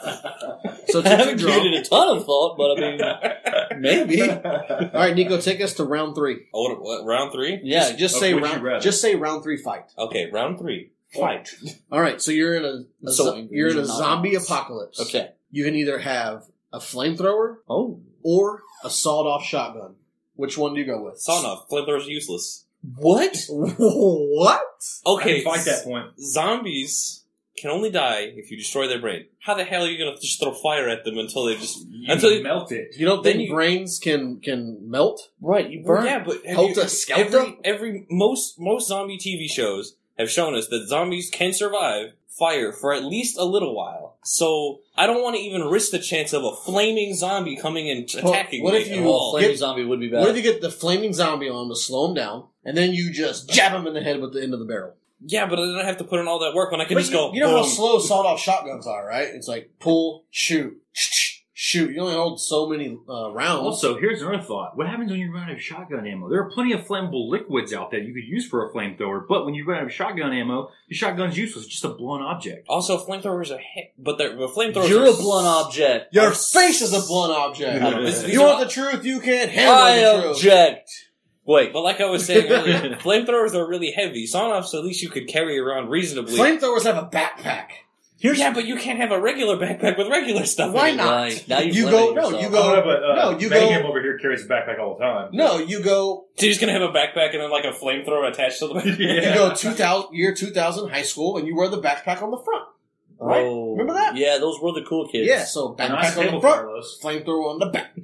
Speaker 3: So
Speaker 2: I
Speaker 3: two, two
Speaker 2: haven't
Speaker 3: draw.
Speaker 2: given it a ton of thought, but I mean, maybe.
Speaker 3: All right, Nico, take us to round three.
Speaker 4: Oh, what, what, round three?
Speaker 2: Yeah,
Speaker 3: just, just
Speaker 5: Of
Speaker 3: say
Speaker 5: which you
Speaker 3: round.
Speaker 5: rather.
Speaker 3: Just say round three fight.
Speaker 4: Okay, round three.
Speaker 5: Fight.
Speaker 3: All right, so you're in a, a
Speaker 2: So
Speaker 3: zo-
Speaker 2: angry,
Speaker 3: you're in
Speaker 2: you're
Speaker 3: a
Speaker 2: not
Speaker 3: zombie
Speaker 2: honest.
Speaker 3: apocalypse.
Speaker 2: okay.
Speaker 3: You can either have a flamethrower
Speaker 2: Oh,
Speaker 3: or a sawed-off shotgun. Which one do you go with?
Speaker 4: Sauna, flamethrower's useless.
Speaker 2: what?
Speaker 3: what?
Speaker 4: Okay,
Speaker 5: I can fight that point.
Speaker 4: zombies can only die if you destroy their brain. How the hell are you gonna just throw fire at them until they just
Speaker 5: You
Speaker 4: until you-
Speaker 5: melt it.
Speaker 3: You don't
Speaker 4: Then
Speaker 3: think
Speaker 4: you-
Speaker 3: brains can can melt?
Speaker 2: Right, you burned.
Speaker 4: Yeah, but have
Speaker 3: Helter
Speaker 4: you, e-,
Speaker 3: skelter?
Speaker 4: every every most most zombie TV shows have shown us that zombies can survive fire for at least a little while. So I don't want to even risk the chance of a flaming zombie coming and t-
Speaker 3: Well,
Speaker 4: attacking
Speaker 3: what
Speaker 4: me
Speaker 3: if
Speaker 4: at
Speaker 3: you-
Speaker 2: Oh,
Speaker 4: all.
Speaker 2: flaming
Speaker 3: Get-
Speaker 2: zombie would be bad.
Speaker 3: What if you get the flaming zombie on to slow him down, and then you just jab him in the head with the end of the barrel?
Speaker 4: yeah, but then I have to put in all that work when I can
Speaker 3: But
Speaker 4: just
Speaker 3: you,
Speaker 4: go.
Speaker 3: You know how
Speaker 4: boom.
Speaker 3: slow sawed-off shotguns are, right? It's like pull, shoot, shoot. You only hold so many uh, rounds.
Speaker 5: Also, here's another thought. What happens when you run out of shotgun ammo? There are plenty of flammable liquids out there you could use for a flamethrower, but when you run out of shotgun ammo, your shotgun's useless. It's just a blunt object.
Speaker 4: Also, flamethrowers are hit, but they're but flamethrowers.
Speaker 2: You're
Speaker 4: are
Speaker 2: a blunt object.
Speaker 3: your face is a blunt object.
Speaker 5: I don't know.
Speaker 3: you want the truth? You can't handle
Speaker 2: I
Speaker 3: the truth.
Speaker 2: object. Wait,
Speaker 4: But like I was saying earlier, flamethrowers are really heavy. Sonoffs at least you could carry around reasonably.
Speaker 3: Flamethrowers have a backpack.
Speaker 4: yeah, but you can't have a regular backpack with regular stuff. in
Speaker 3: Why
Speaker 4: it.
Speaker 3: not?
Speaker 2: Right, now you've
Speaker 3: you go.
Speaker 2: limited
Speaker 3: No,
Speaker 2: yourself.
Speaker 3: you
Speaker 5: Oh,
Speaker 3: go. no, you go.
Speaker 5: uh, over here carries a backpack all the time.
Speaker 3: No, you go.
Speaker 4: So you're just gonna have a backpack and then like a flamethrower attached to the back.
Speaker 5: Yeah.
Speaker 3: You go. Two thousand year two thousand high school, and you wear the backpack on the front. Right?
Speaker 2: Oh,
Speaker 3: Remember that?
Speaker 2: Yeah, those were the cool kids.
Speaker 3: Yeah. So
Speaker 5: And
Speaker 3: backpack on
Speaker 5: I
Speaker 3: the
Speaker 5: stable
Speaker 3: front,
Speaker 5: Carlos.
Speaker 3: flamethrower on the back.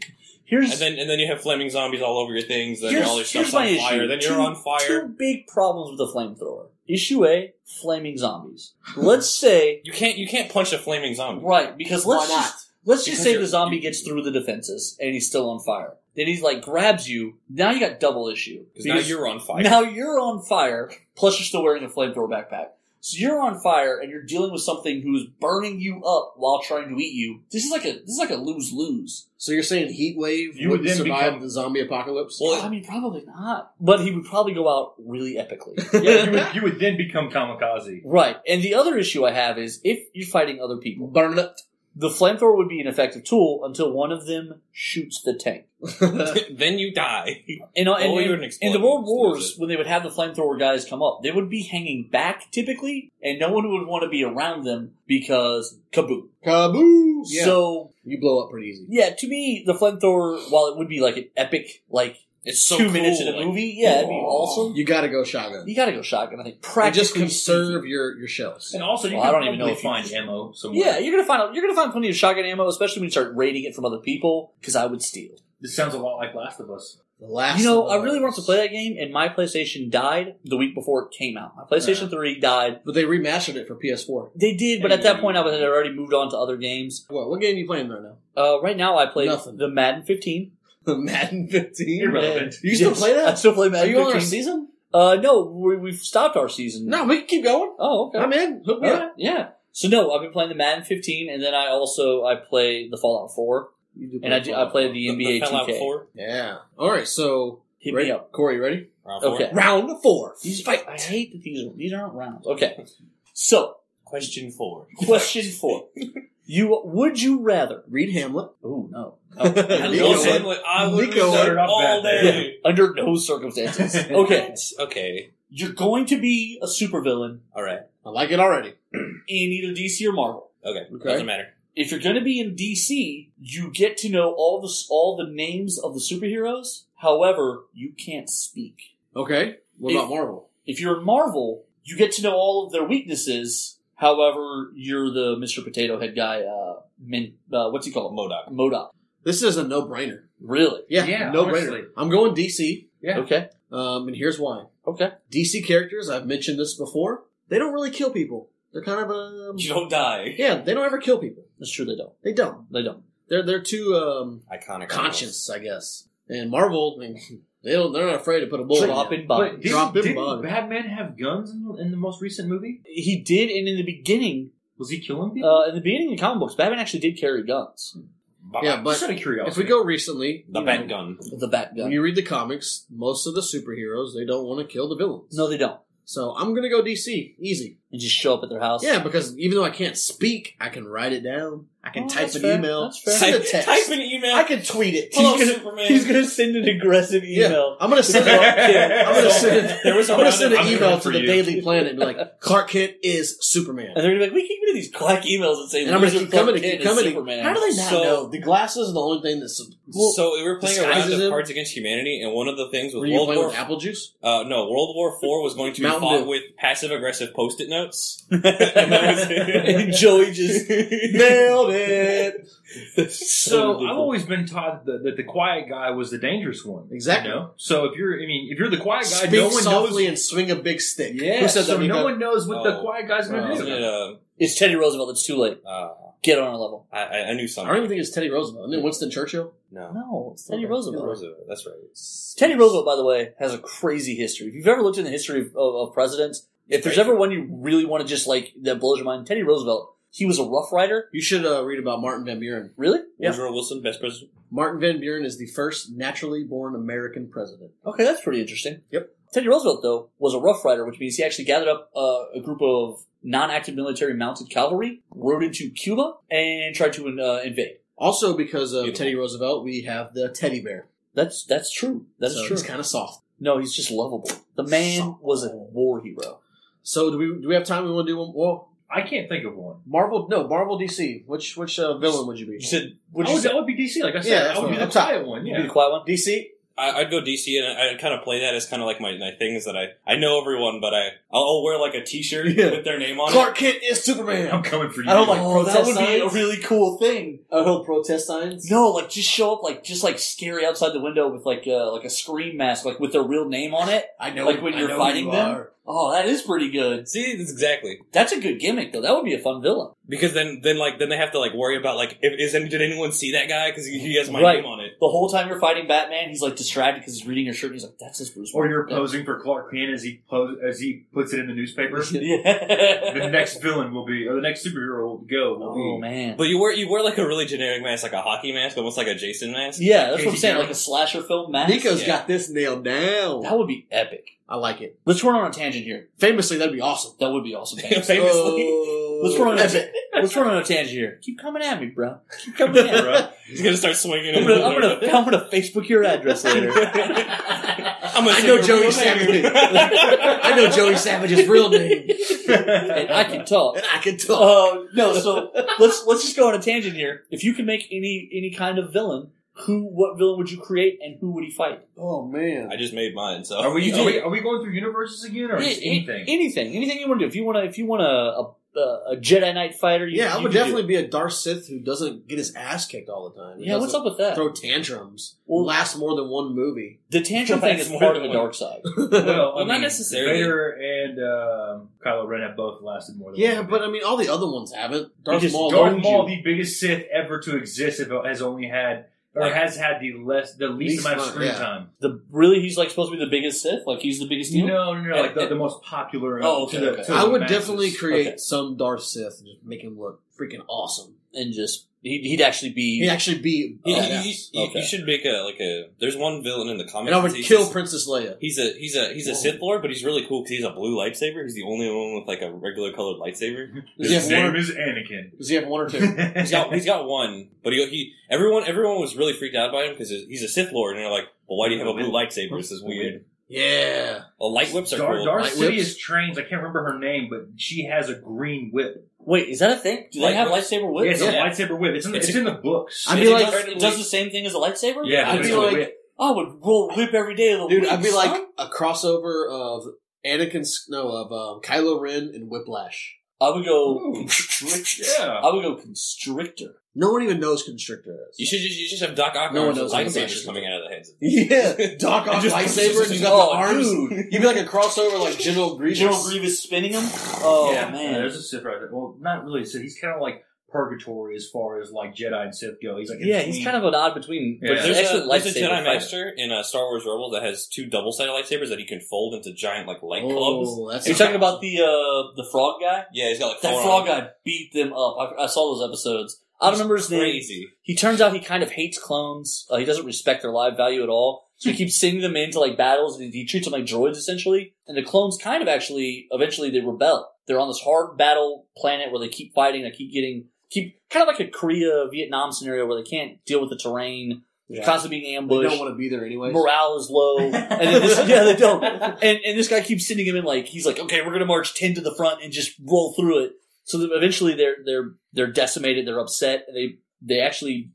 Speaker 2: Here's
Speaker 4: And then and then you have flaming zombies all over your things. Then
Speaker 2: here's,
Speaker 4: all your
Speaker 2: here's
Speaker 4: stuff's
Speaker 2: my
Speaker 4: on fire.
Speaker 2: issue.
Speaker 4: Then
Speaker 2: two,
Speaker 4: you're on fire.
Speaker 2: Two big problems with the flamethrower. Issue A: flaming zombies. Let's say
Speaker 4: You can't you can't punch a flaming zombie.
Speaker 2: right because let's
Speaker 3: Why not?
Speaker 2: just let's just
Speaker 4: Because
Speaker 2: say
Speaker 4: you're-
Speaker 2: the zombie
Speaker 4: you-
Speaker 2: gets through the defenses and he's still on fire. Then he's like grabs you. Now you got double issue
Speaker 4: Because now you're on fire.
Speaker 2: Now you're on fire, plus you're still wearing a flamethrower backpack. So you're on fire and you're dealing with something who's burning you up while trying to eat you. This is like a this is like a lose lose.
Speaker 3: So you're saying heat wave
Speaker 5: You would
Speaker 3: would
Speaker 5: then
Speaker 3: survive
Speaker 5: become-
Speaker 3: the zombie apocalypse?
Speaker 2: I mean, probably not. But he would probably go out really epically.
Speaker 5: yeah, you, would, you would then become kamikaze.
Speaker 2: right. And the other issue I have is if you're fighting other people,
Speaker 3: burn it.
Speaker 2: the flamethrower would be an effective tool until one of them shoots the tank.
Speaker 4: then you die.
Speaker 2: And, uh, and,
Speaker 4: Oh, you're an
Speaker 2: and- in
Speaker 4: explosion.
Speaker 2: the World
Speaker 4: Lose
Speaker 2: Wars,
Speaker 4: it.
Speaker 2: when they would have the flamethrower guys come up, they would be hanging back typically, and no one would want to be around them because kaboom.
Speaker 3: Kaboo! Yeah.
Speaker 2: So
Speaker 3: you blow up pretty easy.
Speaker 2: Yeah, to me, the flamethrower, while it would be like an epic, like
Speaker 4: It's so
Speaker 2: two
Speaker 4: cool.
Speaker 2: minutes in a
Speaker 4: like,
Speaker 2: movie, yeah, it'd be awesome.
Speaker 3: You gotta go shotgun.
Speaker 2: You gotta go shotgun. I think
Speaker 3: And
Speaker 2: practically
Speaker 3: just conserve your, your shells.
Speaker 5: And also, you
Speaker 2: Well, I
Speaker 5: can
Speaker 2: don't even know
Speaker 5: probably
Speaker 2: if you
Speaker 5: find
Speaker 2: can-
Speaker 5: ammo somewhere.
Speaker 2: Yeah, you're gonna find you're gonna find plenty of shotgun ammo, especially when you start raiding it from other people. Because I would steal.
Speaker 5: This sounds a lot like Last of Us.
Speaker 3: The last
Speaker 2: you know,
Speaker 3: of
Speaker 2: I
Speaker 3: the
Speaker 2: really
Speaker 3: last.
Speaker 2: wanted to play that game, and my PlayStation died the week before it came out. My PlayStation Three died.
Speaker 3: But they remastered it for PS4.
Speaker 2: They did, but at that point, I was had already moved on to other games.
Speaker 3: What, what game are you playing right now?
Speaker 2: Uh, right now, I play
Speaker 3: Nothing.
Speaker 2: the Madden 15.
Speaker 3: Madden 15?
Speaker 5: Irrelevant.
Speaker 3: You still play that?
Speaker 2: I still play
Speaker 3: Are
Speaker 2: Madden.
Speaker 3: you on
Speaker 2: 15.
Speaker 3: our season?
Speaker 2: Uh, no, we, we've stopped our season.
Speaker 3: No, we can keep going.
Speaker 2: Oh, okay.
Speaker 3: I'm in. Hook me
Speaker 2: Yeah.
Speaker 3: up.
Speaker 2: yeah. So no, I've been playing the Madden 15, and then I also I play the Fallout 4,
Speaker 3: You do
Speaker 2: and I do, I play the
Speaker 4: the-
Speaker 2: NBA
Speaker 4: the Fallout
Speaker 2: 2K.
Speaker 4: 4,
Speaker 3: Yeah. Alright, so.
Speaker 2: Hit
Speaker 3: ready?
Speaker 2: me up.
Speaker 3: Corey, ready?
Speaker 4: round four.
Speaker 2: Okay.
Speaker 3: Round four.
Speaker 2: These fight. I hate that these are, these aren't rounds. Okay. So
Speaker 4: Question four.
Speaker 2: question four: You would you rather?
Speaker 3: Read Hamlet.
Speaker 2: Oh no!
Speaker 4: I
Speaker 3: Nico
Speaker 4: love
Speaker 3: would-
Speaker 2: No,
Speaker 4: Hamlet. I would have done
Speaker 3: Nico
Speaker 5: would
Speaker 4: it
Speaker 5: not
Speaker 4: all
Speaker 5: bet
Speaker 2: that.
Speaker 4: day.
Speaker 2: under no circumstances. Okay,
Speaker 4: Okay.
Speaker 2: you're going to be a supervillain
Speaker 4: All right.
Speaker 3: I like it already.
Speaker 2: in either DC or Marvel.
Speaker 4: Okay.
Speaker 3: Okay.
Speaker 4: Doesn't matter.
Speaker 2: if you're going to be in DC, you get to know all the s- all the names of the superheroes. However, you can't speak.
Speaker 3: Okay. What
Speaker 2: If-
Speaker 3: about Marvel?
Speaker 2: If you're in Marvel, you get to know all of their weaknesses. However, you're the Mr. Potato Head guy. Uh, Min, uh what's he called?
Speaker 4: Modoc.
Speaker 2: Modoc.
Speaker 3: This is a no brainer.
Speaker 2: Really?
Speaker 3: Yeah,
Speaker 5: Yeah,
Speaker 3: no
Speaker 5: honestly.
Speaker 3: brainer. I'm going DC,
Speaker 5: Yeah.
Speaker 2: Okay.
Speaker 3: um, and here's why.
Speaker 2: Okay.
Speaker 3: DC characters, I've mentioned this before, they don't really kill people. They're kind of um,
Speaker 4: You don't die.
Speaker 3: yeah, they don't ever kill people.
Speaker 2: That's true. They don't.
Speaker 3: They don't.
Speaker 2: They don't.
Speaker 3: They're they're too um,
Speaker 4: Iconic.
Speaker 3: conscious, I guess. And Marvel, I mean, they don't. They're not afraid to put a bullet.
Speaker 2: Drop
Speaker 3: in. you.
Speaker 2: and bomb.
Speaker 5: didn't-
Speaker 3: Drop him
Speaker 5: didn't
Speaker 3: bug.
Speaker 5: Batman have guns in the, in the most recent movie?
Speaker 2: He did, and in the beginning,
Speaker 5: Was he killing people?
Speaker 2: uh, in the beginning of comic books, Batman actually did carry guns.
Speaker 3: Yeah, but
Speaker 5: just out of curiosity.
Speaker 3: If we go recently,
Speaker 4: The
Speaker 3: you
Speaker 4: bat
Speaker 3: know,
Speaker 4: gun.
Speaker 2: The Bat
Speaker 3: when
Speaker 2: gun.
Speaker 3: you read the comics, most of the superheroes they don't want to kill the villains.
Speaker 2: No, they don't.
Speaker 3: So I'm gonna go DC. Easy.
Speaker 2: You just show up at their house.
Speaker 3: Yeah, because even though I can't speak, I can write it down. I can
Speaker 2: Oh,
Speaker 3: type
Speaker 2: that's
Speaker 3: an
Speaker 2: fair.
Speaker 3: email.
Speaker 2: That's fair.
Speaker 3: Send a
Speaker 4: Type,
Speaker 3: text.
Speaker 4: type an email.
Speaker 3: I can tweet it.
Speaker 4: Hello,
Speaker 3: He's gonna-
Speaker 4: Superman.
Speaker 2: He's gonna send an aggressive
Speaker 3: Yeah.
Speaker 2: email.
Speaker 3: I'm gonna send.
Speaker 4: Clark
Speaker 3: it-
Speaker 4: Kent.
Speaker 3: I'm gonna
Speaker 4: So,
Speaker 3: send. it-
Speaker 4: There was a
Speaker 3: I'm gonna
Speaker 4: round
Speaker 3: send
Speaker 4: of-
Speaker 3: an
Speaker 5: I'm
Speaker 3: email
Speaker 5: coming
Speaker 3: to
Speaker 5: for
Speaker 3: the
Speaker 5: you.
Speaker 3: Daily Planet and be like, Clark Kent is Superman.
Speaker 2: And they're gonna be like, we keep getting these quack emails that say,
Speaker 3: And I'm gonna
Speaker 2: "Loser
Speaker 3: keep
Speaker 2: Clark
Speaker 3: coming and
Speaker 2: Kent is
Speaker 3: keep coming.
Speaker 2: Superman."
Speaker 3: How do they not
Speaker 4: So-
Speaker 3: know? The glasses is the only thing that's.
Speaker 4: so we were playing a round
Speaker 3: disguises
Speaker 4: of
Speaker 3: him.
Speaker 4: Cards Against Humanity, and one of the things
Speaker 3: were
Speaker 4: with
Speaker 3: you
Speaker 4: World
Speaker 3: playing
Speaker 4: War
Speaker 3: with apple juice?
Speaker 4: uh, no World War Four was going to be
Speaker 3: Mountain
Speaker 4: fought
Speaker 3: Dew.
Speaker 4: with passive aggressive post-it notes. And that was it.
Speaker 2: and Joey just nailed it.
Speaker 5: So I've always been taught that, that the quiet guy was the dangerous one.
Speaker 3: Exactly.
Speaker 5: You know? So if you're, I mean, if you're the quiet guy,
Speaker 3: Speak
Speaker 5: no one
Speaker 3: softly
Speaker 5: knows.
Speaker 3: and swing a big stick.
Speaker 5: Yeah.
Speaker 3: Who said
Speaker 5: so
Speaker 3: that?
Speaker 5: no
Speaker 3: Nico?
Speaker 5: one knows what the
Speaker 4: Oh.
Speaker 5: quiet guy's going
Speaker 3: Wow.
Speaker 5: to
Speaker 4: Isn't
Speaker 5: do.
Speaker 4: it, uh,
Speaker 2: It's Teddy Roosevelt. It's too late.
Speaker 4: uh,
Speaker 2: Get on our level.
Speaker 4: I, I I knew
Speaker 3: I
Speaker 4: something.
Speaker 3: don't even think it's Teddy Roosevelt. Isn't it Winston Churchill?
Speaker 4: no,
Speaker 2: No, it's Teddy
Speaker 3: Okay.
Speaker 2: Roosevelt.
Speaker 4: Roosevelt. That's right.
Speaker 2: Teddy Roosevelt, by the way, has a crazy history. If you've ever looked in the history of, of, of presidents, if there's
Speaker 4: Right.
Speaker 2: ever one you really want to just like that blows your mind, Teddy Roosevelt. He was a Rough Rider.
Speaker 3: You should uh, read about Martin Van Buren.
Speaker 2: Really?
Speaker 4: Woodrow Wilson, best president.
Speaker 3: Martin Van Buren is the first naturally born American president.
Speaker 2: Okay, that's pretty interesting.
Speaker 3: Yep.
Speaker 2: Teddy Roosevelt, though, was a Rough Rider, which means he actually gathered up uh, a group of non-active military mounted cavalry, rode into Cuba, and tried to uh, invade.
Speaker 3: Also, because of
Speaker 4: Beautiful.
Speaker 3: Teddy Roosevelt, we have the teddy bear.
Speaker 2: That's that's true. That's
Speaker 3: so
Speaker 2: true.
Speaker 3: He's kind of soft.
Speaker 2: no, he's just lovable. The man
Speaker 3: Soft.
Speaker 2: was a war hero.
Speaker 3: So do we? Do we have time? We want to do one. Well,
Speaker 5: I can't think of one.
Speaker 3: Marvel. No, Marvel DC. Which which uh, villain would you be?
Speaker 2: You said,
Speaker 5: I
Speaker 2: "Would you
Speaker 5: would,
Speaker 2: say
Speaker 5: I would be DC, like I said.
Speaker 3: Yeah, that's
Speaker 5: I would be
Speaker 3: what-
Speaker 5: the
Speaker 3: up top.
Speaker 5: quiet one.
Speaker 2: you be
Speaker 5: Yeah.
Speaker 2: the quiet one?"
Speaker 3: DC.
Speaker 4: I, I'd go DC, and I- I'd kind of play that as kind of like my, my things that I I know everyone, but I I'll, I'll wear like a T-shirt
Speaker 3: Yeah.
Speaker 4: with their name on
Speaker 3: Clark Kent is
Speaker 5: I'm
Speaker 3: Superman.
Speaker 5: coming for you.
Speaker 3: I don't like-
Speaker 2: Oh, that would be a
Speaker 3: Protest signs?
Speaker 2: really cool thing.
Speaker 3: Oh, he'll protest signs.
Speaker 2: No, like just show up like just like scary outside the window with like uh, like a scream mask, like with their real name on it.
Speaker 3: I know.
Speaker 2: Like when
Speaker 3: I
Speaker 2: you're
Speaker 3: know
Speaker 2: fighting
Speaker 3: you
Speaker 2: them?
Speaker 3: are.
Speaker 2: Oh, that is pretty good.
Speaker 4: it. See, that's exactly
Speaker 2: That's a good gimmick though. That would be a fun villain.
Speaker 4: because then then like then they have to like worry about like if, is any, did anyone see that guy because he, he has my
Speaker 2: Right.
Speaker 4: name on it.
Speaker 2: The whole time you're fighting Batman, he's like distracted because he's reading your shirt. and He's like, "That's his Bruce."
Speaker 5: Or you're
Speaker 2: Wayne."
Speaker 5: posing for Clark Kent as he pose, as he puts it in the newspaper.
Speaker 2: Yeah.
Speaker 5: the next villain will be, or the next superhero will go. Will
Speaker 2: Oh
Speaker 5: be.
Speaker 2: man.
Speaker 4: But you wear you wear like a really generic mask, like a hockey mask, almost like a Jason mask.
Speaker 2: Yeah, that's what I'm
Speaker 5: Casey
Speaker 2: saying.
Speaker 5: Jones.
Speaker 2: Like a slasher film mask.
Speaker 3: Nico's
Speaker 4: Yeah.
Speaker 3: got this nailed down.
Speaker 2: That would be epic.
Speaker 3: I like it.
Speaker 2: Let's run on a tangent here.
Speaker 3: Famously, that'd be awesome.
Speaker 2: That would be awesome.
Speaker 4: Famously.
Speaker 3: Oh.
Speaker 2: Let's run on a
Speaker 3: Epic.
Speaker 2: tangent. Let's run on a tangent here. Keep coming at me, bro. Keep coming at me.
Speaker 5: Bro.
Speaker 4: He's gonna start swinging.
Speaker 2: I'm gonna, I'm gonna, I'm gonna Facebook your address later.
Speaker 4: I'm gonna
Speaker 3: I
Speaker 4: say
Speaker 3: know
Speaker 4: your
Speaker 3: Joey
Speaker 4: real
Speaker 3: Savage.
Speaker 4: name.
Speaker 3: I know Joey Savage's real name,
Speaker 2: and I can talk.
Speaker 3: and I can talk.
Speaker 2: Uh, no, so let's let's just go on a tangent here. If you can make any any kind of villain, who what villain would you create and who would he fight?
Speaker 3: Oh man.
Speaker 4: I just made mine. So
Speaker 5: Are we,
Speaker 2: You
Speaker 5: are
Speaker 2: did.
Speaker 5: we are we going through universes again, or
Speaker 2: Yeah,
Speaker 5: just
Speaker 2: a-
Speaker 5: anything?
Speaker 2: anything, anything you want to do. If you want to, if you want a a, a Jedi Knight fighter, you,
Speaker 3: Yeah, I
Speaker 2: you can
Speaker 3: would
Speaker 2: do
Speaker 3: definitely be a Darth Sith who doesn't get his ass kicked all the time.
Speaker 2: it. Yeah, what's up with that?
Speaker 3: Throw tantrums.
Speaker 2: Well-
Speaker 3: Will last more than one movie.
Speaker 2: The tantrum
Speaker 4: Well,
Speaker 2: thing
Speaker 4: that's
Speaker 2: is
Speaker 4: more
Speaker 2: part of
Speaker 4: than
Speaker 2: the
Speaker 4: one.
Speaker 2: dark side.
Speaker 5: well, I
Speaker 4: Well, not
Speaker 5: mean,
Speaker 4: necessarily.
Speaker 5: Vader and um, Kylo Ren have both lasted more than
Speaker 3: yeah,
Speaker 5: one
Speaker 3: but uh, I mean, all the other ones haven't. Darth
Speaker 2: just-
Speaker 3: Maul.
Speaker 5: Darth
Speaker 3: owned
Speaker 5: Maul,
Speaker 3: you.
Speaker 5: the biggest Sith ever to exist, if uh, has only had or
Speaker 4: Like-
Speaker 5: has had the less the
Speaker 3: Least
Speaker 5: least, amount of
Speaker 3: amount,
Speaker 5: screen
Speaker 3: yeah.
Speaker 5: time.
Speaker 2: The really, he's like supposed to be the biggest Sith. Like he's the biggest evil.
Speaker 5: No, no, no, like the,
Speaker 4: and-
Speaker 5: the most popular.
Speaker 2: Oh, okay,
Speaker 5: to the,
Speaker 2: okay.
Speaker 5: to
Speaker 3: I
Speaker 5: the
Speaker 3: would
Speaker 5: masses.
Speaker 3: definitely create
Speaker 2: Okay.
Speaker 3: some Darth Sith and just make him look freaking awesome.
Speaker 2: and just he'd, he'd actually be.
Speaker 3: He'd actually be.
Speaker 5: Oh,
Speaker 4: You,
Speaker 3: badass.
Speaker 4: you- you- you-
Speaker 2: Okay.
Speaker 4: you should make a like a. There's one villain in the comics.
Speaker 3: and I would
Speaker 4: he's
Speaker 3: kill
Speaker 4: just-
Speaker 3: Princess Leia.
Speaker 4: He's a he's a he's a
Speaker 3: Whoa.
Speaker 4: Sith Lord, but he's really cool because he's a blue lightsaber. He's the only one with like a regular colored lightsaber.
Speaker 3: Does he
Speaker 5: His
Speaker 3: have
Speaker 5: name
Speaker 3: one?
Speaker 5: is Anakin.
Speaker 3: Or, does he have one or two?
Speaker 4: He's
Speaker 5: He's
Speaker 4: got he's got one, but he, he everyone everyone was really freaked out by him because he's a Sith Lord, and they're like, "Well, why do you have a blue lightsaber? This is weird."
Speaker 3: yeah.
Speaker 4: Well, light whips are
Speaker 5: Dar-
Speaker 4: cool.
Speaker 5: Darth
Speaker 3: Light
Speaker 5: Sidious
Speaker 3: whips.
Speaker 5: trains. I can't remember her name, but she has a green whip.
Speaker 2: Wait, is that a thing? Do
Speaker 4: Light
Speaker 2: they have
Speaker 4: whips?
Speaker 2: lightsaber
Speaker 5: Yeah,
Speaker 2: whips?
Speaker 5: it's a lightsaber whip. It's in,
Speaker 4: It's
Speaker 5: it's
Speaker 4: a-
Speaker 5: in the books.
Speaker 3: I'd
Speaker 2: I'd
Speaker 3: be
Speaker 2: be
Speaker 3: like-
Speaker 2: it does, it does the same thing as a lightsaber.
Speaker 5: yeah, but
Speaker 3: I'd
Speaker 5: it's
Speaker 3: be
Speaker 5: a
Speaker 3: like-
Speaker 5: whip.
Speaker 2: I would roll whip every day of the
Speaker 3: Dude,
Speaker 2: week.
Speaker 3: I'd be
Speaker 2: son.
Speaker 3: like a crossover of Anakin, no, of um, Kylo Ren and Whiplash.
Speaker 2: I would go
Speaker 5: Ooh.
Speaker 2: constrictor.
Speaker 5: Yeah.
Speaker 2: I would go constrictor.
Speaker 3: No one even knows Constrictor is.
Speaker 4: You should just, you just have Doc Ock
Speaker 3: No one
Speaker 4: arms with
Speaker 3: knows what the
Speaker 4: lightsabers
Speaker 3: lightsaber
Speaker 4: coming out of the heads.
Speaker 3: Yeah, Doc Ock
Speaker 4: And just-
Speaker 3: lightsaber, and you got
Speaker 2: Oh,
Speaker 3: the arms.
Speaker 2: dude.
Speaker 3: You'd be like a crossover, like General Grievous.
Speaker 2: General Grievous spinning him. Oh
Speaker 5: yeah, uh,
Speaker 2: man,
Speaker 5: there's a Sith right there. Well, not really. So he's kind of like purgatory as far as like Jedi and Sith go. He's like in
Speaker 2: yeah, he's
Speaker 5: between.
Speaker 2: kind of an odd between.
Speaker 5: Yeah.
Speaker 2: But he's an
Speaker 4: There's, a,
Speaker 2: excellent
Speaker 4: there's a
Speaker 2: lightsaber
Speaker 4: Jedi
Speaker 2: fighter.
Speaker 4: Master in uh, Star Wars Rebels that has two double sided lightsabers that he can fold into giant like light clubs.
Speaker 3: Oh, that's
Speaker 2: Are you talking about the uh, the frog guy?
Speaker 4: Yeah, he's got like
Speaker 2: That
Speaker 4: four
Speaker 2: frog
Speaker 4: arms.
Speaker 2: guy beat them up. I, I saw those episodes. I don't
Speaker 4: He's
Speaker 2: remember his name.
Speaker 4: Crazy.
Speaker 2: He turns out he kind of hates clones. Uh, he doesn't respect their live value at all. So
Speaker 3: Hmm.
Speaker 2: he keeps sending them into like battles, and he treats them like droids essentially. And the clones kind of actually eventually they rebel. They're on this hard battle planet where they keep fighting, they keep getting keep kind of like a Korea Vietnam scenario where they can't deal with the terrain,
Speaker 3: Yeah.
Speaker 2: constantly being
Speaker 3: They
Speaker 2: ambushed.
Speaker 3: don't want to be there anyway.
Speaker 2: Morale is low, and then this, yeah, they don't. And and this guy keeps sending him in like he's like, okay, we're gonna march ten to the front and just roll through it. So that eventually they're they're they're decimated, they're upset, and they they actually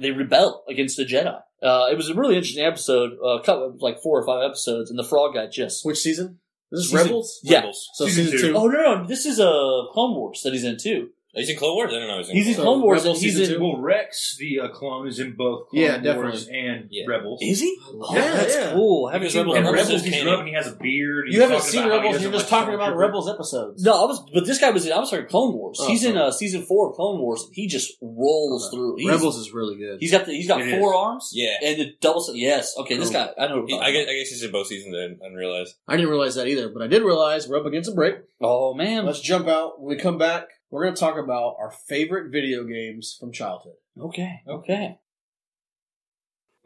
Speaker 2: they rebel against the Jedi. Uh, it was a really interesting episode, uh, couple, like four or five episodes, and the frog got just
Speaker 3: Which season? This is
Speaker 4: Season-
Speaker 3: Rebels.
Speaker 2: Yeah.
Speaker 4: Rebels.
Speaker 3: So
Speaker 5: Season
Speaker 3: season,
Speaker 5: two.
Speaker 3: two.
Speaker 2: Oh no, no, this is a uh, Clone Wars that he's in too.
Speaker 4: He's in Clone Wars. I don't know. He's in
Speaker 2: He's in
Speaker 4: Clone
Speaker 3: So,
Speaker 2: Clone Wars.
Speaker 3: Rebels
Speaker 2: and he's
Speaker 3: season
Speaker 2: in,
Speaker 3: two?
Speaker 5: Well, Rex, the uh, clone, is in both Clone
Speaker 3: Yeah,
Speaker 5: Wars and
Speaker 4: Yeah.
Speaker 5: Rebels.
Speaker 2: Is he?
Speaker 3: love
Speaker 2: Oh,
Speaker 3: that.
Speaker 2: that's
Speaker 3: Yeah.
Speaker 2: cool. I
Speaker 4: Because
Speaker 2: haven't seen
Speaker 4: Rebels-
Speaker 2: Rebels.
Speaker 5: And Rebels,
Speaker 4: Rebels
Speaker 5: he's
Speaker 4: canon.
Speaker 5: running. He has a beard.
Speaker 3: You haven't seen Rebels.
Speaker 5: Rebels.
Speaker 3: You're just talking about Rebels episodes.
Speaker 2: No, I was, but this guy was in. I'm sorry, Clone Wars.
Speaker 3: Oh,
Speaker 2: he's in
Speaker 3: sorry.
Speaker 2: uh, season four of Clone Wars. He just rolls
Speaker 3: Okay.
Speaker 2: through. He's,
Speaker 3: Rebels is really good.
Speaker 2: He's got the, he's got
Speaker 5: It
Speaker 2: four
Speaker 5: is.
Speaker 2: arms.
Speaker 4: Yeah.
Speaker 2: and the double. Yes, okay, this
Speaker 3: Oh.
Speaker 2: guy. I know.
Speaker 4: He- I guess I guess he's in both seasons. I didn't realize.
Speaker 3: I didn't realize that either, but I did realize we're up against a break.
Speaker 2: Oh man.
Speaker 3: Let's jump out. When we come back, we're going to talk about our favorite video games from childhood.
Speaker 2: Okay. Okay.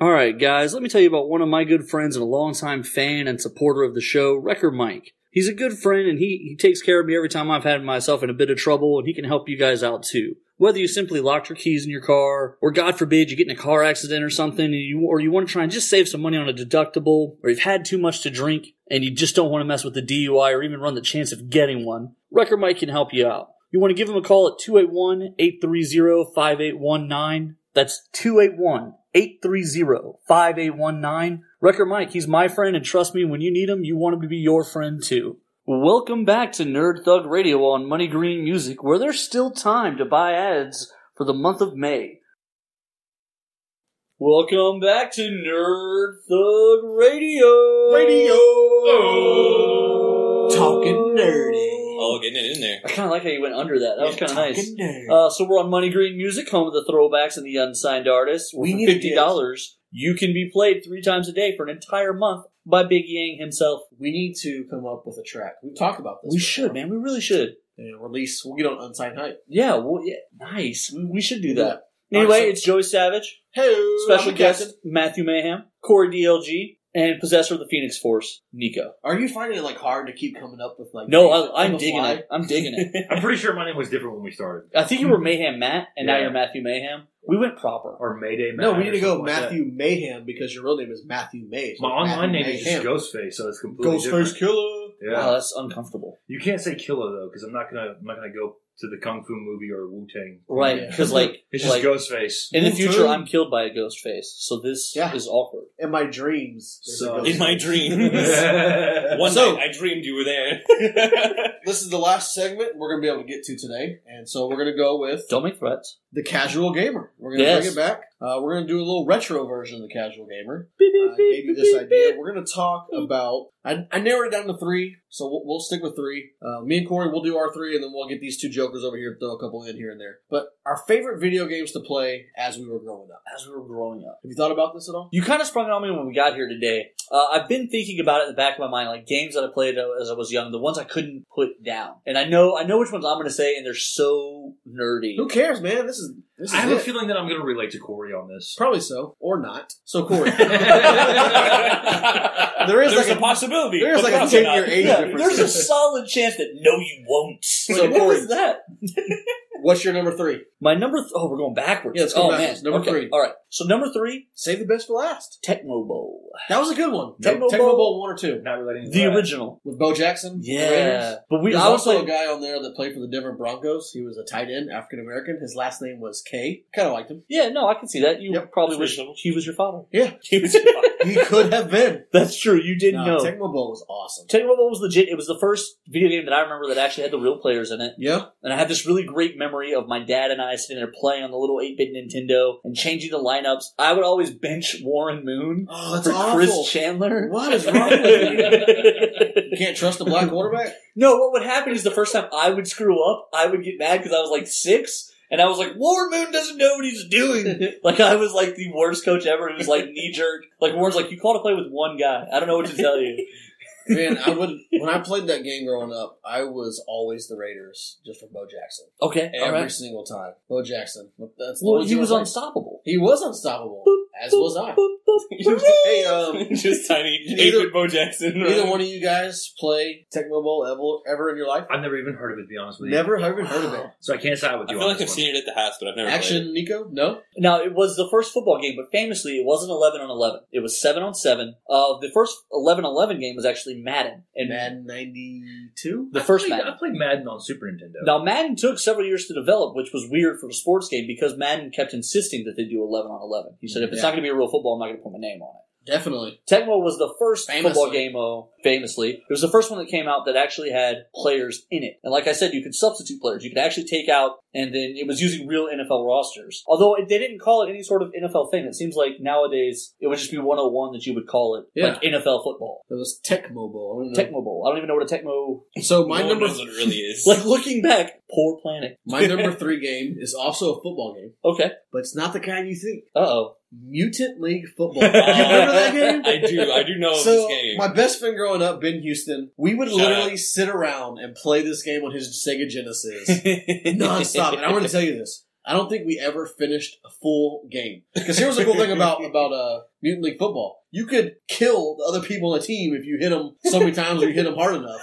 Speaker 2: All right, guys, let me tell you about one of my good friends and a longtime fan and supporter of the show, Wrecker Mike. He's a good friend and he, he takes care of me every time I've had myself in a bit of trouble, and he can help you guys out too. Whether you simply locked your keys in your car, or God forbid you get in a car accident or something, and you, or you want to try and just save some money on a deductible, or you've had too much to drink and you just don't want to mess with the DUI or even run the chance of getting one, Wrecker Mike can help you out. You want to give him a call at 281 830 5819. That's 281 830 5819. Wrecker Mike, he's my friend, and trust me, when you need him, you want him to be your friend too. Welcome back to Nerd Thug Radio on Money Green Music, where there's still time to buy ads for the month of May. Welcome back to Nerd Thug Radio. Oh!
Speaker 3: Talking nerdy.
Speaker 4: Oh, getting it in there.
Speaker 2: I kind of like how you went under that. That was kind of nice.
Speaker 3: Talking nerdy.
Speaker 2: Uh, so we're on Money Green Music, home of the throwbacks and the unsigned artists.
Speaker 3: We
Speaker 2: We're
Speaker 3: need
Speaker 2: for
Speaker 3: a
Speaker 2: fifty dollars. You can be played three times a day for an entire month by Big Yang himself.
Speaker 3: we need to come up with a track. We've talked about this.
Speaker 2: We
Speaker 3: before.
Speaker 2: should, man. We really should.
Speaker 3: And release. We'll get on Unsigned Hype.
Speaker 2: Yeah, well, yeah, nice. We, we should do that.
Speaker 3: Yeah.
Speaker 2: Anyway,
Speaker 3: Alright, so-
Speaker 2: it's Joey Savage,
Speaker 3: Mm-hmm. Hey,
Speaker 2: special
Speaker 3: I'm the
Speaker 2: guest
Speaker 3: captain.
Speaker 2: Matthew Mayhem, Corey DLG, and possessor of the Phoenix Force, Nico.
Speaker 3: Are you finding it like hard to keep coming up with like?
Speaker 2: No,
Speaker 3: names
Speaker 2: I,
Speaker 3: on
Speaker 2: I'm
Speaker 3: the
Speaker 2: digging
Speaker 3: fly?
Speaker 2: it. I'm digging it.
Speaker 5: I'm pretty sure my name was different when we started.
Speaker 2: I think you were Mayhem Matt, and now
Speaker 5: Yeah.
Speaker 2: you're Matthew Mayhem. We went proper.
Speaker 5: Or Mayday. Matt
Speaker 3: No, we
Speaker 5: or
Speaker 3: need to go
Speaker 5: something like
Speaker 3: Matthew Mayhem because your real name is Matthew May.
Speaker 5: that.
Speaker 3: so
Speaker 5: My
Speaker 3: it's
Speaker 5: online
Speaker 3: Matthew
Speaker 5: name is just
Speaker 3: Mayhem. Uh,
Speaker 5: Ghostface, so it's completely different.
Speaker 3: Killer.
Speaker 5: Yeah.
Speaker 2: Wow, that's uncomfortable.
Speaker 5: You can't say killer though, because I'm not gonna I'm not gonna go to the Kung Fu movie or Wu Tang.
Speaker 2: Right,
Speaker 3: Yeah.
Speaker 2: because like,
Speaker 5: It's just
Speaker 2: like
Speaker 5: Ghostface.
Speaker 2: in the
Speaker 3: Me
Speaker 2: future,
Speaker 3: too.
Speaker 2: I'm killed by a ghost face, so this
Speaker 3: Yeah.
Speaker 2: is awkward.
Speaker 3: In my dreams. there's a
Speaker 5: So-
Speaker 3: ghost
Speaker 4: In my
Speaker 3: face.
Speaker 4: dreams. One
Speaker 3: So-
Speaker 4: night I dreamed you were there.
Speaker 3: This is the last segment we're going to be able to get to today, and so we're going to go with
Speaker 2: Don't make threats.
Speaker 3: the casual gamer. We're going to
Speaker 2: Yes.
Speaker 3: bring it back. Uh, we're going to do a little retro version of the casual gamer. I Uh, gave you this idea. We're going to talk about. I, I narrowed it down to three, so we'll, we'll stick with three. Uh, me and Corey, we'll do our three, and then we'll get these two jokers over here and throw a couple in here and there. But our favorite video games to play as we were growing up.
Speaker 2: As we were growing up.
Speaker 3: Have you thought about this at all?
Speaker 2: You kind of sprung it on me when we got here today. Uh, I've been thinking about it in the back of my mind, like games that I played as I was young, the ones I couldn't put down, and I know I know which ones I'm going to say, and they're so nerdy.
Speaker 3: Who cares, man? This is this is
Speaker 5: I have a
Speaker 3: it.
Speaker 5: feeling that I'm gonna relate to Corey on this.
Speaker 3: Probably so, or not. So Corey,
Speaker 4: there
Speaker 3: is
Speaker 4: There's
Speaker 3: like
Speaker 4: a,
Speaker 3: a-
Speaker 4: possibility.
Speaker 3: there is
Speaker 4: but
Speaker 3: like a
Speaker 4: probably
Speaker 3: 10-year
Speaker 4: not.
Speaker 3: age
Speaker 2: Yeah,
Speaker 3: difference.
Speaker 2: there's a solid chance that no, you won't.
Speaker 3: So
Speaker 2: Like, what
Speaker 3: Corey-
Speaker 2: is that?
Speaker 3: what's your number three?
Speaker 2: My number. Th- oh, we're going backwards.
Speaker 3: Yeah, let's go
Speaker 2: oh
Speaker 3: backwards. Number
Speaker 2: Okay,
Speaker 3: three.
Speaker 2: All right. So number three,
Speaker 3: Save the best for last.
Speaker 2: Tecmo Bowl,
Speaker 3: That was a good one.
Speaker 5: Nope.
Speaker 3: Techno,
Speaker 2: Bowl.
Speaker 3: Bowl one or two
Speaker 5: Not relating to
Speaker 2: the
Speaker 5: that.
Speaker 2: original.
Speaker 3: with Bo Jackson. the Raiders.
Speaker 2: Yeah, but we.
Speaker 3: There's
Speaker 2: I was
Speaker 3: also
Speaker 2: like,
Speaker 3: a guy on there that played for the Denver Broncos. He was a tight end, African American. His last name was K. Kind of liked him.
Speaker 2: yeah, no, I can see that. You
Speaker 3: Yep,
Speaker 2: probably
Speaker 4: that's
Speaker 2: wish
Speaker 4: reasonable.
Speaker 2: he was your father.
Speaker 3: Yeah.
Speaker 2: he was your father.
Speaker 3: He could have been.
Speaker 2: That's true. You didn't
Speaker 3: no,
Speaker 2: know.
Speaker 3: Tecmo Bowl was awesome.
Speaker 2: Tecmo Bowl was legit. It was the first video game that I remember that actually had the real players in it.
Speaker 3: yeah,
Speaker 2: And I have this really great memory of my dad and I sitting there playing on the little 8 bit Nintendo and changing the lineups. I would always bench Warren Moon
Speaker 3: oh, that's
Speaker 2: for
Speaker 3: awful.
Speaker 2: Chris Chandler.
Speaker 3: What is wrong with
Speaker 2: you?
Speaker 3: You can't trust a black quarterback.
Speaker 2: no, what would happen is the first time I would screw up, I would get mad because I was like six. And I was like, Warren Moon doesn't know what he's doing. like, I was like the worst coach ever. It was like knee jerk. Like, Warren's like, you call to play with one guy. I don't know what to tell you.
Speaker 3: Man, I would when I played that game growing up, I was always the Raiders just for Bo Jackson
Speaker 2: Okay. all
Speaker 3: every
Speaker 2: right.
Speaker 3: single time. Bo Jackson, that's the
Speaker 2: Well,
Speaker 3: only
Speaker 2: he
Speaker 3: team I
Speaker 2: was
Speaker 3: played.
Speaker 2: unstoppable.
Speaker 3: He was unstoppable. As was I. Hey, um,
Speaker 4: just tiny
Speaker 3: neither-
Speaker 4: David Bo Jackson.
Speaker 3: Neither one of you guys play Tecmo Bowl ever, ever in your life?
Speaker 5: I've never even heard of it, to be honest with you.
Speaker 3: Never have even heard of it.
Speaker 5: So I can't side with
Speaker 4: I
Speaker 5: you.
Speaker 4: feel
Speaker 5: on
Speaker 4: like I've
Speaker 5: this
Speaker 4: seen it at the house, but I've never
Speaker 3: Action, Nico? No?
Speaker 2: Now it was the first football game, but famously it wasn't eleven on eleven. It was seven on seven. Uh, the first 11-11 game was actually Madden and
Speaker 3: Madden 92?
Speaker 5: one.
Speaker 2: the first
Speaker 5: I played,
Speaker 2: Madden.
Speaker 5: I played Madden on Super Nintendo.
Speaker 2: Now Madden took several years to develop, which was weird for a sports game because Madden kept insisting that they do eleven on eleven. He said, "If it's not going to be a real football, I'm not going to put my name on it."
Speaker 3: Definitely.
Speaker 2: Tecmo was the first
Speaker 3: Famously.
Speaker 2: football game, oh, famously. It was the first one that came out that actually had players in it. And like I said, you could substitute players. You could actually take out, and then it was using real NFL rosters. Although it, they didn't call it any sort of NFL thing. It seems like nowadays it would just be 101 that you would call it,
Speaker 3: Yeah.
Speaker 2: like NFL football.
Speaker 3: It was Tecmo Bowl. I don't know.
Speaker 2: Tecmo Bowl. I don't even know what a Tecmo.
Speaker 3: So
Speaker 4: played.
Speaker 3: my
Speaker 4: no
Speaker 3: number
Speaker 4: one knows what it really is.
Speaker 2: Like looking back, poor planet.
Speaker 3: my number three game is also a football game,
Speaker 2: Okay.
Speaker 3: but it's not the kind you think.
Speaker 2: Uh oh.
Speaker 3: Mutant League Football. you remember that game?
Speaker 4: I do. I do know of
Speaker 3: so
Speaker 4: this game.
Speaker 3: my best friend growing up, Ben Houston, we would
Speaker 4: Shout
Speaker 3: literally sit around and play this game on his Sega Genesis nonstop. And I want to tell you this: I don't think we ever finished a full game. Because here's the cool thing about about uh, Mutant League Football: you could kill the other people on the team if you hit them so many times or you hit them hard enough.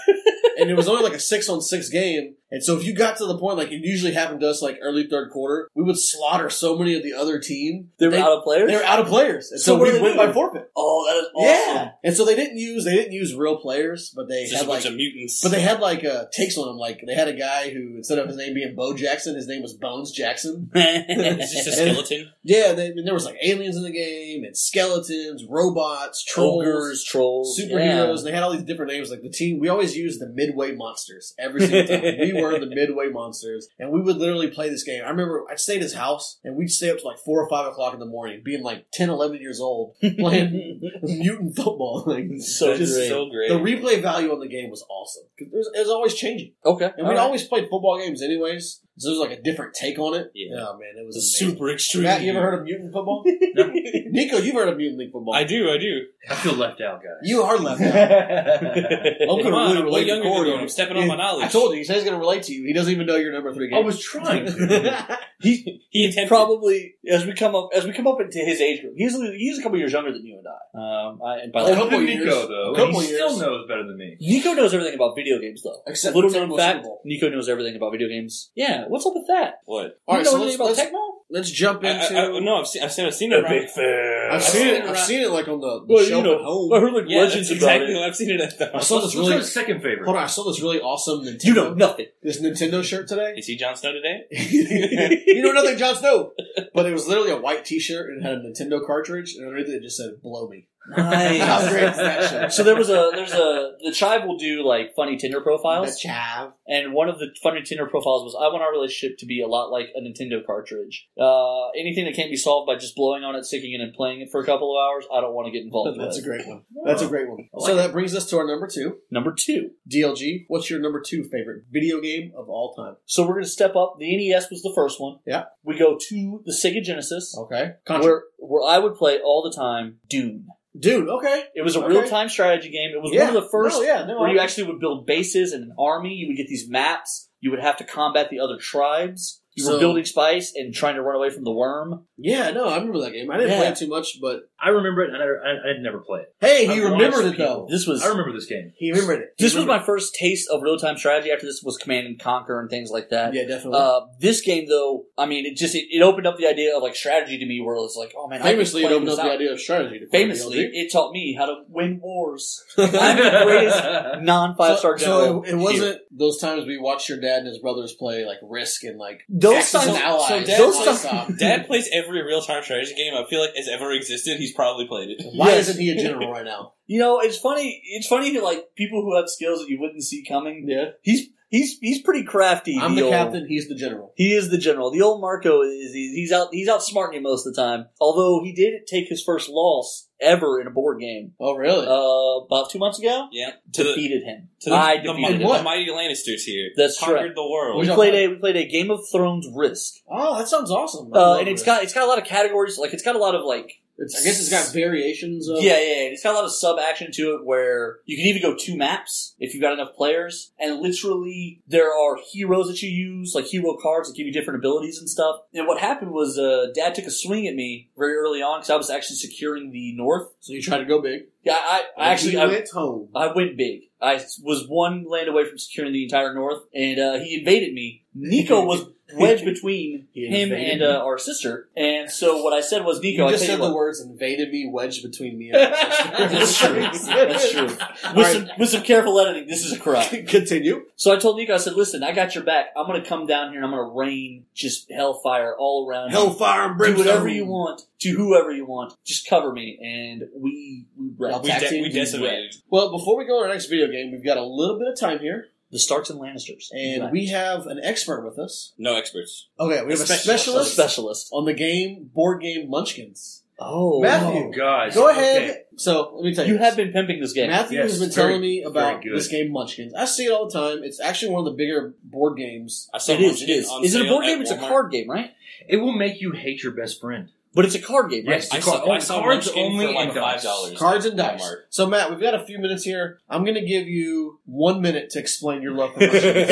Speaker 3: And it was only like a six on six game. And so if you got to the point, like it usually happened to us, like early third quarter, we would slaughter so many of the other team.
Speaker 2: They were out of players?
Speaker 3: They were out of players. And
Speaker 2: So
Speaker 3: so,
Speaker 2: what do
Speaker 3: we
Speaker 2: they
Speaker 3: win
Speaker 2: do?
Speaker 3: by forfeit.
Speaker 2: oh, that is awesome.
Speaker 3: Yeah, and so they didn't use they didn't use real players, but they
Speaker 4: It's
Speaker 3: had
Speaker 4: just a
Speaker 3: like
Speaker 4: bunch of mutants.
Speaker 3: but they had like uh, takes on them. Like they had a guy who instead of his name being Bo Jackson, his name was Bones Jackson.
Speaker 4: it's just a skeleton.
Speaker 3: Yeah, they, I mean, there was like aliens in the game and skeletons, robots, trolls,
Speaker 2: Ogres, trolls,
Speaker 3: superheroes.
Speaker 2: yeah.
Speaker 3: And they had all these different names. Like the team, we always used the Midway Monsters every single time. we were the Midway Monsters, and we would literally play this game. I remember I'd stay at his house, and we'd stay up to like four or five o'clock in the morning, being like 10, 11 years old, playing mutant football. Like,
Speaker 2: So
Speaker 4: It's
Speaker 2: great.
Speaker 4: so great.
Speaker 3: the replay value on the game was awesome 'Cause it was, it was always changing.
Speaker 2: Okay.
Speaker 3: And we always played football games anyways, so there's like a different take on it.
Speaker 4: Yeah.
Speaker 3: Oh man, it was
Speaker 4: It's
Speaker 3: amazing.
Speaker 4: super extreme.
Speaker 3: Matt, you ever heard of mutant football? Nico, you've heard of mutant league football.
Speaker 4: I do. I do.
Speaker 5: I feel left out, guys.
Speaker 3: You are left out.
Speaker 4: I'm
Speaker 3: gonna really
Speaker 4: I'm way
Speaker 3: relate to
Speaker 4: younger than
Speaker 3: Corridor.
Speaker 4: you. I'm stepping on my knowledge.
Speaker 3: I told you, he said he's going to relate to you. He doesn't even know your number three game.
Speaker 4: Oh,
Speaker 5: I was trying. to.
Speaker 4: He, he attempted.
Speaker 2: probably as we come up as we come up into his age group. He's he's a couple years younger than you and I. Um, I and by
Speaker 3: A
Speaker 2: that,
Speaker 3: couple
Speaker 5: Look at
Speaker 3: years.
Speaker 5: Nico, though.
Speaker 3: A couple
Speaker 5: he
Speaker 3: years.
Speaker 5: still knows better than me.
Speaker 2: Nico knows everything about video games though.
Speaker 3: Except
Speaker 2: Little
Speaker 3: for
Speaker 2: known
Speaker 3: Tecmo
Speaker 2: fact,
Speaker 3: Super Bowl.
Speaker 2: Nico knows everything about video games. Yeah, what's up with that?
Speaker 4: What?
Speaker 3: All
Speaker 2: you
Speaker 3: right,
Speaker 2: know
Speaker 3: so
Speaker 2: anything
Speaker 3: let's,
Speaker 2: about
Speaker 3: let's,
Speaker 2: Tecmo?
Speaker 3: let's jump
Speaker 4: I,
Speaker 3: into.
Speaker 4: I, I, no, I've seen. I've seen. I've seen it. around-
Speaker 1: fan.
Speaker 3: have seen it.
Speaker 4: I've
Speaker 3: I've seen it like on the, the
Speaker 2: Well, you
Speaker 3: shelf
Speaker 2: know,
Speaker 3: at home.
Speaker 2: I heard like
Speaker 4: Yeah, that's
Speaker 2: legends about
Speaker 4: exactly. What I've seen it at the.
Speaker 3: I saw this
Speaker 5: What's
Speaker 3: really.
Speaker 5: your second favorite?
Speaker 3: Hold on, I saw this really awesome Nintendo.
Speaker 2: it. You know nothing.
Speaker 3: this Nintendo shirt today.
Speaker 4: You see Jon Snow today?
Speaker 3: you know nothing, Jon Snow. But it was literally a white T-shirt and it had a Nintendo cartridge, and underneath it just said "Blow me." How great is that shit?
Speaker 2: so there was a there's a the chive will do like funny Tinder profiles.
Speaker 3: The chav.
Speaker 2: And one of the funny Tinder profiles was, I want our relationship to be a lot like a Nintendo cartridge. Uh, anything that can't be solved by just blowing on it, sticking it, and playing it for a couple of hours, I don't want to get involved
Speaker 3: Oh, That's a
Speaker 2: with.
Speaker 3: great one. That's a great one.
Speaker 5: I like
Speaker 3: so
Speaker 5: it.
Speaker 3: that brings us to our number two,
Speaker 2: Number two.
Speaker 3: DLG. What's your number two favorite video game of all time?
Speaker 2: So we're going to step up. The NES was the first one.
Speaker 3: Yeah.
Speaker 2: We go to the Sega Genesis,
Speaker 3: Okay, Contra.
Speaker 2: where, where I would play all the time Dune.
Speaker 3: dude. Okay,
Speaker 2: It was a
Speaker 3: Okay.
Speaker 2: real time strategy game. It was one of the first
Speaker 3: No, yeah, no,
Speaker 2: where you
Speaker 3: I-
Speaker 2: actually would build bases and an army. You would get these maps. You would have to combat the other tribes. You were
Speaker 3: So-
Speaker 2: building spice and trying to run away from the worm.
Speaker 3: yeah, no, I remember that game. I didn't
Speaker 2: Yeah.
Speaker 3: play it too much, but
Speaker 5: I remember it, and I, never- I, I never played it.
Speaker 3: hey,
Speaker 5: I've
Speaker 3: he remembered
Speaker 5: watched
Speaker 3: it though.
Speaker 2: This was
Speaker 5: I remember this game.
Speaker 3: He remembered it.
Speaker 2: This was my first taste of real time strategy. After this was Command and Conquer and things like that.
Speaker 3: Yeah, definitely.
Speaker 2: Uh, this game though, I mean, it just it, it opened up the idea of like strategy to me, where it's like, oh man, I can
Speaker 3: Famously, it
Speaker 2: plan
Speaker 3: opened
Speaker 2: this
Speaker 3: up the
Speaker 2: out.
Speaker 3: idea of strategy. To play
Speaker 2: Famously,
Speaker 3: DLG.
Speaker 2: it taught me how to win wars. I'm the greatest non five star
Speaker 3: So-
Speaker 2: general.
Speaker 3: So it, it wasn't those times we watched your dad and his brothers play like Risk and like
Speaker 2: Those
Speaker 3: Axis and
Speaker 2: times-
Speaker 3: Allies.
Speaker 4: so dad-
Speaker 2: those
Speaker 3: Playstop.
Speaker 2: times-
Speaker 4: Dad plays every real time strategy game I feel like has ever existed. He's probably played it.
Speaker 3: Why
Speaker 2: Yes.
Speaker 3: isn't he a general right now?
Speaker 2: You know, it's funny. It's funny that like people who have skills that you wouldn't see coming.
Speaker 3: Yeah,
Speaker 2: He's he's he's pretty crafty.
Speaker 3: I'm the
Speaker 2: old-
Speaker 3: captain. He's the general.
Speaker 2: He is the general. The old Marco is he's he's out he's outsmarting you most of the time. Although he did take his first loss ever in a board game
Speaker 3: Oh, really?
Speaker 2: uh, about two months ago.
Speaker 4: Yeah. To the
Speaker 2: defeated him.
Speaker 4: to the,
Speaker 2: I
Speaker 4: the,
Speaker 2: defeated
Speaker 4: mighty,
Speaker 2: him.
Speaker 3: what?
Speaker 4: the mighty Lannisters here.
Speaker 2: That's
Speaker 4: conquered
Speaker 2: right.
Speaker 4: the
Speaker 2: We
Speaker 4: world.
Speaker 3: Which-
Speaker 2: played a we played a Game of Thrones Risk,
Speaker 3: oh, that sounds awesome. I
Speaker 2: uh,
Speaker 3: love
Speaker 2: and it's
Speaker 3: Risk.
Speaker 2: got it's got a lot of categories. Like it's got a lot of like
Speaker 3: It's, I guess it's got variations of.
Speaker 2: Yeah, yeah, yeah. It's got a lot of sub action to it where you can even go two maps if you've got enough players. And literally, there are heroes that you use, like hero cards that give you different abilities and stuff. And what happened was, uh, Dad took a swing at me very early on because I was actually securing the north.
Speaker 3: So you try to go big.
Speaker 2: Yeah, I, I actually,
Speaker 6: He
Speaker 2: I,
Speaker 6: went home.
Speaker 2: I went big. I was one land away from securing the entire north, and uh, he invaded me. Nico was wedged between
Speaker 5: He
Speaker 2: him
Speaker 5: invaded
Speaker 2: and
Speaker 5: me.
Speaker 2: uh, our sister, and so what I said was,
Speaker 3: You
Speaker 2: "Nico,
Speaker 3: just
Speaker 2: I tell
Speaker 3: said
Speaker 2: you
Speaker 3: the
Speaker 2: what,
Speaker 3: words "invaded me," wedged between me. and my
Speaker 2: That's true.
Speaker 3: sister.
Speaker 2: That's true. With,
Speaker 3: right.
Speaker 2: some, with some careful editing, this is a crime.
Speaker 3: Continue.
Speaker 2: So I told Nico, I said, "Listen, I got your back. I'm going to come down here and I'm going to rain just hellfire all around. you.
Speaker 3: Hellfire and
Speaker 2: Do
Speaker 3: brimstone.
Speaker 2: whatever you want to whoever you want. Just cover me." And we we wrecked.
Speaker 4: We,
Speaker 3: Tag
Speaker 4: de-
Speaker 3: team
Speaker 4: we
Speaker 3: dudes
Speaker 4: decimated.
Speaker 3: Well, before we go to our next video game, we've got a little bit of time here,
Speaker 2: the Starks and Lannisters,
Speaker 3: and we have an expert with us.
Speaker 4: No experts.
Speaker 3: Okay, we have a
Speaker 2: Specialist. A
Speaker 3: specialist
Speaker 2: specialist.
Speaker 3: on the game board game Munchkins.
Speaker 2: Oh,
Speaker 6: Matthew,
Speaker 5: guys.
Speaker 3: Go ahead.
Speaker 5: Okay.
Speaker 3: So let me tell you,
Speaker 2: you
Speaker 3: this.
Speaker 2: have been pimping this game.
Speaker 3: Matthew
Speaker 5: Yes,
Speaker 3: has been
Speaker 5: it's very-
Speaker 3: telling me about
Speaker 5: very good.
Speaker 3: this game Munchkins. I see it all the time. It's actually one of the bigger board games.
Speaker 4: I saw
Speaker 2: it is.
Speaker 4: one
Speaker 2: It is.
Speaker 4: on
Speaker 2: Is it a
Speaker 4: sale
Speaker 2: board
Speaker 4: at
Speaker 2: game? It's a
Speaker 4: Walmart.
Speaker 2: card game, right?
Speaker 5: It will make you hate your best friend.
Speaker 2: But it's a card game, right?
Speaker 5: Yes,
Speaker 4: I
Speaker 5: the
Speaker 4: saw,
Speaker 5: card-
Speaker 4: I saw
Speaker 5: cards
Speaker 4: Munchkin
Speaker 5: only
Speaker 4: for like
Speaker 5: and dice.
Speaker 4: five dollars.
Speaker 3: Cards and dice. So Matt, we've got a few minutes here. I'm going to give you one minute to explain your love for Munchkins.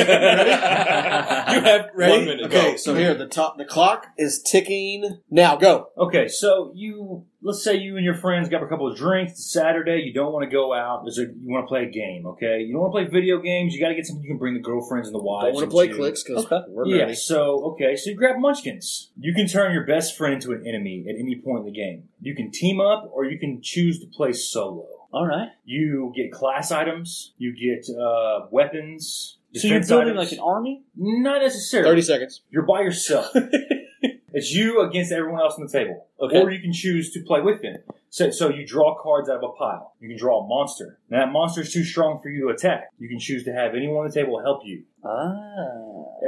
Speaker 4: you have
Speaker 3: Ready?
Speaker 4: one minute.
Speaker 3: Okay,
Speaker 4: Go.
Speaker 3: so here the top the clock is ticking. Now go.
Speaker 5: Okay, so you let's say you and your friends got a couple of drinks. It's Saturday, you don't want to go out. There's a, you want to play a game, okay? You don't want to play video games. You got to get something you can bring the girlfriends and the wives.
Speaker 3: I want to play
Speaker 5: into.
Speaker 3: clicks because
Speaker 2: Okay.
Speaker 3: we're
Speaker 5: yeah.
Speaker 3: nerdy.
Speaker 5: So okay, so you grab Munchkins. You can turn your best friend into an enemy at any point in the game. You can team up, or you can choose to play solo.
Speaker 2: All right.
Speaker 5: You get class items. You get uh, weapons.
Speaker 2: So you're
Speaker 5: defense
Speaker 2: building
Speaker 5: items.
Speaker 2: like an army.
Speaker 5: Not necessarily.
Speaker 3: Thirty seconds.
Speaker 5: You're by yourself. it's you against everyone else on the table.
Speaker 2: Okay.
Speaker 5: Or you can choose to play with them. So, so you draw cards out of a pile. You can draw a monster. Now that monster is too strong for you to attack. You can choose to have anyone on the table help you.
Speaker 2: Ah.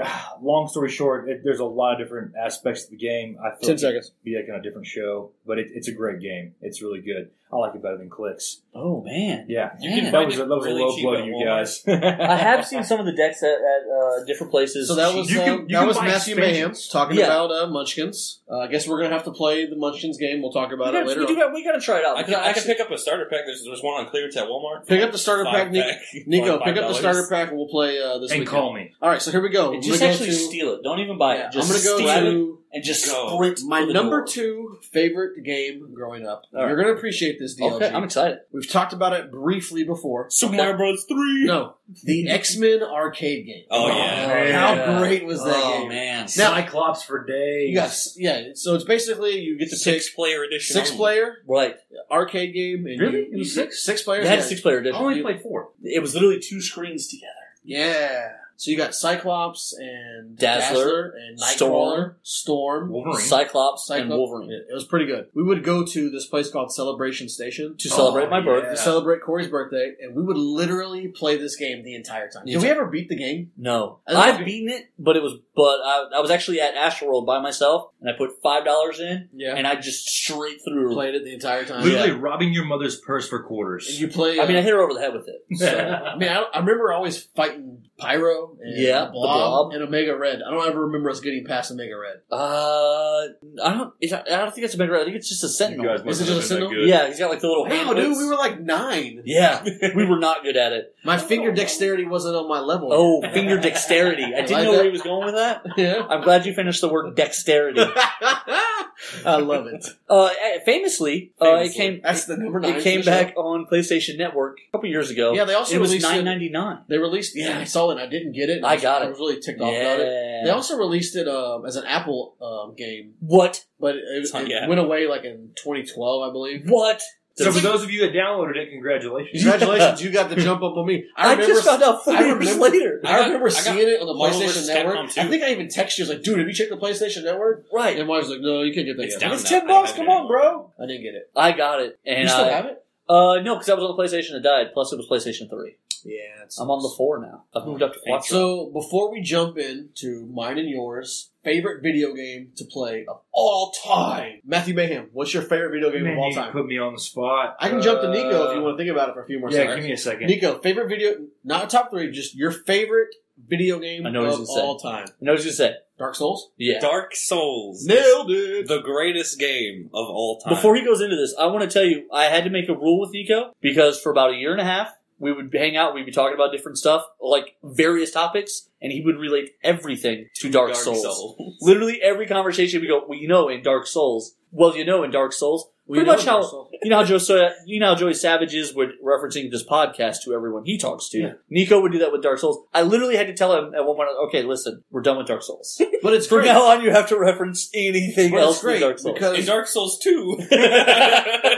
Speaker 5: Ah, Long story short, it, there's a lot of different aspects of the game. I feel
Speaker 3: Ten
Speaker 5: like
Speaker 3: seconds.
Speaker 5: it'd be like on a different show, but it, it's a great game. It's really good. I like it better than clicks.
Speaker 2: Oh man.
Speaker 5: Yeah,
Speaker 2: You can
Speaker 5: that
Speaker 4: find
Speaker 5: was a,
Speaker 4: it
Speaker 5: that was
Speaker 4: really
Speaker 5: a low
Speaker 4: cheap
Speaker 5: blow
Speaker 4: at
Speaker 5: to you
Speaker 4: Walmart.
Speaker 5: guys.
Speaker 2: I have seen some of the decks at, at uh, different places.
Speaker 3: So that was
Speaker 5: You
Speaker 3: uh,
Speaker 5: can- you
Speaker 3: that
Speaker 5: can
Speaker 3: was
Speaker 5: buy
Speaker 3: Matthew Mayhem
Speaker 5: expansions.
Speaker 3: talking
Speaker 2: Yeah.
Speaker 3: about uh, Munchkins. Uh, I guess we're gonna have to play the Munchkins game. We'll talk
Speaker 2: we
Speaker 3: about
Speaker 2: gotta,
Speaker 3: it later.
Speaker 2: we, do
Speaker 3: on.
Speaker 2: got, we gotta try it out.
Speaker 4: I can,
Speaker 2: because
Speaker 4: I can pick up a starter pack. There's, there's one on clearance at Walmart.
Speaker 3: Pick up the starter
Speaker 4: Five
Speaker 3: pack, Nico.
Speaker 4: pack.
Speaker 3: Nico,
Speaker 4: Like
Speaker 3: pick up the
Speaker 4: $5.
Speaker 3: starter pack, and we'll play uh, this
Speaker 5: and
Speaker 3: weekend.
Speaker 5: call me.
Speaker 3: All right, so here we go. I'm
Speaker 2: just
Speaker 3: gonna go
Speaker 2: actually
Speaker 3: to-
Speaker 2: steal it. Don't even buy
Speaker 3: Yeah,
Speaker 2: it. Just
Speaker 3: I'm gonna go
Speaker 2: steal it
Speaker 3: to
Speaker 2: and just
Speaker 4: Go.
Speaker 2: sprint.
Speaker 3: my
Speaker 2: for the
Speaker 3: number
Speaker 2: door.
Speaker 3: two favorite game growing up.
Speaker 2: All right.
Speaker 3: You're gonna appreciate this DLG.
Speaker 2: Okay, I'm excited.
Speaker 3: We've talked about it briefly before.
Speaker 4: Super Mario Bros. Three.
Speaker 3: No, the X Men arcade game.
Speaker 4: Oh yeah.
Speaker 3: How
Speaker 5: Yeah.
Speaker 3: great was that
Speaker 2: oh,
Speaker 3: game?
Speaker 2: man.
Speaker 3: Now-
Speaker 5: Cyclops for days.
Speaker 3: Yes, yeah. So it's basically you get to
Speaker 4: Six
Speaker 3: pick
Speaker 4: player edition.
Speaker 3: six
Speaker 4: only.
Speaker 3: player
Speaker 2: right.
Speaker 3: arcade game. And
Speaker 5: Really?
Speaker 3: you-
Speaker 5: It was
Speaker 3: you-
Speaker 5: six?
Speaker 3: Six players.
Speaker 2: They had a
Speaker 3: yeah.
Speaker 2: six player
Speaker 5: I
Speaker 2: edition.
Speaker 5: only played four.
Speaker 2: It was literally two screens together.
Speaker 3: Yeah. So you got Cyclops and
Speaker 2: Dazzler,
Speaker 3: and
Speaker 2: Storm.
Speaker 3: Nightcrawler, Storm.
Speaker 5: Wolverine.
Speaker 2: Cyclops, and
Speaker 3: Cyclops.
Speaker 2: Wolverine.
Speaker 3: It it was pretty good. We would go to this place called Celebration Station
Speaker 2: To celebrate my birth.
Speaker 5: Oh, yeah.
Speaker 3: to celebrate Corey's birthday, and we would literally play this game the entire time. Did
Speaker 2: Yeah.
Speaker 3: we ever beat the game?
Speaker 2: No,
Speaker 3: I love
Speaker 2: I've
Speaker 3: it.
Speaker 2: beaten it, but it was but I, I was actually at Astroworld by myself, and I put five dollars in,
Speaker 3: Yeah.
Speaker 2: and I just straight through.
Speaker 3: played it the entire time.
Speaker 5: Literally
Speaker 2: Yeah.
Speaker 5: robbing your mother's purse for quarters.
Speaker 3: And you play.
Speaker 2: I mean, I
Speaker 3: uh,
Speaker 2: hit her over the head with it. So.
Speaker 3: I mean, I, I remember always fighting Pyro and
Speaker 2: Yeah,
Speaker 3: yeah,
Speaker 2: the
Speaker 3: blob,
Speaker 2: Blob.
Speaker 3: and Omega Red. I don't ever remember us getting past Omega Red.
Speaker 2: uh, I don't. It's, I don't think it's a big red. I think it's just a sentinel.
Speaker 3: Is it just a single?
Speaker 2: Yeah, he's got like the little hand.
Speaker 3: Wow, Oh, dude,
Speaker 2: whips.
Speaker 3: we were like nine.
Speaker 2: Yeah, we were not good at it.
Speaker 3: My finger dexterity wasn't on my level.
Speaker 2: Oh, finger dexterity. I didn't
Speaker 3: Like
Speaker 2: know
Speaker 3: that?
Speaker 2: where he was going with that.
Speaker 3: yeah.
Speaker 2: I'm glad you finished the word dexterity.
Speaker 3: I love it.
Speaker 2: Uh, famously, uh, it
Speaker 4: Famously.
Speaker 2: came.
Speaker 3: That's the number nine.
Speaker 2: It came
Speaker 3: for sure.
Speaker 2: back on PlayStation Network a couple years ago.
Speaker 3: Yeah, they also
Speaker 2: it was
Speaker 3: released it-
Speaker 2: nine ninety nine.
Speaker 3: They released. Yeah, I saw it. and I didn't get it. and
Speaker 2: I got
Speaker 3: was-
Speaker 2: it.
Speaker 3: I was really ticked off about it. They also released it um, as an Apple um, game,
Speaker 2: What?
Speaker 3: but it,
Speaker 4: It's not
Speaker 3: it
Speaker 4: yet.
Speaker 3: went away like in 2012, I believe.
Speaker 2: What?
Speaker 5: So for those of you that downloaded it, congratulations.
Speaker 3: Congratulations, you got the jump up on me. I,
Speaker 2: I,
Speaker 3: remember
Speaker 2: just found out four
Speaker 3: I
Speaker 2: years
Speaker 3: remember-
Speaker 2: later.
Speaker 3: I,
Speaker 4: got-
Speaker 3: remember
Speaker 4: I got
Speaker 3: seeing it on the
Speaker 4: Marvel versus
Speaker 3: PlayStation Network.
Speaker 4: Capcom 2.
Speaker 3: I think I even texted you. I was like, dude, have you checked the PlayStation Network?
Speaker 2: right.
Speaker 3: And my was like, no, you can't get that
Speaker 4: It's
Speaker 3: yet.
Speaker 4: down
Speaker 3: It's
Speaker 4: now.
Speaker 3: 10
Speaker 4: I
Speaker 3: bucks.
Speaker 4: have it
Speaker 3: Come on,
Speaker 4: anymore.
Speaker 3: bro. I didn't get it.
Speaker 2: I got it. And
Speaker 3: you still
Speaker 2: I,
Speaker 3: have it?
Speaker 2: Uh, no, because I was on the PlayStation that died. Plus, it was PlayStation 3.
Speaker 3: Yeah. It's,
Speaker 2: I'm on the 4 now. I've moved up to 4.
Speaker 3: so before we jump in to mine and yours, favorite video game to play of all time. Matthew Mayhem, what's your favorite video game
Speaker 5: Man,
Speaker 3: of all
Speaker 5: you
Speaker 3: time?
Speaker 5: put me on the spot.
Speaker 3: I can jump to Nico
Speaker 5: Uh,
Speaker 3: if you want to think about it for a few more
Speaker 5: Yeah,
Speaker 3: seconds.
Speaker 5: give me a second.
Speaker 3: Nico, favorite video, not top three, just your favorite video game
Speaker 5: I know what he's
Speaker 3: of
Speaker 2: gonna say.
Speaker 3: all time.
Speaker 2: I know what you say.
Speaker 3: Dark Souls?
Speaker 2: Yeah.
Speaker 4: Dark Souls.
Speaker 3: Nailed it!
Speaker 4: The greatest game of all time.
Speaker 2: Before he goes into this, I want to tell you I had to make a rule with Nico because for about a year and a half we would hang out, we'd be talking about different stuff, like various topics, and he would relate everything to Dark, Souls. Literally every conversation we go, well, you know, in Dark Souls, well, you know, in Dark Souls,
Speaker 3: We
Speaker 2: Pretty
Speaker 3: know
Speaker 2: much how-
Speaker 3: Dark Souls.
Speaker 2: you know how Joe, Soya, you know how Joey Savage is with referencing this podcast to everyone he talks to.
Speaker 3: Yeah.
Speaker 2: Nico would do that with Dark Souls. I literally had to tell him at one point, okay, listen, we're done with Dark Souls.
Speaker 3: But it's
Speaker 2: From
Speaker 3: great.
Speaker 2: now on, you have to reference anything
Speaker 3: But
Speaker 2: else
Speaker 3: it's
Speaker 2: with
Speaker 3: great
Speaker 2: Dark Souls.
Speaker 4: In
Speaker 3: because
Speaker 4: Dark Souls 2.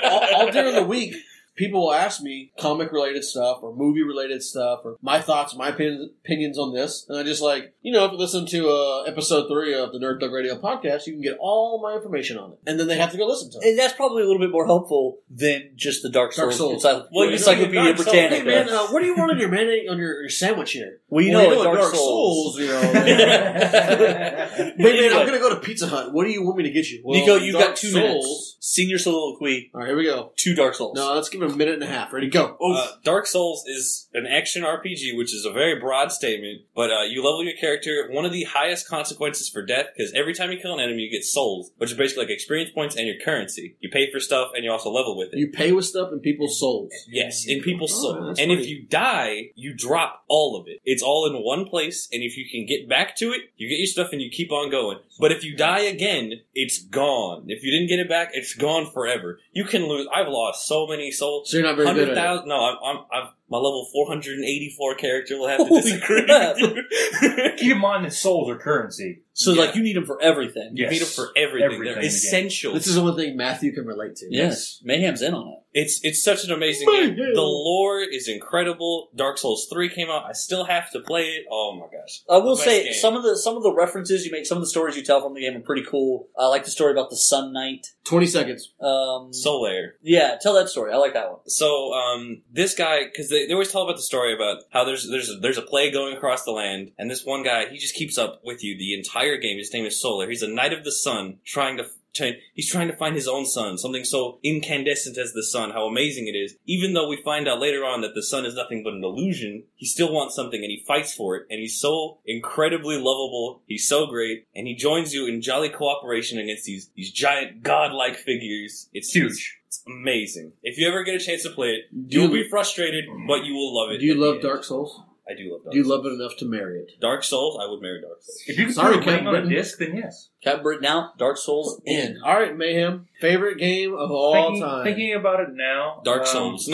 Speaker 3: all, all during the week, people will ask me comic related stuff or movie related stuff or my thoughts, my opin- opinions on this. And I just like, you know, if you listen to uh, episode three of the Nerd Dog Radio podcast, you can get all my information on it. And then they have to go listen to it.
Speaker 2: And that's probably a little bit more helpful than just the Dark
Speaker 3: Dark
Speaker 2: Souls,
Speaker 3: Souls.
Speaker 2: encycl-
Speaker 4: Well, you know,
Speaker 2: Encyclopedia
Speaker 4: Dark Souls-
Speaker 2: Britannica.
Speaker 3: Hey man, uh, what do you want on your man on your, your sandwich here?
Speaker 2: well, you know,
Speaker 3: Well,
Speaker 2: in Dark, Souls.
Speaker 3: you know. man. Hey, man,
Speaker 2: Anyway.
Speaker 3: I'm gonna go to Pizza Hut. What do you want me to get you? Well,
Speaker 2: Nico, you've
Speaker 3: Dark
Speaker 2: got two minutes. Sing your soliloquy
Speaker 3: All right, here we go.
Speaker 2: to Dark Souls.
Speaker 3: No, let's give it a minute and a half. Ready, go.
Speaker 4: Uh, Dark Souls is an action RPG, which is a very broad statement, but uh, you level your character. One of the highest consequences for death, because every time you kill an enemy, you get souls, which are basically like experience points and your currency. You pay for stuff, and you also level with it.
Speaker 3: You pay with stuff and people's souls.
Speaker 4: Yes, in people's
Speaker 3: Oh,
Speaker 4: soul.
Speaker 3: that's
Speaker 4: And
Speaker 3: right.
Speaker 4: if you die, you drop all of it. It's all in one place, and if you can get back to it, you get your stuff and you keep on going. But if you die again, it's gone. If you didn't get it back, it's gone forever. You can lose. I've lost so many souls.
Speaker 3: So you're not very good
Speaker 4: Hundred
Speaker 3: at it.
Speaker 4: thousand. No, I'm, I'm, I'm my level 484 character will have to
Speaker 2: Holy
Speaker 4: disagree.
Speaker 2: crap.
Speaker 4: With you.
Speaker 5: Keep in mind that souls are currency.
Speaker 2: so,
Speaker 4: yeah.
Speaker 2: like, you need them for everything.
Speaker 5: Yes.
Speaker 4: Need 'em for everything.
Speaker 5: Everything
Speaker 4: They're
Speaker 5: again.
Speaker 4: essential.
Speaker 3: This is the one thing Matthew can relate to.
Speaker 2: Yes. Mayhem's in on it.
Speaker 4: It's it's such an amazing
Speaker 3: Man.
Speaker 4: game. The lore is incredible. Dark Souls three came out. I still have to play it. Oh my gosh.
Speaker 2: I will
Speaker 4: Best
Speaker 2: say
Speaker 4: game.
Speaker 2: some of the some of the references you make, some of the stories you tell from the game are pretty cool. I like the story about the Sun Knight.
Speaker 3: Twenty seconds.
Speaker 2: Um,
Speaker 3: Mm.
Speaker 4: Soul Air.
Speaker 2: yeah, tell that story. I like that one.
Speaker 4: So um, this guy, because they, they always tell about the story about how there's there's a, there's a plague going across the land, and this one guy he just keeps up with you the entire game. His name is Solar. He's a knight of the sun, trying to. to- He's trying to find his own sun, something so incandescent as the sun, how amazing it is. Even though we find out later on that the sun is nothing but an illusion, he still wants something and he fights for it. And he's so incredibly lovable, he's so great, and he joins you in jolly cooperation against these, these giant godlike figures. It's
Speaker 5: It's huge.
Speaker 4: it's amazing. If you ever get a chance to play it,
Speaker 3: Do
Speaker 4: you'll
Speaker 3: you,
Speaker 4: be frustrated, but you will love it.
Speaker 3: do you
Speaker 4: in the
Speaker 3: love
Speaker 4: end.
Speaker 3: Dark Souls?
Speaker 4: I do love Dark.
Speaker 3: Do you
Speaker 4: Souls.
Speaker 3: love it enough to marry it?
Speaker 4: Dark Souls? I would marry Dark Souls.
Speaker 5: If you can
Speaker 3: Sorry,
Speaker 5: Sorry, put a
Speaker 3: Captain
Speaker 5: ring on a
Speaker 3: Britain.
Speaker 5: disc, then yes.
Speaker 2: Cat Britain out. Dark Souls in.
Speaker 3: In. All right, Mayhem. Favorite game of all
Speaker 5: thinking,
Speaker 3: time.
Speaker 5: thinking about it now.
Speaker 4: Dark
Speaker 5: um,
Speaker 4: Souls.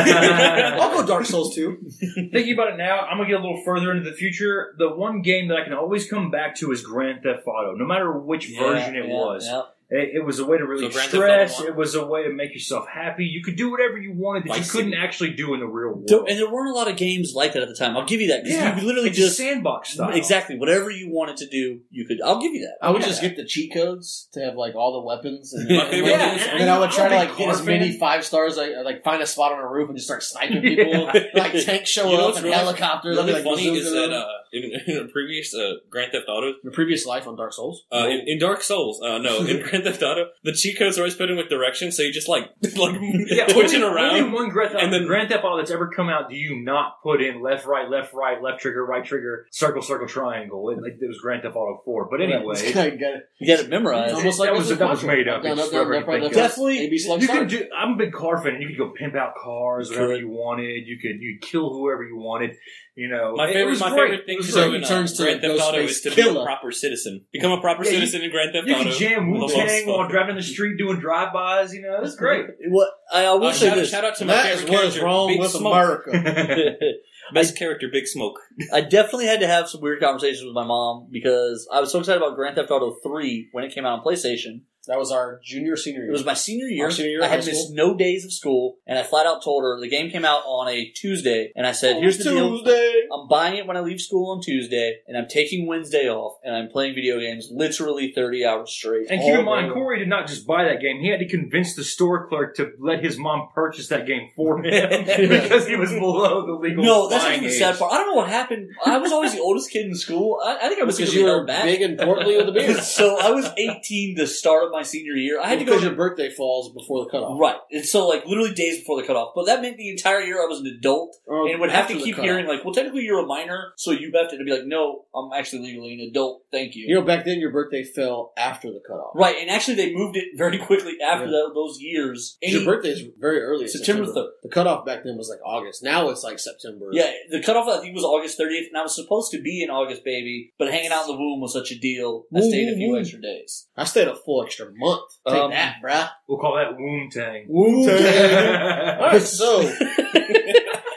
Speaker 3: I'll go Dark Souls too.
Speaker 5: Thinking about it now, I'm gonna get a little further into the future. The one game that I can always come back to is Grand Theft Auto, no matter which version it
Speaker 2: Yeah,
Speaker 5: was.
Speaker 2: yeah.
Speaker 5: It, it was a way to
Speaker 4: So
Speaker 5: relieve
Speaker 4: Grand Theft Auto
Speaker 5: stress.
Speaker 4: one.
Speaker 5: It was a way to make yourself happy. You could do whatever you wanted that
Speaker 4: Vice
Speaker 5: you couldn't
Speaker 4: City.
Speaker 5: actually do in the real world.
Speaker 2: There- and there weren't a lot of games like that at the time. I'll give you that because you literally
Speaker 5: it's
Speaker 2: just
Speaker 5: sandbox style.
Speaker 2: exactly whatever you wanted to do, you could. I'll give you that.
Speaker 3: I would
Speaker 5: Yeah.
Speaker 3: just get the cheat codes to have like all the weapons, and,
Speaker 4: My favorite
Speaker 3: and,
Speaker 4: games.
Speaker 3: then I would try
Speaker 5: I'm a
Speaker 3: to like
Speaker 5: big
Speaker 3: get as
Speaker 5: car
Speaker 3: many
Speaker 5: fan.
Speaker 3: five stars, like like find a spot on a roof and just start sniping people. Like tanks show
Speaker 4: You know
Speaker 3: up
Speaker 4: what's
Speaker 3: and
Speaker 4: really-
Speaker 3: helicopters. I'll
Speaker 4: Really
Speaker 3: be, like,
Speaker 4: funny
Speaker 3: bazooka
Speaker 4: is
Speaker 3: them.
Speaker 4: that uh, in, in a previous uh, Grand Theft Auto,
Speaker 3: Your previous life on Dark Souls.
Speaker 4: uh, in, in Dark Souls, uh, no, in Grand Theft Auto, the cheat codes are always put in with directions, so you just like like
Speaker 5: Yeah,
Speaker 4: twitching
Speaker 5: only,
Speaker 4: around.
Speaker 5: Only one Grand Theft,
Speaker 4: and
Speaker 5: and
Speaker 4: then-
Speaker 5: then Grand Theft Auto that's ever come out. Do you not put in left, right, left, right, left trigger, right trigger, circle, circle, triangle? It, like, it was Grand Theft Auto Four, but anyway,
Speaker 3: I got it.
Speaker 2: You got it memorized.
Speaker 3: It's almost like
Speaker 5: that was
Speaker 3: Mr.
Speaker 5: that was
Speaker 3: Potter.
Speaker 5: made up.
Speaker 3: Down,
Speaker 5: It's
Speaker 3: up, down,
Speaker 5: whatever
Speaker 3: left,
Speaker 5: you
Speaker 3: right,
Speaker 5: think
Speaker 3: left,
Speaker 5: of.
Speaker 3: left.
Speaker 2: Definitely-
Speaker 3: AB slug
Speaker 5: You
Speaker 3: start.
Speaker 5: can do. I'm a big car fan. and You could go pimp out cars,
Speaker 2: You
Speaker 5: whatever
Speaker 2: could.
Speaker 5: you wanted. You could you kill whoever you wanted. You know,
Speaker 4: My
Speaker 5: It
Speaker 4: favorite,
Speaker 5: was
Speaker 4: my
Speaker 5: great.
Speaker 4: favorite thing
Speaker 5: It
Speaker 4: to
Speaker 5: was
Speaker 3: so
Speaker 4: do
Speaker 5: great.
Speaker 3: he
Speaker 4: in uh,
Speaker 3: turns to
Speaker 4: Grand Theft
Speaker 3: Ghostface
Speaker 4: Auto is to be
Speaker 3: Killer.
Speaker 4: a proper citizen. Become a proper
Speaker 5: Yeah, you-
Speaker 4: citizen in Grand Theft
Speaker 5: You
Speaker 4: Auto.
Speaker 5: could
Speaker 4: Love
Speaker 5: jam Wu
Speaker 4: those
Speaker 5: Tang while
Speaker 4: fucks.
Speaker 5: driving the street doing drive bys. You know, it's great.
Speaker 2: What I, I will
Speaker 4: Uh,
Speaker 2: say
Speaker 4: shout,
Speaker 2: this.
Speaker 4: shout out to my
Speaker 3: That
Speaker 4: favorite
Speaker 3: is what is
Speaker 4: character,
Speaker 3: wrong
Speaker 4: Big
Speaker 3: with
Speaker 4: Smoke.
Speaker 3: America.
Speaker 4: Best character, Big Smoke.
Speaker 2: I definitely had to have some weird conversations with my mom because I was so excited about Grand Theft Auto 3 when it came out on PlayStation.
Speaker 3: That was our junior senior year.
Speaker 2: It was my senior year.
Speaker 3: Our senior year
Speaker 2: I
Speaker 3: of
Speaker 2: had
Speaker 3: high
Speaker 2: missed
Speaker 3: school.
Speaker 2: no days of school, and I flat out told her the game came out on a Tuesday, and I said,
Speaker 3: Oh,
Speaker 2: "Here's the deal:
Speaker 3: Tuesday.
Speaker 2: I'm buying it when I leave school on Tuesday, and I'm taking Wednesday off, and I'm playing video games literally 30 hours straight."
Speaker 5: And keep
Speaker 2: all
Speaker 5: in mind,
Speaker 2: day.
Speaker 5: Corey did not just buy that game. He had to convince the store clerk to let his mom purchase that game for him because he was below the legal.
Speaker 2: No, that's
Speaker 5: buying
Speaker 2: actually the
Speaker 5: age.
Speaker 2: sad part. I don't know what happened. I was always the oldest kid in school. I, I think I was
Speaker 3: Because
Speaker 2: because
Speaker 3: you were
Speaker 2: held back.
Speaker 3: big and portly with a beard.
Speaker 2: so I was 18 the start of my senior year. I had to go
Speaker 3: because your birthday falls before the cutoff.
Speaker 2: Right. And so, like, literally days before the cutoff. But that meant the entire year I was an adult
Speaker 3: Or
Speaker 2: and would have to
Speaker 3: Oh, after the
Speaker 2: keep
Speaker 3: cutoff.
Speaker 2: hearing, like, well, technically you're you're a minor, so you have to, to be like, no, I'm actually legally an adult. Thank you.
Speaker 3: You know, back then your birthday fell after the cutoff.
Speaker 2: right, and actually they moved it very quickly after
Speaker 3: Yeah.
Speaker 2: tho- those years. And
Speaker 3: Your
Speaker 2: he-
Speaker 3: birthday is very early. in
Speaker 2: September third.
Speaker 3: The cutoff back then was like August. Now it's like September.
Speaker 2: Yeah, the cutoff I think was August 30th, and I was supposed to be in August, baby, but hanging out in the womb was such a deal. I
Speaker 3: Woo,
Speaker 2: stayed a
Speaker 3: woo,
Speaker 2: few
Speaker 3: woo.
Speaker 2: extra days.
Speaker 3: I stayed a full extra month. Take
Speaker 2: Um,
Speaker 3: that, bruh.
Speaker 5: We'll call that womb tang.
Speaker 3: Wu-Tang. Alright, so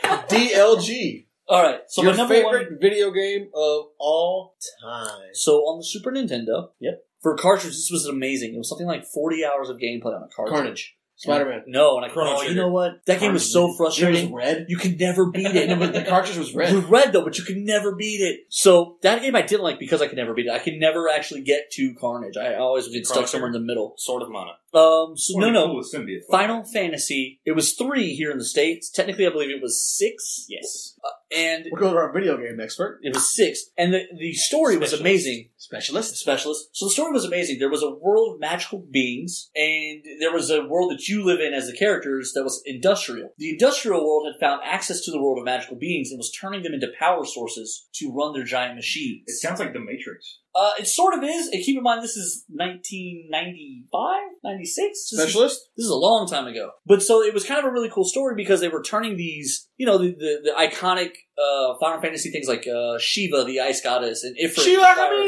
Speaker 3: DLG,
Speaker 2: All right, so
Speaker 3: your
Speaker 2: my number one.
Speaker 3: favorite video game of all time.
Speaker 2: So on the Super Nintendo,
Speaker 3: Yep.
Speaker 2: for cartridge, this was amazing. It was something like forty hours of gameplay on a cartridge.
Speaker 3: Carnage, Spider Man.
Speaker 2: No, and I
Speaker 4: Chrono
Speaker 2: Chrono. Oh,
Speaker 4: Trigger.
Speaker 2: you know what? That game was so frustrating.
Speaker 3: red.
Speaker 2: You could never beat it.
Speaker 3: but the cartridge was
Speaker 2: It
Speaker 3: red.
Speaker 2: was red though, but you could never beat it. So that game I didn't like because I could never beat it. I could never actually get to Carnage. I always get stuck
Speaker 4: Chrono
Speaker 2: somewhere in the middle.
Speaker 4: Sword of Mana.
Speaker 2: Um, so
Speaker 5: One
Speaker 2: no,
Speaker 5: of the
Speaker 2: no.
Speaker 5: coolest symbiotes.
Speaker 2: Final Fantasy. It was three here in the states. Technically, I believe it was six.
Speaker 4: Yes.
Speaker 2: Uh, and
Speaker 3: We'll go to our video game expert
Speaker 2: it was six. And the the story was
Speaker 4: Specialist.
Speaker 2: amazing.
Speaker 3: specialist.
Speaker 2: specialist. So the story was amazing. There was a world of magical beings, and there was a world that you live in as the characters that was industrial. The industrial world had found access to the world of magical beings and was turning them into power sources to run their giant machines.
Speaker 5: It sounds like the Matrix.
Speaker 2: Uh, it sort of is, and keep in mind this is 1995, 96? This is
Speaker 3: Specialist.
Speaker 2: this is a long time ago. But so it was kind of a really cool story because they were turning these, you know, the, the, the iconic uh, Final Fantasy things like uh, Shiva, the ice goddess, and Ifrit.
Speaker 3: She
Speaker 2: the
Speaker 3: like
Speaker 2: fire-
Speaker 3: a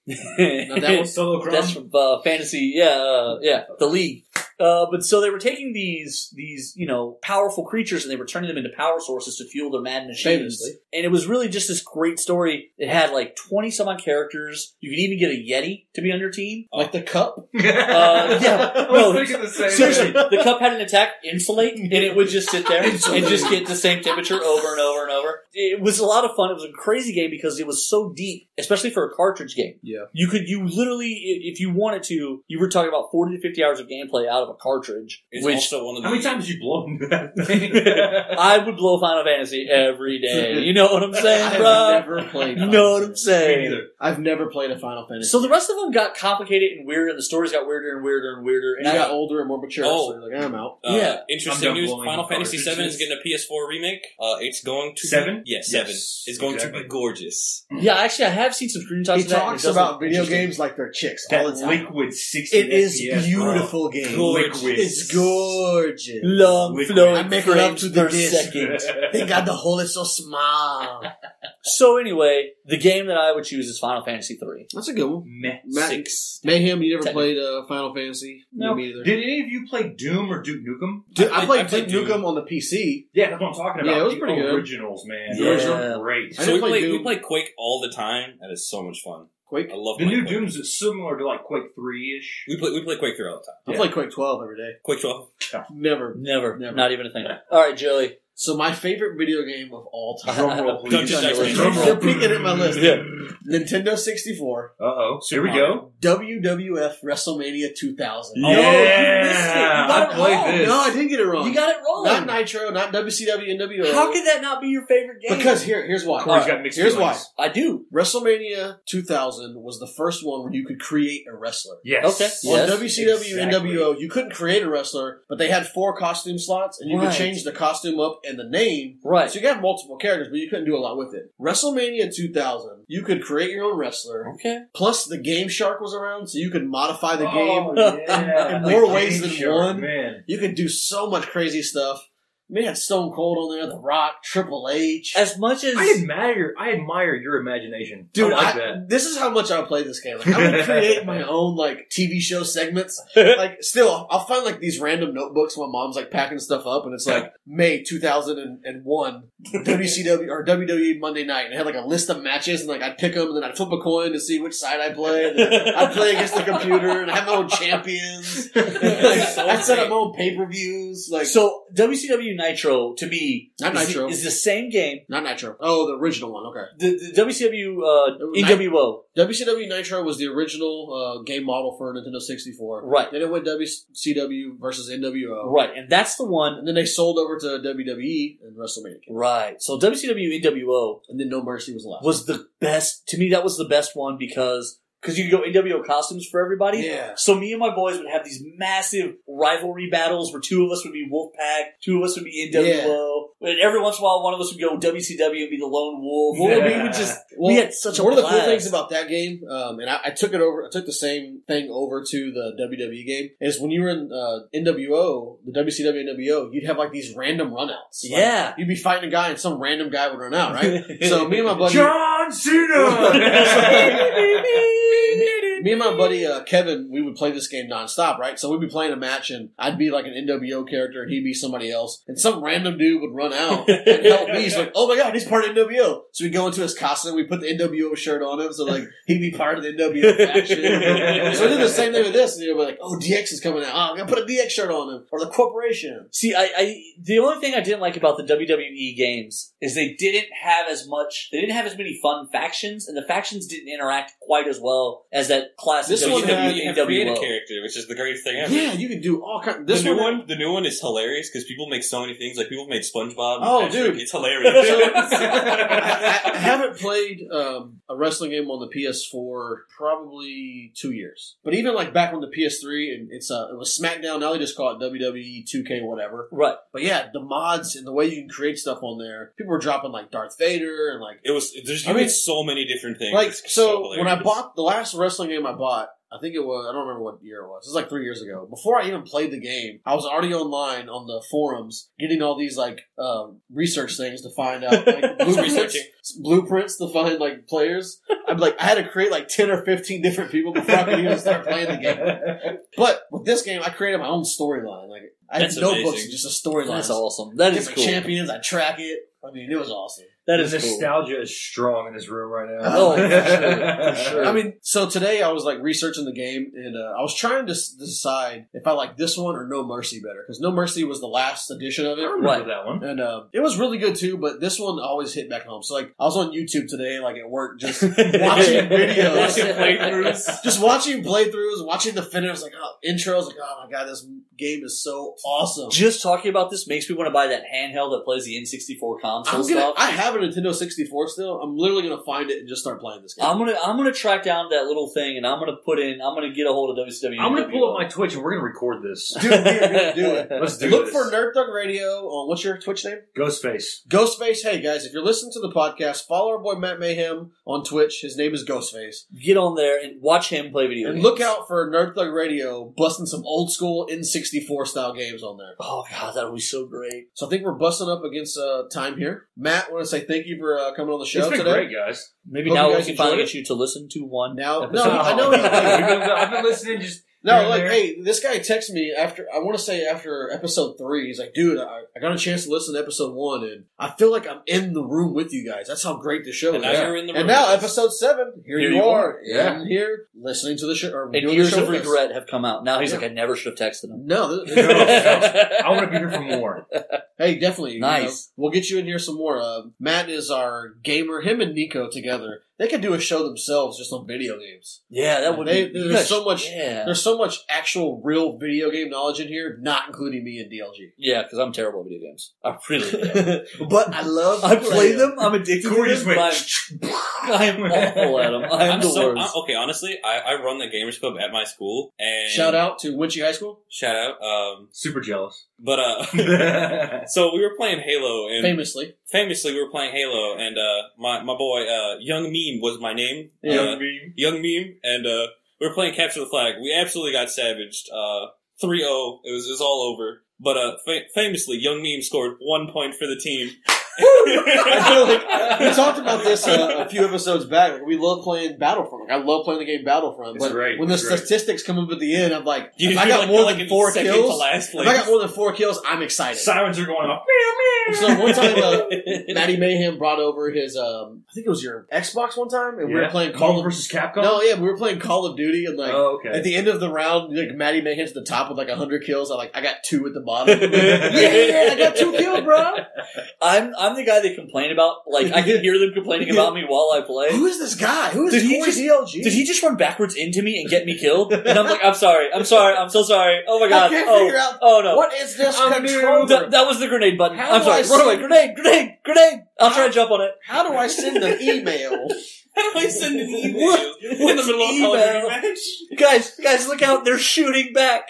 Speaker 2: no,
Speaker 3: that was
Speaker 5: solo
Speaker 2: that's from uh, fantasy. Yeah, uh, yeah, the league. Uh, but so they were taking these these you know powerful creatures and they were turning them into power sources to fuel their mad machines.
Speaker 3: Famously.
Speaker 2: And it was really just this great story. It had like twenty some odd characters. You could even get a yeti to be on your team.
Speaker 3: Like the cup.
Speaker 2: Uh, yeah, no,
Speaker 5: the same
Speaker 2: Seriously, the cup had an attack insulate, and it would just sit there and just get the same temperature over and over and over. It was a lot of fun. It was a crazy game because it was so deep, especially for a cartridge game.
Speaker 3: Yeah.
Speaker 2: you could you literally, i- if you wanted to, you were talking about forty to fifty hours of gameplay out of a cartridge,
Speaker 4: It's
Speaker 2: which
Speaker 4: also one of the.
Speaker 5: How many times you blow into that thing?
Speaker 2: I would blow Final Fantasy every day. You know what I'm saying, bro?
Speaker 3: I've never played.
Speaker 2: You know what I'm
Speaker 5: Me
Speaker 2: saying?
Speaker 5: neither.
Speaker 3: I've never played a Final Fantasy.
Speaker 2: So the rest of them got complicated and weird, and the stories got weirder and weirder and weirder.
Speaker 3: you
Speaker 2: And I,
Speaker 3: got older and more mature.
Speaker 4: Oh.
Speaker 3: so you're like, I'm out.
Speaker 4: Uh,
Speaker 2: Yeah.
Speaker 4: Interesting
Speaker 5: I'm done
Speaker 4: news:
Speaker 5: blowing
Speaker 4: Final
Speaker 5: the
Speaker 4: Fantasy VII is
Speaker 5: cartridges.
Speaker 4: getting a PS4 remake. Uh, it's going to
Speaker 5: Seven?
Speaker 4: Be, yeah,
Speaker 5: Yes,
Speaker 4: seven. It's going to
Speaker 5: exactly.
Speaker 4: be gorgeous.
Speaker 2: yeah, actually, I have seen some screenshots.
Speaker 3: He
Speaker 2: of that, and it
Speaker 3: talks
Speaker 2: does
Speaker 3: about
Speaker 2: look
Speaker 3: video
Speaker 2: interesting.
Speaker 3: games like they're chicks all
Speaker 5: That
Speaker 3: the time.
Speaker 5: liquid 60
Speaker 3: It is
Speaker 5: FPS,
Speaker 3: beautiful game.
Speaker 5: bro.
Speaker 4: Gorgeous.
Speaker 5: Liquid.
Speaker 3: It's gorgeous.
Speaker 2: long
Speaker 5: Liquid.
Speaker 2: flowing
Speaker 3: I make it up
Speaker 2: frames
Speaker 3: to the
Speaker 2: per
Speaker 3: disc.
Speaker 2: second.
Speaker 3: They got the hole is so small.
Speaker 2: So anyway, the game that I would choose is Final Fantasy III.
Speaker 3: That's a good one.
Speaker 5: Meh.
Speaker 3: Matt,
Speaker 4: Six.
Speaker 3: Mayhem, you never
Speaker 2: Ten.
Speaker 3: played uh, Final Fantasy?
Speaker 5: No.
Speaker 3: Me either.
Speaker 5: Did any of you play Doom or Duke Nukem?
Speaker 3: Dude,
Speaker 4: I played-
Speaker 3: I played,
Speaker 4: I played
Speaker 3: Duke
Speaker 4: Doom.
Speaker 3: Nukem on the PC.
Speaker 5: Yeah, that's what I'm talking about.
Speaker 3: Yeah, it was
Speaker 5: the
Speaker 3: pretty good.
Speaker 5: originals, man.
Speaker 2: Yeah.
Speaker 5: The originals are great.
Speaker 3: I
Speaker 4: So we
Speaker 3: didn't play
Speaker 4: play, we
Speaker 3: Doom.
Speaker 4: play Quake all the time. That is so much fun.
Speaker 3: Quake.
Speaker 4: I love
Speaker 5: The
Speaker 4: my
Speaker 5: new
Speaker 4: Quake.
Speaker 5: Dooms is similar to like Quake 3 ish.
Speaker 4: We play we play Quake three all the time.
Speaker 3: I
Speaker 5: Yeah.
Speaker 3: played Quake 12 every day.
Speaker 4: Quake twelve.
Speaker 3: Never.
Speaker 2: Never,
Speaker 3: Never.
Speaker 2: not even a thing. All right, Joey.
Speaker 3: So my favorite video game of all
Speaker 5: Drum
Speaker 3: time.
Speaker 5: roll, please.
Speaker 4: Dungeon Dice.
Speaker 5: Drum roll.
Speaker 3: They're peeking at my list. Nintendo 64,
Speaker 5: Uh oh. Here we
Speaker 4: Mario.
Speaker 5: go.
Speaker 3: WWF WrestleMania 2000.
Speaker 2: Yeah. you missed it. You got
Speaker 5: I
Speaker 2: it
Speaker 5: played
Speaker 2: wrong.
Speaker 5: this.
Speaker 3: Oh, No, I did get it wrong.
Speaker 2: You got it
Speaker 3: not
Speaker 2: rolling.
Speaker 3: Nitro, not WCW and WO.
Speaker 2: How could that not be your favorite game?
Speaker 3: Because here, here's why.
Speaker 5: Corey's got mixed
Speaker 3: Here's
Speaker 5: feelings.
Speaker 3: why.
Speaker 2: I do.
Speaker 3: WrestleMania 2000 was the first one where you could create a wrestler.
Speaker 5: Yes.
Speaker 2: Okay.
Speaker 3: On
Speaker 2: Yes,
Speaker 3: WCW and
Speaker 5: exactly.
Speaker 3: WO, you couldn't create a wrestler, but they had four costume slots, and you
Speaker 2: Right.
Speaker 3: could change the costume up and the name.
Speaker 2: Right.
Speaker 3: So you got multiple characters, but you couldn't do a lot with it. WrestleMania 2000, you could create your own wrestler.
Speaker 2: Okay.
Speaker 3: Plus, the Game Shark was around, so you could modify the game.
Speaker 5: Oh, yeah.
Speaker 3: In more ways than
Speaker 5: Sure,
Speaker 3: one.
Speaker 5: Man.
Speaker 3: You could do so much crazy stuff. I mean, it had Stone Cold on there, The Rock, Triple H.
Speaker 2: As much as
Speaker 5: I admire, I admire your imagination.
Speaker 3: Dude,
Speaker 5: Oh, I like
Speaker 3: I-
Speaker 5: that.
Speaker 3: this is how much I play this game. Like, I would create my own like TV show segments. Like, still, I'll find like these random notebooks. My mom's like packing stuff up, and it's like May two thousand and one WCW or WWE Monday Night, and I had like a list of matches, and like I'd pick them, and then I'd flip a coin to see which side I play. And then I'd play against the computer, and I have my own champions. And, like,
Speaker 4: So
Speaker 3: I set up
Speaker 4: great.
Speaker 3: my own pay per views. Like,
Speaker 2: so WCW Nitro to me
Speaker 3: Not
Speaker 2: is,
Speaker 3: Nitro.
Speaker 2: The, is the same game.
Speaker 3: not Nitro. Oh, the original one. Okay.
Speaker 2: The, the WCW uh,
Speaker 3: Nit-
Speaker 2: NWO.
Speaker 3: WCW Nitro was the original uh, game model for Nintendo 64.
Speaker 2: Right.
Speaker 3: Then it went WCW versus NWO.
Speaker 2: Right, and that's the one.
Speaker 3: And then they sold over to WWE and WrestleMania. came.
Speaker 2: Right. So WCW NWO
Speaker 3: And then No Mercy was left.
Speaker 2: was the best. To me, that was the best one because because you could go NWO costumes for everybody.
Speaker 3: Yeah.
Speaker 2: So me and my boys would have these massive rivalry battles where two of us would be Wolfpack, two of us would be NWO. And every once in a while, one of us would go WCW and be the lone wolf.
Speaker 3: Well,
Speaker 2: and
Speaker 3: we would just-
Speaker 2: we had such a
Speaker 3: one of the cool
Speaker 2: blast.
Speaker 3: things about that game, um, and I, I took it over. I took the same thing over to the WWE game. Is when you were in uh, NWO, the WCW NWO, you'd have like these random runouts. Like,
Speaker 2: yeah.
Speaker 3: you'd be fighting a guy, and some random guy would run out. Right. so me and my buddy,
Speaker 5: John Cena.
Speaker 3: me and my buddy uh, Kevin, we would play this game nonstop, right? So we'd be playing a match, and I'd be like an NWO character, and he'd be somebody else, and some random dude would run out and help me. He's like, "Oh my god, he's part of NWO!" So we go into his costume, we put the NWO shirt on him, so like he'd be part of the NWO faction. so we did the same thing with this, and you'll be like, "Oh, DX is coming out. Oh, I'm gonna put a DX shirt on him, or the Corporation."
Speaker 2: See, I, I the only thing I didn't like about the WWE games is they didn't have as much. They didn't have as many fun factions, and the factions didn't interact quite as well as that classic E
Speaker 3: This one
Speaker 4: you
Speaker 2: WWE
Speaker 4: have, you
Speaker 2: and
Speaker 4: have create a
Speaker 2: WO.
Speaker 4: character, which is the greatest thing ever.
Speaker 3: Yeah, you can do all kinds. This
Speaker 4: the new
Speaker 3: one,
Speaker 4: one, the new one is hilarious because people make so many things. Like people made SpongeBob. and
Speaker 3: Oh,
Speaker 4: Patrick.
Speaker 3: dude.
Speaker 4: it's
Speaker 3: I, I
Speaker 4: hilarious.
Speaker 3: haven't played um, a wrestling game on the PS4 probably two years. But even like back on the PS3, and it's uh, it was SmackDown. Now they just call it WWE 2K whatever.
Speaker 2: Right.
Speaker 3: But yeah, the mods and the way you can create stuff on there. People were dropping like Darth Vader and like
Speaker 4: it was. There's
Speaker 3: I
Speaker 4: I
Speaker 3: mean,
Speaker 4: so many different things.
Speaker 3: like
Speaker 4: It's
Speaker 3: so when I
Speaker 4: hilarious.
Speaker 3: bought the last wrestling game I bought. I think it was, I don't remember what year it was. It was like three years ago. Before I even played the game, I was already online on the forums getting all these like uh, research things to find out. Like, blueprints,
Speaker 4: researching.
Speaker 3: blueprints to find like players. I'm like, I had to create like 10 or 15 different people before I could even start playing the game. But with this game, I created my own storyline. Like, I had
Speaker 4: That's
Speaker 3: notebooks
Speaker 4: amazing.
Speaker 3: and just a storyline.
Speaker 2: That's awesome. That is
Speaker 3: Different
Speaker 2: cool.
Speaker 3: champions, I track it. I mean, it was awesome.
Speaker 2: That
Speaker 5: The
Speaker 2: is cool.
Speaker 5: nostalgia is strong in this room right now.
Speaker 3: Oh,
Speaker 2: for sure, for sure.
Speaker 3: I mean, so today I was like researching the game, and uh, I was trying to s- decide if I like this one or No Mercy better because No Mercy was the last edition of
Speaker 5: I
Speaker 3: it.
Speaker 5: remember
Speaker 2: Right.
Speaker 5: that one.
Speaker 3: And um, it was really good too, but this one always hit back home. So like, I was on YouTube today, like at work, just watching videos,
Speaker 4: Watching playthroughs.
Speaker 3: just watching playthroughs, watching the finish, like oh, intros, like oh my god, this game is so awesome.
Speaker 2: Just talking about this makes me want to buy that handheld that plays the N64 console
Speaker 3: I'm gonna,
Speaker 2: stuff.
Speaker 3: I have a Nintendo 64 still. I'm literally gonna find it and just start playing this game.
Speaker 2: I'm gonna I'm gonna track down that little thing and I'm gonna put in I'm gonna get a hold of E. WCW.
Speaker 5: I'm gonna pull up my Twitch and we're gonna record this.
Speaker 3: Dude, we are gonna do it.
Speaker 5: Let's do
Speaker 3: Look
Speaker 5: this.
Speaker 3: for Nerd Thug Radio on what's your Twitch name?
Speaker 5: Ghostface.
Speaker 3: Ghostface. Hey guys, if you're listening to the podcast, follow our boy Matt Mayhem on Twitch. His name is Ghostface.
Speaker 2: get on there and watch him play video.
Speaker 3: And
Speaker 2: games.
Speaker 3: look out for Nerd Thug Radio busting some old school N64 style games on there.
Speaker 2: Oh god, that would be so great.
Speaker 3: So I think we're busting up against uh, time here. Matt, want to say thank you for uh, coming on the show
Speaker 5: It's been
Speaker 3: today.
Speaker 5: great, guys.
Speaker 2: Maybe
Speaker 3: Hope
Speaker 2: now
Speaker 3: you
Speaker 2: we
Speaker 3: guys
Speaker 2: can finally
Speaker 3: enjoyed
Speaker 2: get you to listen to one.
Speaker 3: Now, no,
Speaker 2: episode.
Speaker 3: I know he's.
Speaker 5: I've been- I've been listening. Just
Speaker 3: No,
Speaker 5: You're
Speaker 3: like,
Speaker 5: there.
Speaker 3: hey, this guy texted me after, I want to say after episode three, he's like, dude, I, I got a chance to listen to episode one, and I feel like I'm in the room with you guys. That's how great the show
Speaker 4: And now
Speaker 3: is.
Speaker 4: you're in the room.
Speaker 3: And now, episode seven, here,
Speaker 2: Here
Speaker 3: you,
Speaker 2: you
Speaker 3: are.
Speaker 5: Yeah.
Speaker 3: I'm here listening to the show. Or
Speaker 2: and
Speaker 3: doing the
Speaker 2: years
Speaker 3: show
Speaker 2: of
Speaker 3: with us.
Speaker 2: regret have come out. Now he's
Speaker 3: Yeah.
Speaker 2: like, I never should have texted him.
Speaker 3: No, th-
Speaker 5: I want to be here for more.
Speaker 3: hey, definitely. you know,
Speaker 2: Nice.
Speaker 3: we'll get you in here some more. Uh, Matt is our gamer. Him and Nico together, they could do a show themselves just on video games.
Speaker 2: Yeah, that would
Speaker 3: They-
Speaker 2: be.
Speaker 3: there's
Speaker 2: yeah,
Speaker 3: so much-
Speaker 2: Yeah,
Speaker 3: There's so much actual real video game knowledge in here, not including me and DLG.
Speaker 2: yeah, because I'm terrible at video games. I really am.
Speaker 3: but I love.
Speaker 2: I play them. I'm addicted
Speaker 5: Corey
Speaker 2: to
Speaker 5: just
Speaker 2: them.
Speaker 5: went,
Speaker 2: but I'm, I'm awful at them. I'm,
Speaker 4: I'm
Speaker 2: the
Speaker 4: so
Speaker 2: worst.
Speaker 4: I'm- okay. Honestly, I, I run the gamers club at my school, and
Speaker 3: Shout out to Winchie High School,
Speaker 4: shout out. Um,
Speaker 5: Super jealous.
Speaker 4: but uh,
Speaker 5: That's
Speaker 4: so we were playing Halo, and
Speaker 3: famously.
Speaker 4: famously we were playing Halo, and uh, my my boy uh, Young Meme was my name.
Speaker 3: Yeah.
Speaker 4: Uh, Young Meme, and uh, we were playing Capture the Flag. We absolutely got savaged. Uh, 3-0. It was, it was all over. But uh, fa- famously, Young Meme scored one point for the team.
Speaker 3: I feel like we talked about this uh, a few episodes back. Like, we love playing Battlefront. Like, I love playing the game Battlefront.
Speaker 5: It's
Speaker 3: But
Speaker 5: great,
Speaker 3: when the
Speaker 5: it's great.
Speaker 3: statistics come up at the end, I'm like,
Speaker 4: You-
Speaker 3: if I
Speaker 4: you're,
Speaker 3: got
Speaker 4: like-
Speaker 3: more
Speaker 4: you're, like,
Speaker 3: than
Speaker 4: in
Speaker 3: four
Speaker 4: second to
Speaker 3: kills,
Speaker 4: last
Speaker 3: if I got
Speaker 4: place.
Speaker 3: more than four kills, I'm excited.
Speaker 5: Sirens are going off.
Speaker 3: So one time, uh, Matty Mayhem brought over his, um, I think it was your Xbox one time, and we were
Speaker 5: Yeah.
Speaker 3: playing Call
Speaker 5: Marvel
Speaker 3: of.
Speaker 5: versus Capcom.
Speaker 3: No, yeah, we were playing Call of Duty, and like
Speaker 5: oh, okay.
Speaker 3: at the end of the round, like Matty Mayhem's at the top with like hundred kills. I like I got two at the bottom. yeah, I got two kills, bro.
Speaker 2: I'm I'm the guy they complain about. Like I can hear them complaining about me while I play.
Speaker 3: Who is this guy? Who is
Speaker 2: Did
Speaker 3: Did
Speaker 2: he
Speaker 3: Corey
Speaker 2: just-
Speaker 3: DLG?
Speaker 2: Did he just run backwards into me and get me killed? And I'm like, I'm sorry, I'm sorry, I'm so sorry. Oh my god.
Speaker 3: I can't
Speaker 2: oh,
Speaker 3: figure out
Speaker 2: oh no.
Speaker 3: what is this
Speaker 5: I'm
Speaker 3: controller?
Speaker 2: That, that was the grenade button.
Speaker 3: How
Speaker 2: I'm
Speaker 3: do I
Speaker 2: sorry. Run away.
Speaker 3: see-
Speaker 2: Grenade, grenade, grenade. I'll try to jump on it.
Speaker 3: How do I send an email
Speaker 4: How do I send an email
Speaker 2: What?
Speaker 4: in the middle of a Call of Duty
Speaker 2: Email.
Speaker 4: match?
Speaker 2: guys, guys, look out! They're shooting back.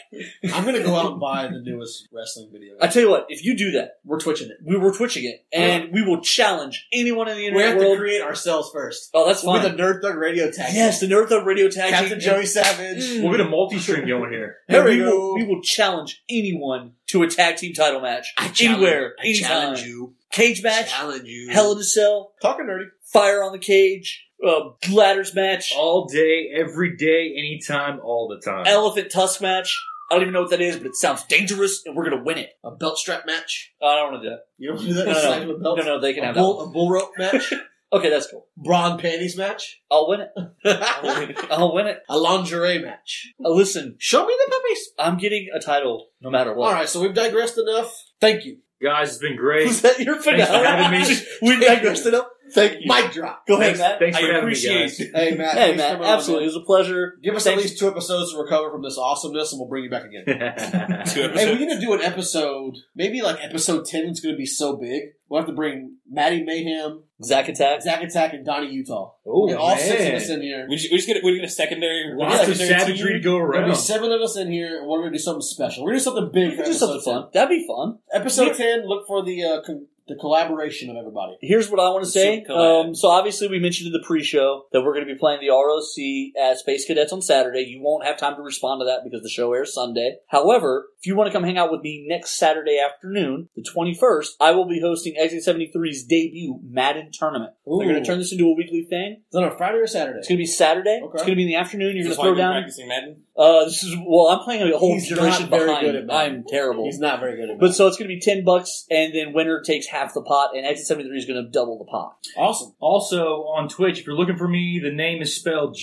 Speaker 3: I'm gonna go out and buy the newest wrestling video.
Speaker 2: I tell you what, if you do that,
Speaker 3: We're twitching it.
Speaker 2: we were twitching it, and we will challenge anyone in the
Speaker 3: We
Speaker 2: internet
Speaker 3: have to
Speaker 2: world.
Speaker 3: create ourselves first.
Speaker 2: Oh, that's fine.
Speaker 3: With a Nerd Thug radio tag.
Speaker 2: yes, the Nerd Thug Radio Tag.
Speaker 3: Captain
Speaker 2: Team.
Speaker 3: Joey Savage.
Speaker 2: Mm.
Speaker 5: We'll get a multi-string going here.
Speaker 2: And
Speaker 3: There
Speaker 2: we,
Speaker 3: we
Speaker 2: will,
Speaker 3: go.
Speaker 2: we will challenge anyone to a tag team title match.
Speaker 3: I
Speaker 2: Anywhere,
Speaker 3: I
Speaker 2: anytime.
Speaker 3: challenge you.
Speaker 2: Cage match,
Speaker 3: Challenge you.
Speaker 2: Hell in a Cell,
Speaker 3: Talking nerdy.
Speaker 2: Fire on the Cage, uh, Ladders match,
Speaker 5: All day, every day, anytime, all the time.
Speaker 2: Elephant Tusk match. I don't even know what that is, but it sounds dangerous, and we're going to win it.
Speaker 3: A belt strap match.
Speaker 2: I don't want to do that.
Speaker 3: You ever do that?
Speaker 2: No, no,
Speaker 3: Slide with
Speaker 2: No,
Speaker 3: belts?
Speaker 2: no, they can
Speaker 3: a,
Speaker 2: have
Speaker 3: bull, a bull rope match.
Speaker 2: that. Okay, that's cool.
Speaker 3: Brawn panties match.
Speaker 2: I'll win it.
Speaker 3: a
Speaker 2: I'll win it.
Speaker 3: lingerie match.
Speaker 2: Uh, listen,
Speaker 3: Show me the puppies.
Speaker 2: I'm getting a title no matter what.
Speaker 3: All right, so we've digressed enough. Thank you.
Speaker 5: Guys, it's been great.
Speaker 2: Was that your finale?
Speaker 5: for having me.
Speaker 2: we digressed it up. Thank
Speaker 3: Mic drop.
Speaker 2: Go ahead,
Speaker 5: Thanks-
Speaker 2: Matt.
Speaker 5: thanks for
Speaker 2: I
Speaker 5: having me,
Speaker 2: appreciate
Speaker 5: guys.
Speaker 2: it.
Speaker 3: Hey
Speaker 2: Hey,
Speaker 3: Matt. thanks for
Speaker 2: Matt,
Speaker 3: coming on,
Speaker 2: absolutely. It
Speaker 3: man.
Speaker 2: was a pleasure.
Speaker 3: Give us
Speaker 2: Thanks.
Speaker 3: at least two episodes to recover from this awesomeness, and we'll bring you back again.
Speaker 4: Two
Speaker 5: Two
Speaker 3: Hey, we're gonna do an episode. Maybe like episode ten is gonna be so big. We'll have to bring Maddie Mayhem,
Speaker 2: Zack Attack.
Speaker 3: Zack Attack, and Donnie Utah.
Speaker 5: Oh,
Speaker 3: We'll get all six of
Speaker 5: man.
Speaker 3: us in here.
Speaker 4: We just, we just get, we get a secondary.
Speaker 5: Lots of
Speaker 4: secondary
Speaker 5: savagery to
Speaker 4: team.
Speaker 5: go
Speaker 3: There'll
Speaker 5: around.
Speaker 3: be seven of us in here, and we're gonna do something special. We're gonna do something
Speaker 2: We
Speaker 3: big.
Speaker 2: could
Speaker 3: For
Speaker 2: do something
Speaker 3: episode
Speaker 2: fun.
Speaker 3: 10.
Speaker 2: That'd be fun.
Speaker 3: Episode ten. Look for the uh, con- the collaboration of everybody.
Speaker 2: Here's what I want to
Speaker 4: Let's
Speaker 2: say.
Speaker 4: see, come on.
Speaker 2: Um, so obviously we mentioned in the pre-show that we're going to be playing the ROC at Space Cadets on Saturday. You won't have time to respond to that because the show airs Sunday. However, if you want to come hang out with me next Saturday afternoon, the 21st, I will be hosting Exit 73's debut Madden tournament. We're going to turn this into a weekly thing.
Speaker 3: Is it on a Friday or Saturday?
Speaker 2: It's going to be Saturday.
Speaker 3: Okay.
Speaker 2: It's going to be in the afternoon. You're
Speaker 4: Is this
Speaker 2: going to
Speaker 4: why you've
Speaker 2: throw
Speaker 4: been
Speaker 2: down.
Speaker 4: practicing Madden?
Speaker 2: Uh, this is well. I'm playing a whole
Speaker 3: He's
Speaker 2: generation
Speaker 3: not very
Speaker 2: behind.
Speaker 3: good at Madden.
Speaker 2: I'm terrible.
Speaker 3: He's not very good at
Speaker 2: But
Speaker 3: it.
Speaker 2: so it's going to be ten bucks, and then winner takes half the pot, and exit seventy three is going to double the pot.
Speaker 3: Awesome.
Speaker 5: Also on Twitch, if you're looking for me, the name is spelled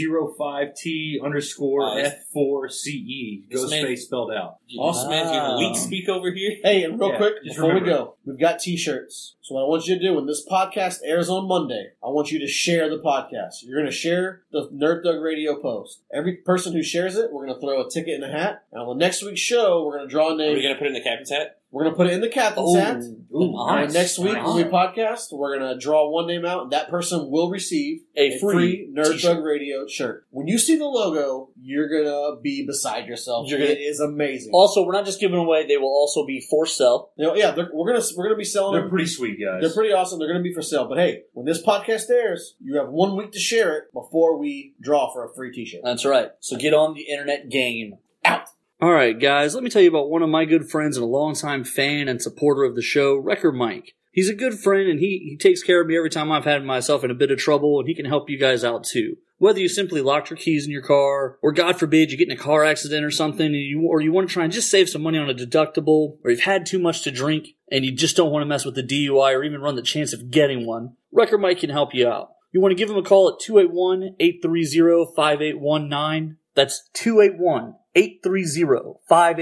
Speaker 5: GH05T underscore
Speaker 4: Wow, this-
Speaker 5: F4CE. Go
Speaker 4: this man-
Speaker 5: space E. spelled out.
Speaker 4: Awesome, man. You have
Speaker 2: Wow.
Speaker 4: a weak speak over here.
Speaker 3: Hey, and real
Speaker 5: Yeah,
Speaker 3: quick,
Speaker 5: just
Speaker 3: before we
Speaker 5: remember.
Speaker 3: go, we've got t-shirts. So what I want you to do when this podcast airs on Monday, I want you to share the podcast. You're going to share the Nerd Thug Radio post. Every person who shares it, we're going to throw a ticket and a hat. And on the next week's show, we're going to draw a
Speaker 4: Are we
Speaker 3: name.
Speaker 4: gonna put it in the captain's hat?
Speaker 3: We're going to put it in the captain's hat.
Speaker 5: Ooh,
Speaker 2: Oh, Nice.
Speaker 3: And next week
Speaker 5: nice.
Speaker 3: when we podcast, we're going to draw one name out, and that person will receive
Speaker 2: A free
Speaker 3: Nerd
Speaker 2: t-shirt.
Speaker 3: Thug Radio shirt. When you see the logo, you're going to be beside yourself.
Speaker 2: You're gonna-
Speaker 3: it is amazing.
Speaker 2: Also, we're not just giving away; they will also be for sale.
Speaker 3: You know, yeah, they're- we're gonna we're gonna be selling
Speaker 5: They're
Speaker 3: them
Speaker 5: pretty sweet, guys.
Speaker 3: They're pretty awesome. They're going to be for sale. But hey, when this podcast airs, you have one week to share it before we draw for a free T-shirt.
Speaker 2: That's right. So get on the internet game. Out. All right, guys. Let me tell you about one of my good friends and a longtime fan and supporter of the show, Wrecker Mike. He's a good friend, and he, he takes care of me every time I've had myself in a bit of trouble, and he can help you guys out too. Whether you simply locked your keys in your car, or God forbid you get in a car accident or something, and you, or you want to try and just save some money on a deductible, or you've had too much to drink and you just don't want to mess with the DUI or even run the chance of getting one, Wrecker Mike can help you out. You want to give him a call at 281 830 5819. That's 281 830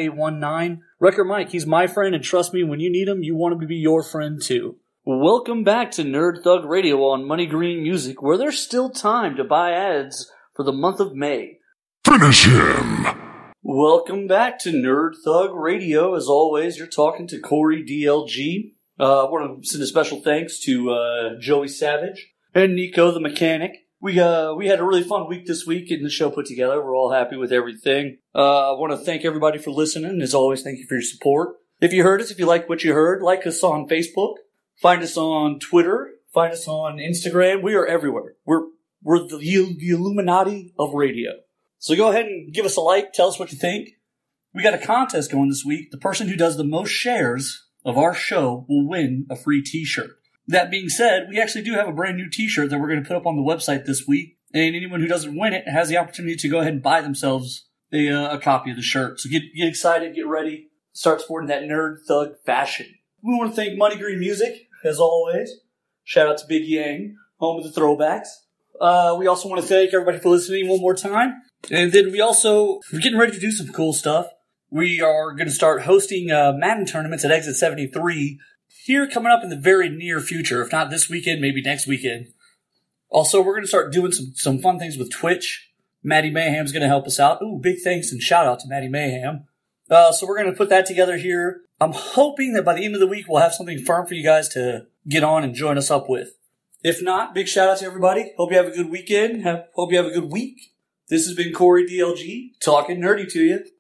Speaker 2: 5819. Wrecker Mike, he's my friend, and trust me, when you need him, you want him to be your friend too. Welcome back to Nerd Thug Radio on Money Green Music, where there's still time to buy ads for the month of May.
Speaker 6: Finish him!
Speaker 2: Welcome back to Nerd Thug Radio. As always, you're talking to Corey DLG. Uh, I want to send a special thanks to uh, Joey Savage and Nico the mechanic. We uh, we had a really fun week this week getting the show put together. We're all happy with everything. Uh, I want to thank everybody for listening. As always, thank you for your support. If you heard us, if you like what you heard, like us on Facebook. Find us on Twitter. Find us on Instagram. We are everywhere. We're we're the, the Illuminati of radio. So go ahead and give us a like. Tell us what you think. We got a contest going this week. The person who does the most shares of our show will win a free t-shirt. That being said, we actually do have a brand new t-shirt that we're going to put up on the website this week. And anyone who doesn't win it has the opportunity to go ahead and buy themselves a, uh, a copy of the shirt. So get, get excited, get ready, start sporting that nerd thug fashion. We want to thank Money Green Music, as always. Shout out to Big Yang, home of the throwbacks. Uh, we also want to thank everybody for listening one more time. And then we also we're getting ready to do some cool stuff. We are going to start hosting uh, Madden tournaments at Exit 73 here coming up in the very near future. If not this weekend, maybe next weekend. Also, we're going to start doing some some fun things with Twitch. Maddie Mayhem's going to help us out. Ooh, big thanks and shout out to Maddie Mayhem. Uh, so we're going to put that together here. I'm hoping that by the end of the week we'll have something firm for you guys to get on and join us up with. If not, big shout out to everybody. Hope you have a good weekend. Have, hope you have a good week. This has been Corey DLG talking nerdy to you.